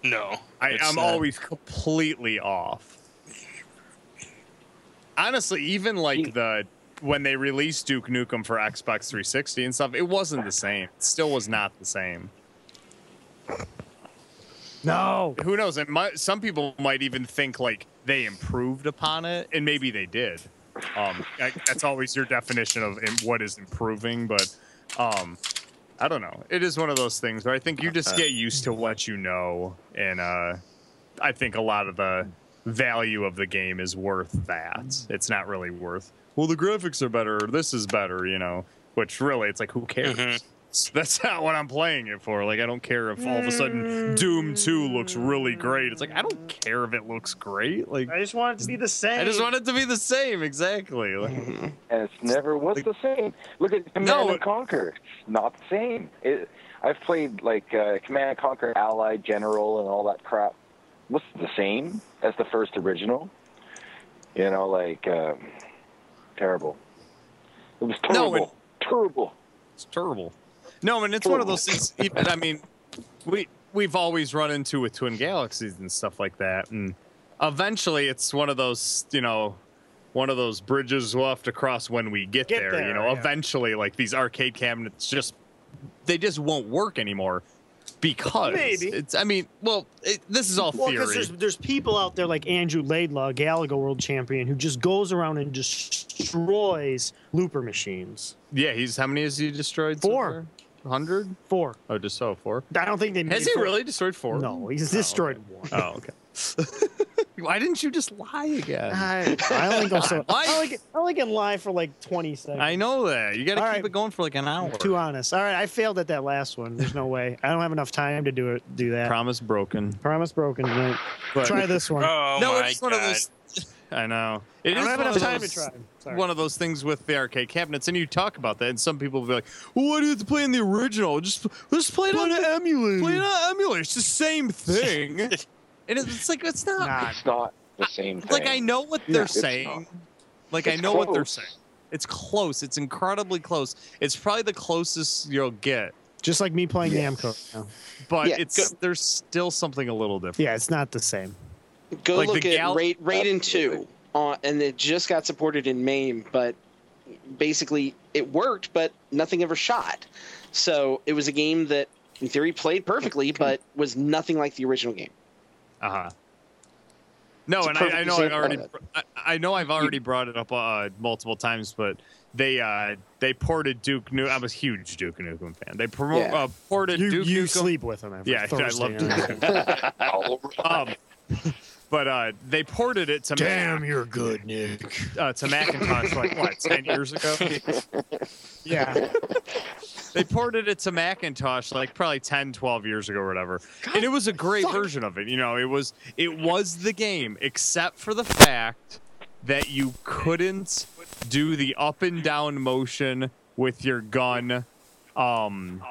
S3: No,
S5: I,
S3: it's
S5: I'm
S3: not.
S5: always completely off. Honestly, even like the when they released Duke Nukem for Xbox 360 and stuff, it wasn't the same. It still was not the same.
S1: No.
S5: Who knows? It might, some people might even think like they improved upon it, and maybe they did. Um, I, that's always your definition of im- what is improving, but um, I don't know. It is one of those things where I think you just get used to what you know, and uh, I think a lot of the value of the game is worth that. It's not really worth. Well, the graphics are better. Or this is better, you know. Which really, it's like who cares?
S3: Mhm.
S5: So that's not what I'm playing it for. Like I don't care if all of a sudden Doom 2 looks really great. It's like I don't care if it looks great. Like
S2: I just want it to be the same.
S5: I just want it to be the same exactly. Like,
S7: And it's never was the same. Look at Command
S5: No,
S7: and
S5: it-
S7: Conquer. It's not the same. It, I've played like uh, Command and Conquer Ally General and all that crap. What's the same as the first original? You know, like um, terrible. It was
S5: No,
S7: terrible. terrible.
S5: It's terrible. No, and it's one of those things. Even I mean, we we've always run into with Twin Galaxies and stuff like that, and eventually it's one of those you know, one of those bridges we'll have to cross when we get,
S1: Get
S5: there, You
S1: there,
S5: know,
S1: yeah.
S5: eventually like these arcade cabinets just they just won't work anymore because
S1: Maybe.
S5: it's. I mean, well, it, this is all
S1: Well,
S5: theory.
S1: because there's, there's people out there like Andrew Laidlaw, Galaga world champion, who just goes around and destroys looper machines.
S5: yeah, he's how many has he destroyed?
S1: Four.
S5: hundred.
S1: Four.
S5: Oh, just so four.
S1: I don't think they made
S5: Has he
S1: four.
S5: really destroyed four?
S1: No, he's
S5: Oh,
S1: destroyed one.
S5: Oh, okay. Why didn't you just lie again?
S1: I, I only go so.
S5: Why?
S1: I only, get- I only can lie for like 20 seconds.
S5: I know that. You got to
S1: All
S5: keep
S1: right.
S5: it going for like an hour.
S1: I'm too honest. All right, I failed at that last one. There's no way. I don't have enough time to do it. Do that.
S5: Promise broken.
S1: Promise broken tonight.
S5: But
S1: Try this one.
S3: Oh
S5: no,
S3: my
S5: it's one of
S3: God.
S5: those. I know. It
S1: I
S5: is
S1: don't have
S5: one
S1: enough
S5: of
S1: time to
S5: those-
S1: try. Sorry.
S5: One of those things with the arcade cabinets, and you talk about that, and some people will be like, "Well, why do you have to play in the original? Just just play it on an emulator. Play it on an emulator. It's the same thing." and it's, it's like it's not.
S1: Nah.
S7: It's not the same thing.
S5: Like I know what
S7: No,
S5: they're
S7: it's
S5: saying. Like I
S7: It's
S5: know what they're
S7: close.
S5: saying. It's close. It's incredibly close. It's probably the closest you'll get,
S1: Just like me playing
S6: Yeah.
S1: Namco. now.
S5: but
S6: Yeah,
S5: it's there's still something a little different.
S1: Yeah, it's not the same.
S6: Go
S5: Like the
S6: look at
S5: gal-
S6: Ra- Raiden
S7: Absolutely.
S6: Two, uh, and it just got supported in MAME, but basically it worked, but nothing ever shot. So it was a game that, in theory, played perfectly, but was nothing like the original game.
S5: Uh huh. No,
S6: It's a
S5: and
S6: perfect
S5: I, I know
S6: example
S5: I've
S6: of
S5: already,
S6: it.
S5: br- I, I know I've already brought it up uh, multiple times, but they uh, they ported Duke Nukem. I'm a huge Duke Nukem fan. They promo-
S6: Yeah.
S5: uh, ported
S1: You,
S5: Duke
S1: you
S5: Nukem.
S1: sleep with him every
S5: Yeah, I
S1: Thursday
S5: love
S1: night.
S7: All right.
S5: Um, but uh, they ported it to Mac,
S1: you're good, Nick.
S5: uh, to Macintosh like what ten years ago.
S1: Yeah.
S5: they ported it to Macintosh like probably 10, 12 years ago or whatever. and it was a great version of it. You know, it was it was the game, except for the fact that you couldn't do the up and down motion with your gun um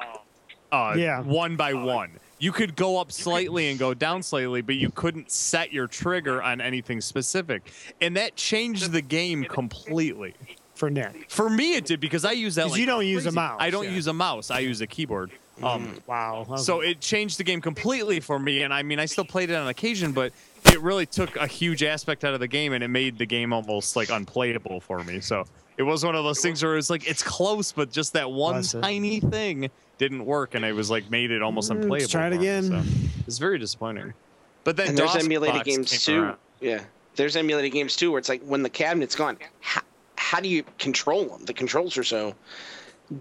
S5: uh
S1: Yeah.
S5: one by one. You could go up slightly and go down slightly, but you couldn't set your trigger on anything specific. And that changed the game completely.
S1: For Nick.
S5: For me it did because I use that
S1: Because
S5: like
S1: you don't use a
S5: crazy.
S1: mouse.
S5: I don't
S1: yeah.
S5: use a mouse. I use a keyboard. Um,
S1: Wow. that was-
S5: so it changed the game completely for me. And I mean, I still played it on occasion, but it really took a huge aspect out of the game, and it made the game almost like unplayable for me. So it was one of those things where it's like it's close, but just that one
S1: Bless it.
S5: tiny thing didn't work, and it was like made it almost
S1: Mm, let's
S5: unplayable.
S1: try it
S5: for me,
S1: again.
S5: so It's very disappointing. But then
S6: and there's
S5: DOS
S6: emulated
S5: box
S6: games
S5: came
S6: too.
S5: around.
S6: Yeah, there's emulated games too, where it's like when the cabinet's gone, how, how do you control them? The controls are so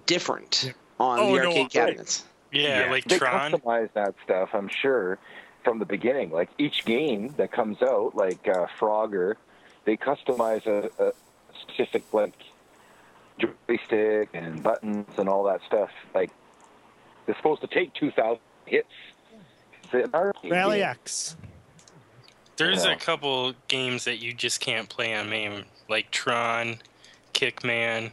S6: different on
S5: Oh,
S6: the
S5: no,
S6: arcade
S5: right.
S6: cabinets.
S3: Yeah, like
S7: they
S3: Tron.
S7: customize that stuff, I'm sure, from the beginning. Like each game that comes out, like uh, Frogger, they customize a, a specific like joystick and buttons and all that stuff. Like they're supposed to take 2,000 hits. It's an arcade
S1: Rally
S7: game.
S1: X.
S3: There's
S7: Yeah.
S3: a couple games that you just can't play on MAME, like Tron, Kickman,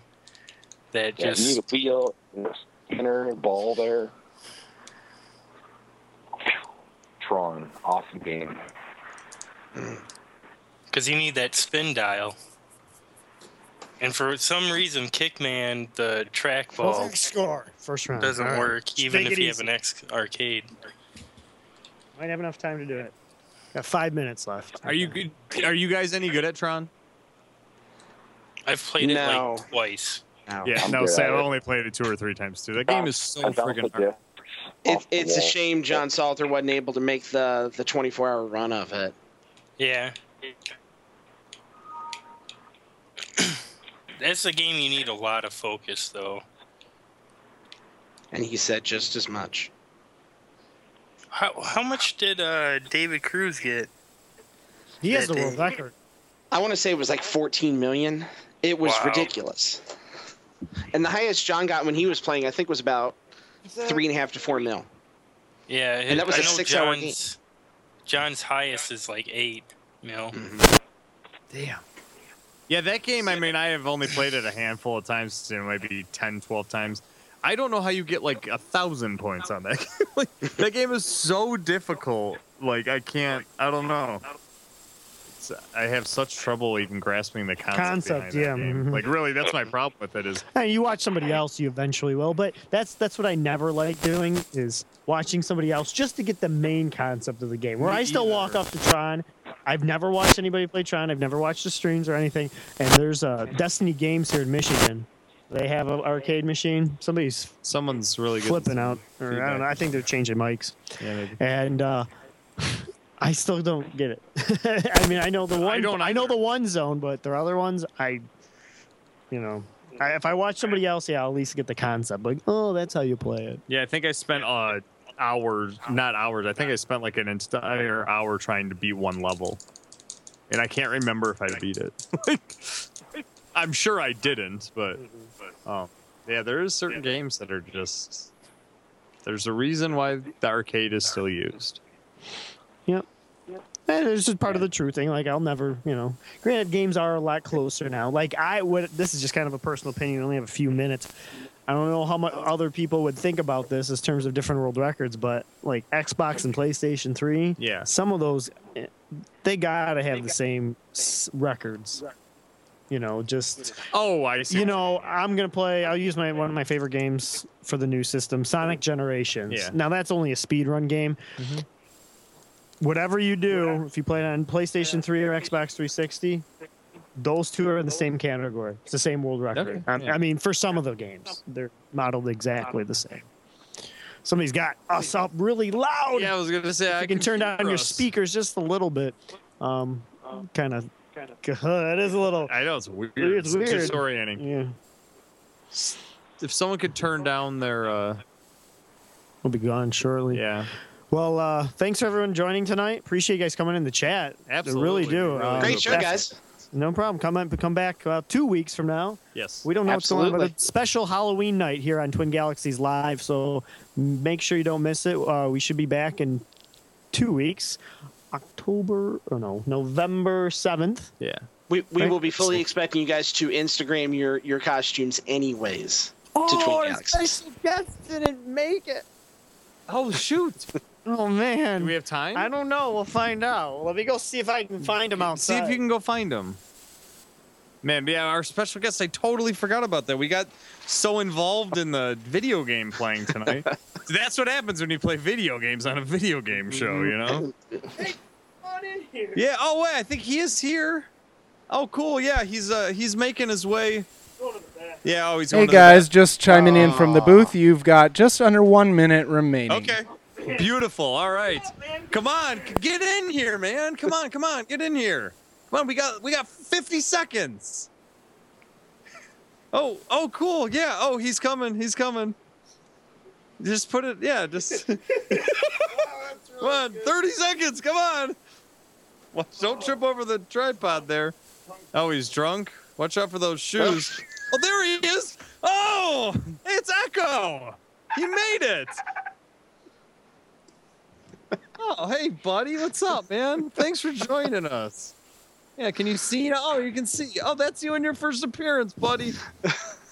S3: that
S7: Yeah, you
S3: just
S7: need a wheel, and a spinner, ball there. Tron, awesome game.
S3: because you need that spin dial. And for some reason, Kickman, the trackball
S1: score. First round.
S3: doesn't
S1: All right.
S3: work, even
S1: Take
S3: if
S1: it
S3: you have
S1: easy.
S3: an X arcade.
S1: Might have enough time to do it. Got five minutes left.
S5: Are you good? Are you guys any good at Tron?
S3: I've played
S6: No.
S3: it like twice.
S5: Yeah,
S7: I'm
S5: no,
S7: good
S5: say
S7: at
S5: I've
S7: it.
S5: only played it two or three times too. That game
S6: Oh,
S5: is so
S7: That's off
S5: freaking
S7: the
S5: hard.
S7: disc,
S6: It,
S7: off the
S6: it's a
S7: wall.
S6: shame John Salter wasn't able to make the the 24 hour run of it.
S3: Yeah. That's a game you need a lot of focus, though.
S6: And he said just as much.
S3: How, how much did uh, David Cruz get?
S1: He has the world record.
S6: I want to say it was like 14 million. It was
S3: Wow.
S6: ridiculous. And the highest John got when he was playing, I think, was about three and a half to four mil.
S3: Yeah,
S6: And that was
S3: I
S6: a
S3: know
S6: six-hour game.
S3: John's, John's highest is like eight mil.
S5: Damn. Yeah, that game, I mean, I have only played it a handful of times, you know, maybe 10, 12 times. I don't know how you get like a thousand points on that game. like, that game is so difficult. Like, I can't, I don't know. It's, I have such trouble even grasping the concept.
S1: Concept,
S5: behind that
S1: yeah,
S5: game.
S1: mhm.
S5: Like, really, that's my problem with it is
S1: And you watch somebody else, you eventually will. But that's that's what I never like doing is watching somebody else just to get the main concept of the game. Where
S5: Me
S1: I still walk
S5: either.
S1: off to Tron. I've never watched anybody play Tron. I've never watched the streams or anything. And there's uh, Destiny Games here in Michigan. They have an arcade machine. Somebody's
S5: someone's really good.
S1: flipping out. Or, I don't know. I think they're changing mics.
S5: Yeah, maybe.
S1: and uh, I still don't get it. I mean, I know the one. I,
S5: don't
S1: know
S5: either.
S1: the one zone, but there are other ones. I, you know, I, if I watch somebody else, yeah, I'll at least get the concept. Like, oh, that's how you play it.
S5: Yeah, I think I spent uh, hours, not hours. I think I spent like an entire hour trying to beat one level, and I can't remember if I beat it. Like, I'm sure I didn't, but oh, yeah, there is certain games that are just. There's a reason why the arcade is still used.
S1: And it's just part of the true thing. Like, I'll never, you know. Granted, games are a lot closer now. Like, I would. This is just kind of a personal opinion. I only have a few minutes. I don't know how much other people would think about this in terms of different world records, but like Xbox and PlayStation 3,
S5: Yeah.
S1: some of those eh, they gotta have the same s- records you know just
S5: Oh, I see.
S1: you know i'm gonna play i'll use my one of my favorite games for the new system sonic generations
S5: Yeah.
S1: now that's only a speed run game Mm-hmm. whatever you do if you play it on playstation 3 or xbox 360 those two are in the same category it's the same world record
S5: Okay,
S1: Um,
S5: yeah.
S1: i mean for some of the games they're modeled exactly the same somebody's got us up really loud
S5: Yeah, I was gonna say
S1: if
S5: I
S1: you can turn
S5: hear
S1: down your
S5: us.
S1: speakers just a little bit, um, kind of, it is a little,
S5: I know it's weird.
S1: It's weird.
S5: disorienting.
S1: yeah,
S5: If someone could turn down their, uh,
S1: we'll be gone shortly.
S5: yeah,
S1: Well, uh, thanks for everyone joining tonight. Appreciate you guys coming in the chat. I really
S5: Absolutely.
S1: do.
S5: Really
S1: Um,
S5: do.
S6: Great show,
S1: that's-
S6: guys.
S1: No problem. Come on, come back uh, two weeks from now.
S5: yes,
S1: We don't know what's going on, but
S6: Absolutely.
S1: it's special Halloween night here on Twin Galaxies Live. So make sure you don't miss it. Uh, we should be back in two weeks, October or no, November seventh.
S5: yeah.
S6: We, we
S1: Right.
S6: will be fully expecting you guys to Instagram your, your costumes anyways. to Twin Galaxies.
S1: guest didn't make it.
S5: Oh shoot!
S1: Oh man.
S5: Do we have time?
S1: I don't know. We'll find out. Let me go see if I can find him
S5: See
S1: outside.
S5: if you can go find him. Man, yeah, our special guest. I totally forgot about that. We got so involved in the video game playing tonight. That's what happens when you play video games on a video game show, you know? Yeah. Oh wait, I think he is here. Oh cool. Yeah, he's uh he's making his way. Yeah. Oh, he's
S2: Hey
S5: going to the
S2: guys, just chiming in from the booth. You've got just under one minute remaining.
S5: back. Okay. Beautiful. All right. Come on, c- get in here, man. Come on, come on, get in here. Come on, we got we got 50 seconds. Oh, oh, cool. Yeah. Oh, he's coming. He's coming. Just put it. Yeah. Just come on. Thirty seconds. Come on. Watch, don't trip over the tripod there. Oh, he's drunk. Watch out for those shoes. oh, there he is. Oh, it's Echo. He made it. Oh, hey, buddy. What's up, man? Thanks for joining us. Yeah, can you see? Oh, you can see. Oh, that's you in your first appearance, buddy.